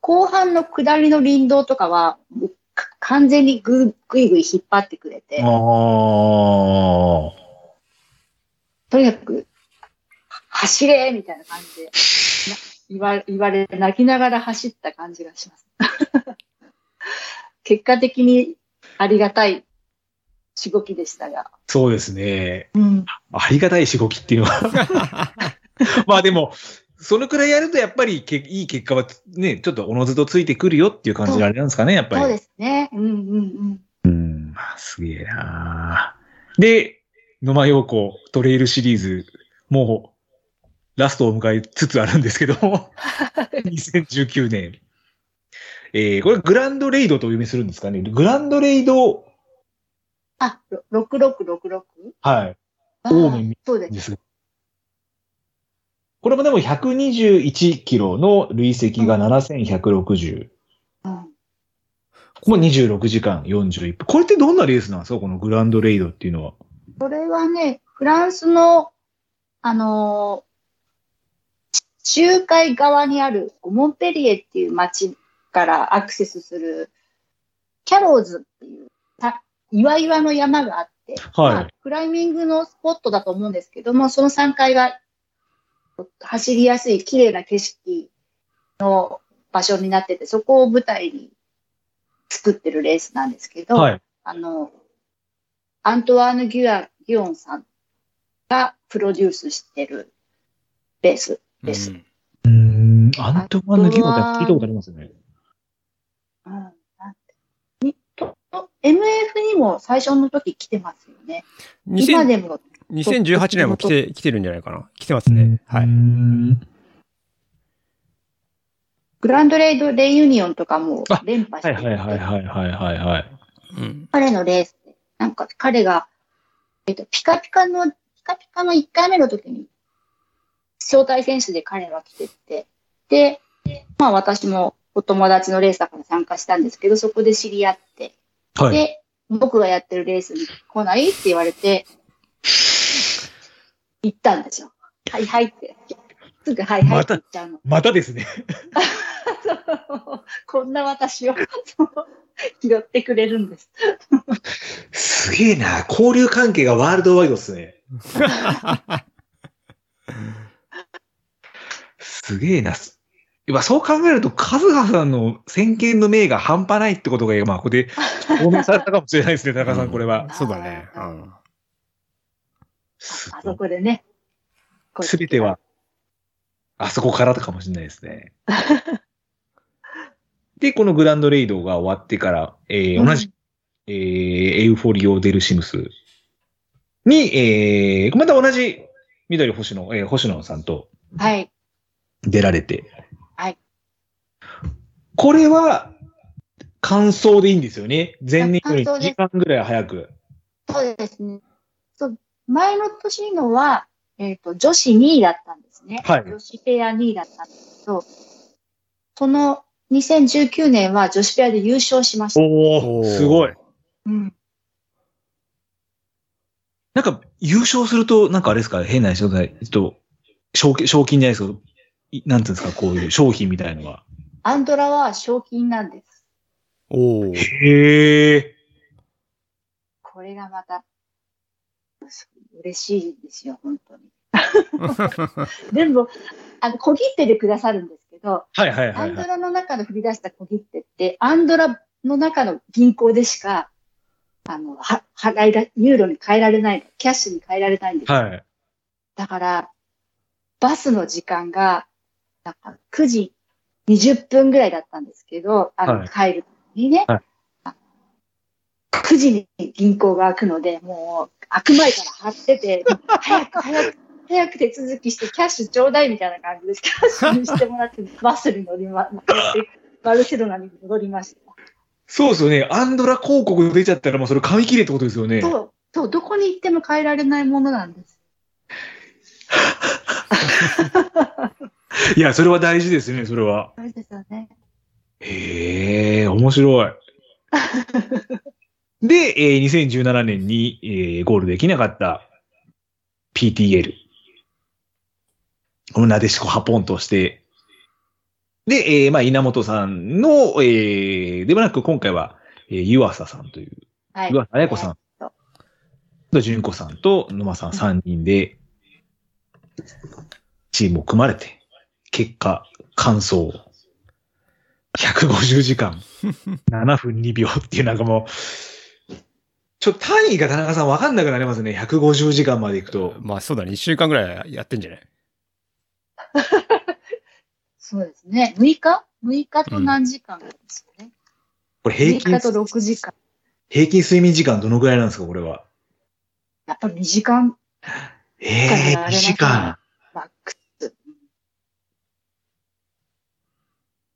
C: 後半の下りの林道とかは、もうか完全にぐぐいぐい引っ張ってくれて
A: あ、あ。
C: とにかく、走れみたいな感じで、な言わ言われ、泣きながら走った感じがします。 [LAUGHS] 結果的にありがたいしごきでしたが。
A: そうですね。
C: うん。
A: ありがたいしごきっていうのは。 [LAUGHS] まあでも、そのくらいやるとやっぱりけいい結果はね、ちょっとおのずとついてくるよっていう感じがあれなんですかね、やっぱり。
C: そうですね。うんうん [LAUGHS]
A: う
C: うん。
A: ん、まあ、すげえなあで、野間陽子トレイルシリーズ、もう、ラストを迎えつつあるんですけど
C: [LAUGHS]
A: も、2019年。えー、これグランドレイドとお読みするんですかね。グランドレイド、
C: あ、ろ 6666?
A: はい、
C: あ
A: オーメン
C: ーそうです。
A: です。これもでも121キロの累積が7160。
C: うん
A: ここも26時間41分。これってどんなレースなんですかこのグランドレイドっていうのは。
C: これはね、フランスの、あのー地中海側にあるモンペリエっていう町からアクセスするキャローズっていうた岩岩の山があって、
A: はい
C: まあクライミングのスポットだと思うんですけども、その3階が走りやすい綺麗な景色の場所になってて、そこを舞台に作ってるレースなんですけど、
A: はい。
C: あの、アントワーヌ・ギュア、ギュオンさんがプロデュースしてるレース。です
B: うん
A: うーん、アントマンの規模だ聞いたことありますね。
C: うん、なんてにと MF にも最初の時来てますよね。今
B: 2000
C: でも、
B: 2018年も来て、来てるんじゃないかな。来てますね。は
A: うー
B: い。
A: ん
C: グランドレイド・レイユニオンとかも
A: あ
C: 連覇し
A: は
C: て
A: いはいはいはいはいはいはい。
B: うん。 [LAUGHS]
C: 彼のレースで、なんか彼が、えっと、ピカピカの、ピカピカの1回目の時に、招待選手で彼は来てて、で、まあ私もお友達のレースだから参加したんですけど、そこで知り合って、
A: はい。
C: で、僕がやってるレースに来ないって言われて、行ったんですよ。はいはいって。すぐはいはいって言っちゃうの。 [LAUGHS]
A: またですね。
C: こんな私を [LAUGHS] 拾ってくれるんです。
A: [LAUGHS] すげえな。交流関係がワールドワイドですね。すげえな。すやっぱそう考えると、カズハさんの先見の明が半端ないってことが、まあ、ここで証明されたかもしれない
B: [LAUGHS]
A: ですね、田中さん、これは。
B: そうだね。うん。
A: す
C: あそこでね。こう
A: べては、あそこからかもしれないです
B: [LAUGHS]
A: ね。で、このグランドレイドが終わってから、えー同じ、えーエウフォリオ・デルシムスに、えーまた同じ緑星野、えー星野さんと
C: はい。
A: 出られて。
C: はい。
A: これは、感想でいいんですよね。前年より
C: あ感想
A: 2
C: です
A: 時間ぐらい早く。
C: そうですね。そう前の年のは、えっ、と、女子2位だったんですね。
A: はい
C: 女子ペア2位だったんですけど、その2019年は女子ペアで優勝しました。
A: お
B: おー
A: すごい。
C: うん。
A: なんか、優勝すると、なんかあれですか変な人だえっと、賞金、賞金じゃないですけど、いなんていうんですかこういう商品みたいのは。
C: アンドラは賞金なんです。
B: おお。
A: へえ。
C: これがまた、嬉し
B: [LAUGHS]
C: いですよ、本当に。全部、あの、小切手でくださるんですけど、
A: はいはい
C: ア
A: はいは
C: ンド
A: い。
C: ラの中の振り出した小切手って、アンドラの中の銀行でしか、あの、は、払いだ、ユーロに変えられない、キャッシュに変えられないんです。
A: はい。
C: だから、バスの時間が、なんか9時20分ぐらいだったんですけど、あの、
A: はい
C: 帰る時にね、
A: は
C: 9時に銀行が開くので、もう、開く前から張ってて、もう早く早く、早く手続きして、キャッシュちょうだいみたいな感じで、キャッシュにしてもら
A: [LAUGHS]
C: って、バスに乗りま、乗ってバルセロナに戻りました。
A: そうですよね。アンドラ広告出ちゃったらもうそれ紙切れってことですよね。
C: そう、そう、どこに行っても変えられないものなんです。
A: いや、それは大事ですね、それは。
C: そうですよね。
A: へえ、面白
C: [LAUGHS]
A: い。で、えー2017年に、えーゴールできなかった PTL。このなでしこハポンとして。で、えーまあ、稲本さんの、えーでもなく今回は、えー湯浅さんという、
C: はい
A: 湯。浅彩子さん
C: そう
A: と純子さんと野間さん3人で、チームを組まれて、結果、完走。150時間、7分2秒っていうなんかもう、ちょっと単位が田中さんわかんなくなりますね。150時間までいくと。
B: まあそうだね。一週間ぐらいやってんじゃない
C: そうですね。6日 ?6 日と何時間ですかね。
A: これ平
C: 6
A: 均
C: 日、と6時間。
A: 平均睡眠時間どのぐらいなんですか、これは。
C: やっぱ2時間
A: ええ
C: あ
A: ー、2
C: れだ
A: 時間。
C: マックス。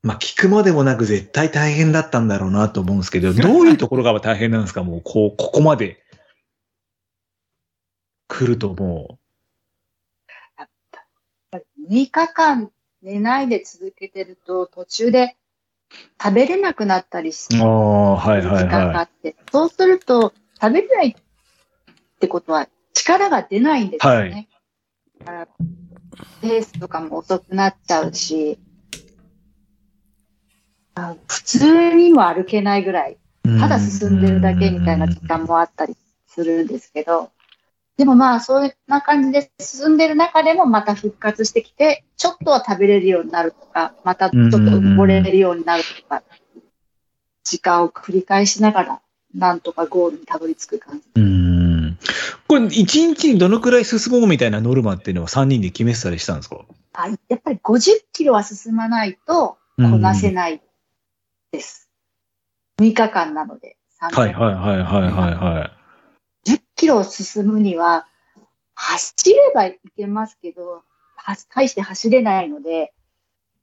A: まあ、聞くまでもなく絶対大変だったんだろうなと思うんですけ [LAUGHS] ど、どういうところが大変なんですかもう、こう、ここまで来るとも
C: 6日間寝ないで続けてると、途中で食べれなくなったりす
A: う、
C: る
A: ああ、は
C: 時
A: いはい
C: 間があ
A: は
C: って、そうすると、食べれないってことは力が出ないんですよね。だからペースとかも遅くなっちゃうし、あ普通にも歩けないぐらい
A: い。
C: ただ進んでるだけみたいな時間もあったりするんですけど、でもまあ、そんな感じで進んでる中でもまた復活してきて、ちょっとは食べれるようになるとか、またちょっと登れるようになるとか、時間を繰り返しながら、なんとかゴールにたどり着く感じ。
A: うん。これ、一日にどのくらい進もうみたいなノルマっていうのは3人で決めてたりしたんですか
C: あやっぱり50キロは進まないとこなせないです。6日間なので、3
A: はいはいはいはいはいはい。
C: 10キロ進むには、走ればいけますけど、は大して走れないので、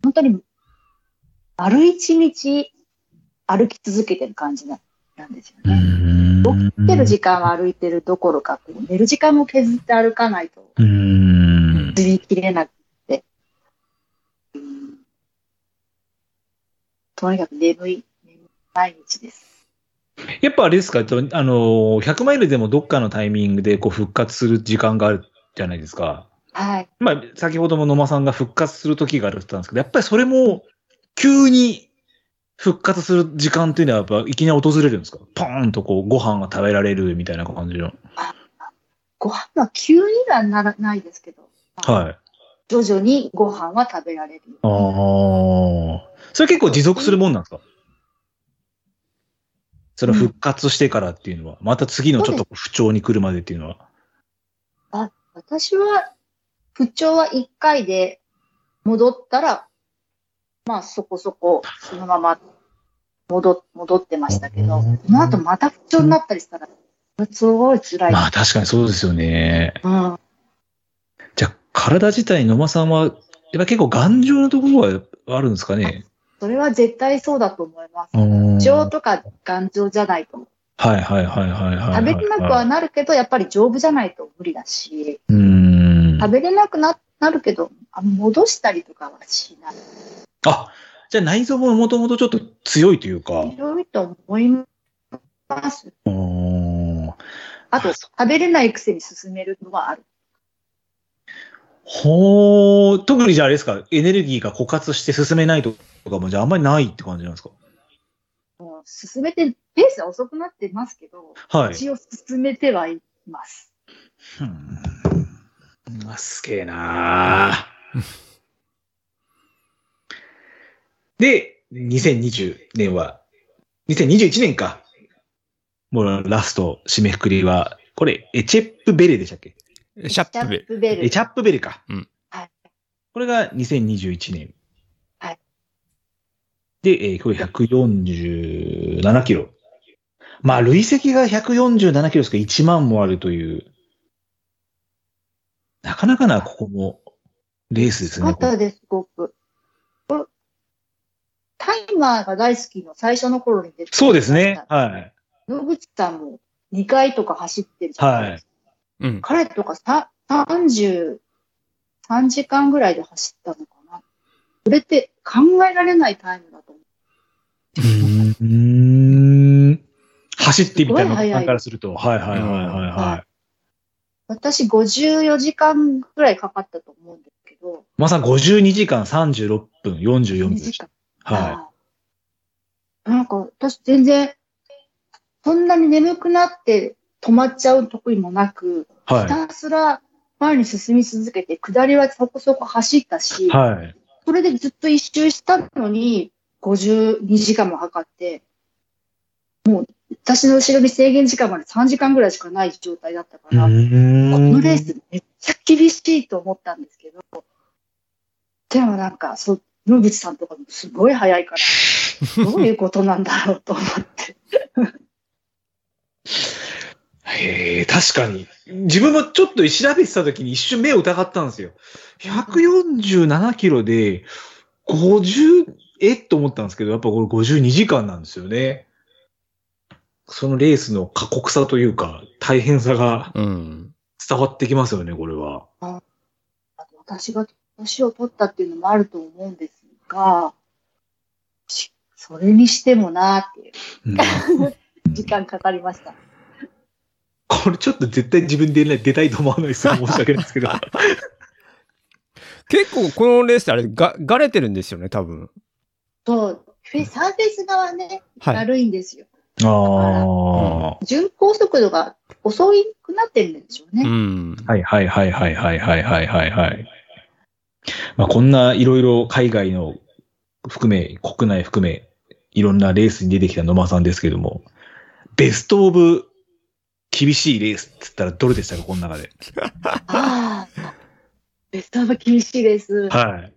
C: 本当に、丸一日歩き続けてる感じななんですよね。
A: 起
C: 起きてる時間は歩いてるどころか、こう寝る時間も削って歩かないと、
A: うん。
C: 釣り切れなくて。うんとにかく眠い、眠い毎日です。
A: やっぱあれですか、とあのー、100マイルでもどっかのタイミングでこう復活する時間があるじゃないですか。
C: はい。
A: まあ、先ほども野間さんが復活する時があるって言ったんですけど、やっぱりそれも、急に復活する時間っていうのは、やっぱいきなり訪れるんですかポーンとこう、ご飯が食べられるみたいな感じの。
C: ご飯は急にはならないですけど、
A: はい。
C: 徐々にご飯は食べられる。
A: ああ。それ結構持続するもんなんですかその復活してからっていうのは、また次のちょっと不調に来るまでっていうのは。
C: 私は、不調は1回で戻ったら、まあそこそこ、そのまま戻戻ってましたけど、その後また不調になったりしたら、すごい辛い。
A: まあ確かにそうですよね。
C: うん、
A: じゃあ、体自体野間さんは、やっぱ結構頑丈なところがあるんですかね
C: それは絶対そうだと思います。
A: うん
C: 不調とか頑丈じゃないと。
A: はいはいはいはいはいはい。
C: 食べれなくはなるけど、やっぱり丈夫じゃないと無理だし、
A: うーん。
C: 食べれなくななるけど、あ戻したりとかはしない。
A: あ、じゃあ内臓ももともとちょっと強いというか。
C: 強いと思います。
A: うーん
C: あと、食べれないくせに進めるのはある。
A: ほー、特にじゃああれですか、エネルギーが枯渇して進めないとかも、じゃああんまりないって感じなんですか
C: もう進めて、ペースは遅くなってますけど、
A: はい。
C: 一応進めてはいます。
A: うん。うわすげえなーで、2020年は、2021年か。もうラスト、締めくくりは、これ、エチェップベレでしたっけ
B: シャップベ。
C: プベル。
A: エチャップベレか。
B: うん
C: はい
A: これが2021年。
C: はい
A: で、えー、今日147キロ。まあ、累積が147キロですから1万もあるという。なかなかな、ここも、レースです
C: よか
A: ね。
C: っ
A: これ
C: たです、すごく。これタイマーが大好きの最初の頃に出て
A: そうですね。。はい。
C: 野口さんも2回とか走ってるじゃないですか。
B: うん。
C: 彼とかさ33時間ぐらいで走ったのかな。それって考えられないタイムだと思う。
A: うーん。走ってみたいな
C: すごい速い
A: からすると。はいはいはいはいは
C: は私54時間ぐらいかかったと思うんですけど、
A: い。まさに52時間36分44秒でした。はい。
C: い。なんか私全然、そんなに眠くなって止まっちゃう得意もなく、ひ
A: は
C: たすら前に進み続けて、下りはそこそこ走ったし、
A: い。はい。
C: それでずっと一周したのに、52時間も測って、もう私の後ろに制限時間まで3時間ぐらいしかない状態だったから、このレースめっちゃ厳しいと思ったんですけど、でもなんか、そう、野口さんとかもすごい早いから、どういうことなんだろうと思って。
A: へえ、確かに。自分もちょっと調べてた時に一瞬目を疑ったんですよ。147キロで、50、えっと思ったんですけど、やっぱこれ52時間なんですよね。そのレースの過酷さというか、大変さが
B: うん。
A: 伝わってきますよね、これは。
C: 私が年を取ったっていうのもあると思うんですが、しそれにしてもなーっていう
A: うん
C: 時間かかりました。
A: これちょっと絶対自分で出たいと思わないですよ。申し訳ないですけ [LAUGHS] ど。
B: 結構このレースあれが、がれてるんですよね、多分。
C: そう、フェサーフェス側ね、
B: はい。
C: 軽いんですよ。
A: あ
C: 巡航速度が遅いくなってるんでしょうね。
B: うん。
A: あ。はいはいはいはいはいはいはいはいはい。まあこんないろいろ海外の含め、国内含め、いろんなレースに出てきた野間さんですけども、ベストオブ厳しいレースって言ったらどれでしたか、この中で。
C: ああ、ベストオブ厳しいです。
A: はい。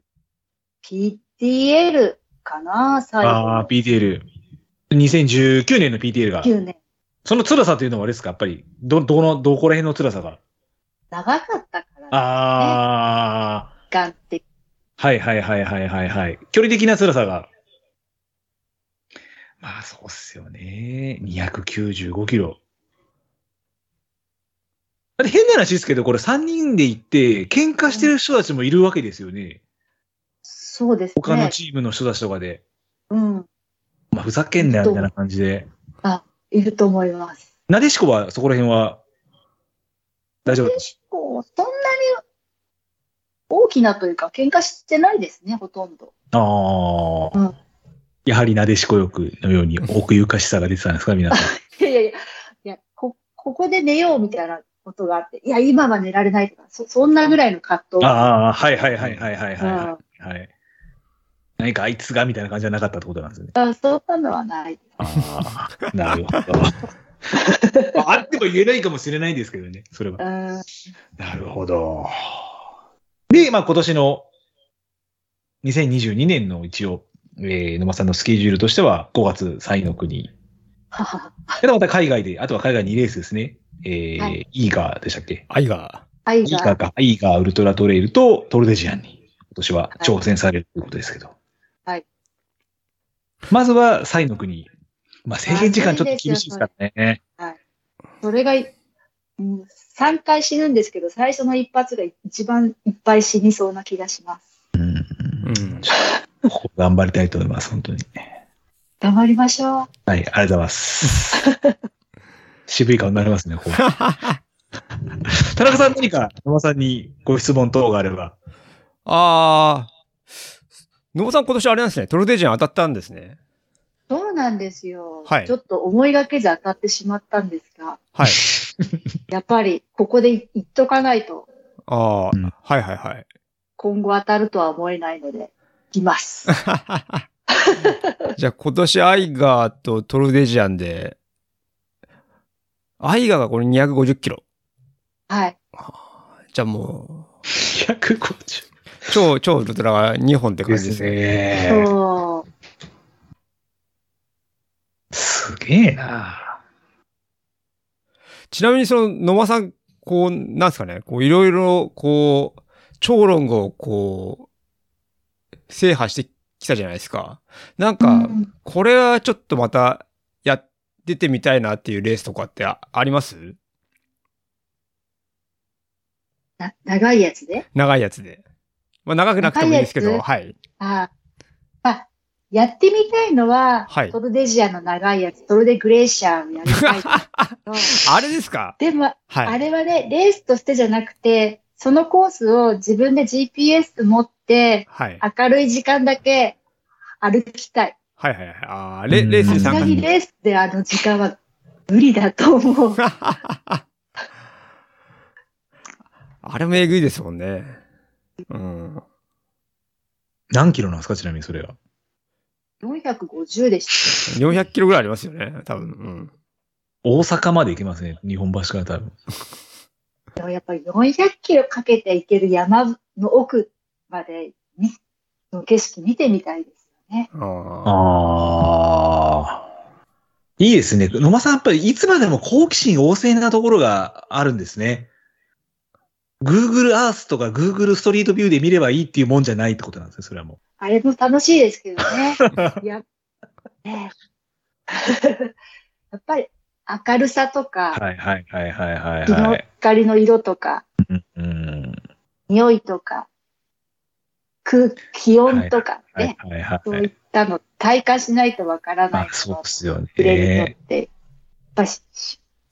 C: PTL かな、最
A: ああ、
C: 後
A: PTL。2019年の PTL が。
C: 9年。
A: その辛さというのはあれですかやっぱり、ど、どの、どこら辺の辛さが
C: 長かったから、
A: ああ、
C: 時間って。
A: はいはいはいはいはいはい。距離的な辛さが。まあそうっすよね。295キロ。だって変な話ですけど、これ3人で行って、喧嘩してる人たちもいるわけですよね。
C: そうですね。
A: 他のチームの人たちとかで。
C: うん、
A: まあふざけんなよみたいな感じで。
C: いると思います。
A: なでしこはそこら辺は大丈夫だった
C: 結構、そんなに大きなというか、喧嘩してないですね、ほとんど。
A: ああ、
C: うん
A: やはりなでしこよくのように奥ゆかしさが出てたんですか、
C: [LAUGHS]
A: 皆さん。
C: いやいやいや、いやこ、ここで寝ようみたいなことがあって、いや、今は寝られないとか、そそんなぐらいの葛藤。
A: ああ、はいはいはいはいはいはい、
C: うん
A: はい。何かあいつがみたいな感じじゃなかったってことなんですね。
C: あそうなのはない。
A: ああ、なるほど。あっても言えないかもしれないですけどね、それは
C: う。ん。
A: なるほど。で、まあ今年の2022年の一応、えー、野間さんのスケジュールとしては5月3位の国。で、また海外で、あとは海外2レースですね。えー
C: は
A: イーガーでしたっけ
B: 愛が。
C: 愛
A: イーガ
C: が
A: ー、か、イーガーウルトラトレイルとトルデジアンに今年は挑戦されるということですけど。
C: はい。
A: まずは、サイの国。まあ、制限時間ちょっと厳しいですからね。
C: それが、うん、3回死ぬんですけど、最初の一発が一番いっぱい死にそうな気がします。
B: うん。
A: ここ頑張りたいと思います、本当に。
C: 頑張りましょう。
A: はい、ありがとうございます。 [LAUGHS] 渋い顔になりますね、こう。田中さん何か、野間さんにご質問等があれば。
B: [LAUGHS] ああ。野茂さん今年あれなんですね。トルデジアン当たったんですね。
C: そうなんですよ。
B: はい
C: ちょっと思いがけず当たってしまったんですが、
B: はい。
C: やっぱりここでい言っとかないと、
B: ああ、
A: うん
B: はいはいはい。 [LAUGHS]
C: [LAUGHS] 今後当たるとは思えないので、いきます。
B: じゃあ今年アイガーとトルデジアンで、アイガーがこれ250キロ。
C: はい。
B: じゃあもう、
A: 150。
B: 超、超ウルトラが2本って感
A: で
B: じです
A: す
B: ね。
A: ね。
C: そう。
A: すげえな。
B: ちなみにその野間さん、こう、なんですかね、こういろいろ、こう、超論語をこう、制覇してきたじゃないですか。なんか、これはちょっとまたやっ出てみたいなっていうレースとかってああります
C: な長いやつで
B: 長いやつで。まあ長くなくてもいいですけ
C: 長い
B: ど、
C: やつ
B: はい。
C: あまあ、やってみたいのは、
B: はい
C: トルデジアの長いやつ、トルデグレーシャーをやりたいけ [LAUGHS] ど、
B: [LAUGHS] あれですか
C: でも、
B: は
C: あ
B: い。
C: れはね、レースとしてじゃなくて、そのコースを自分で GPS 持って、
B: はい。
C: 明るい時間だけ歩きたい。
B: はいはいはい。あーレレース
A: う
B: に
C: さ
A: ん
B: 参
C: すが
B: 加
C: にレースであの時間は無理だと
B: [LAUGHS]
C: 思う。
B: あれもえぐいですもんね。うん。
A: 何キロなんですかちなみにそれは。
C: 450でし
B: 400キロぐらいありますよね、多分。うん。
A: 大阪まで行けますね。日本橋から多分。
C: た。でもやっぱり400キロかけて行ける山の奥までみの景色見てみたいですよね。
B: あ
A: ああ。いいですね。野間さん、やっぱりいつまでも好奇心旺盛なところがあるんですね。Google Earth とか Google ストリートビューで見ればいいっていうもんじゃないってことなんですね、それはも
C: あれも楽しいですけど
A: [LAUGHS]
C: ね。いや、ね [LAUGHS] えやっぱり明るさと
A: う。
C: か、
A: はいはいはいはいはい、
C: 日の
A: はい。
C: 光の色とか、
A: うん。
C: 匂いとか、空気、気温とか
A: はい
C: ね、
A: はいはい
C: そう
A: はい
C: いったの体感しないとわからない
A: あ
C: の。
A: そうですよ
C: 触れるのっ
A: ね。
C: て、やっぱし、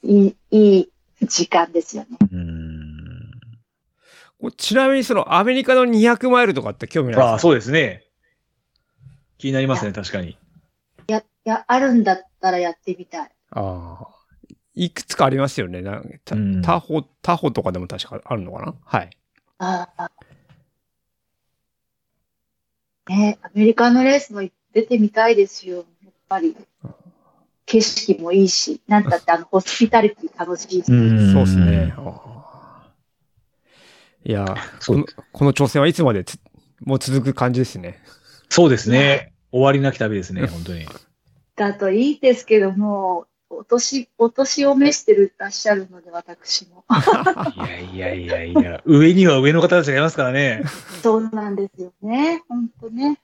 C: いい、いい時間ですよね。
A: うん。
B: ーちなみにそのアメリカの200マイルとかって興味ないです
A: あ
B: か
A: あ、そうですね。気になりますね、確かに。
C: いや、いや、あるんだったらやってみたい。
B: ああ。いくつかありますよね。なんた
A: うん
B: タホ、タホとかでも確かあるのかなはい。
C: ああ。ねアメリカのレースも出てみたいですよ。やっぱり。景色もいいし、なんだってあの、ホスピタリティ楽しいし。
A: ん
B: そうですね。。あーいやー、
A: そう
B: このこの挑戦はいつまでつもう続く感じですね。
A: そうですね。終わりなき旅ですね、本当 [LAUGHS] に。
C: だといいですけども、お年、お年を召してるらっしゃるので、私も。
A: いやいやいやいや、 [LAUGHS] 上には上の方たちがいますからね。
C: そうなんですよね。本当ね。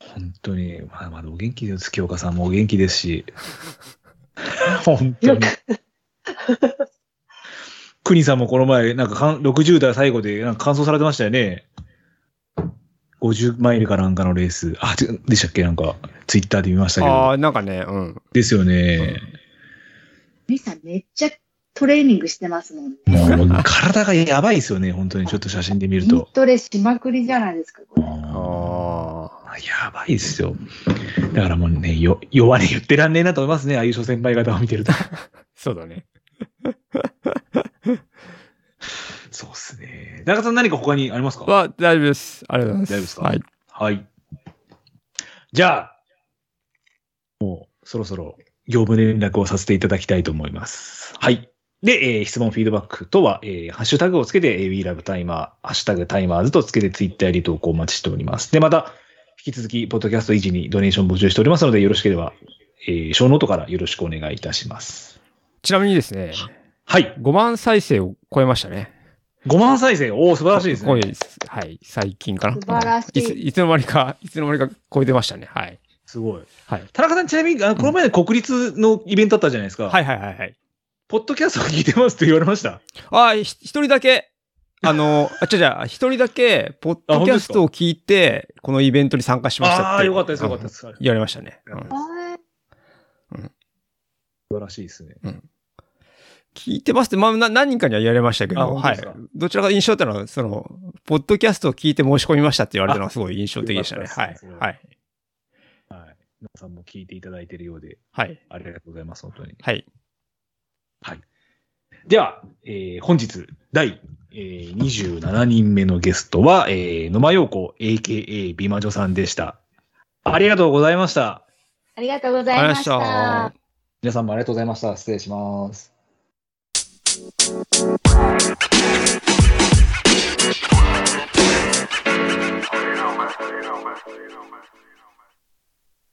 A: 本当に、まだまだお元気です。月岡さんもお元気ですし。 [LAUGHS] 本当
C: よ
A: に [LAUGHS]
C: く。、
A: 国さんもこの前、なんかかん60代最後で、なんか完走されてましたよね。50マイルかなんかのレース。あ、ででしたっけなんか、ツイッターで見ましたけ
B: あ
A: ど。
B: あ、なんかね、うん。
A: ですよね。
C: ミさんめっちゃトレーニングしてますもんね。
A: もう、体がやばいですよね。本当に、ちょっと写真で見る
C: 筋
A: と。
C: トレしまくりじゃないですか、これ。
B: ああ。
A: やばいですよ。だからもうね、よ、弱音言ってらんねえなと思いますね。ああいう諸先輩方を見てると。
B: そうだね。
A: そうですね。田中さん何か他にありますか
B: は、大丈夫です。ありがとうございます。
A: 大丈夫ですか
B: はい。
A: はい。じゃあ、もうそろそろ業務連絡をさせていただきたいと思います。はい。で、えー質問、フィードバックとは、えーハッシュタグをつけて、えー We Love Timer、ハッシュタグ Timers とつけて、ツイッターより投稿お待ちしております。で、また、引き続き、ポッドキャスト維持にドネーション募集しておりますので、よろしければ、えー、小ノートからよろしくお願いいたします。
B: ちなみにですね、
A: はい。
B: 5万再生を超えましたね。
A: 5万再生。おお、素晴らしいです
B: ご
A: ね
B: い。ですはい。最近かな。
C: 素晴らしい
B: うんいつ。いつの間にか、いつの間にか超えてましたね。はい。
A: すごい。
B: はい。
A: 田中さん、ちなみに、あのこの前国立のイベントあったじゃないですか。
B: はいはいはいはい。
A: ポッドキャストを聞いてますって言われました。
B: ああ、ひ一人だけ、あの、あ、違う違う、一人だけ、ポッドキャストを聞いて、このイベントに参加しましたって。
A: ああー、よかったです、よかったで
B: うん。
A: す。素
B: 言われましたね。うん
C: はい
A: 晴らしいですね。
B: 聞いてますって、まあ、な何人かには言われましたけ
A: あ
B: ど、
A: 本当で
B: はい
A: すか。
B: どちらか印象だったのは、その、ポッドキャストを聞いて申し込みましたって言われたのは
A: あ
B: すごい印象的でしたね。
A: よか
B: は
A: った
B: い
A: です。
B: はい。
A: 皆さんも聞いていただいているようで、
B: はい。
A: ありがとうございます、本当に。
B: はい。
A: では、えー本日、第、えー27人目のゲストは、えー野間陽子、AKA 美魔女さんでした。ありがとうございました。
C: ありがとうございました。
B: ありがとうございました
A: 皆さんもありがとうございました。失礼します。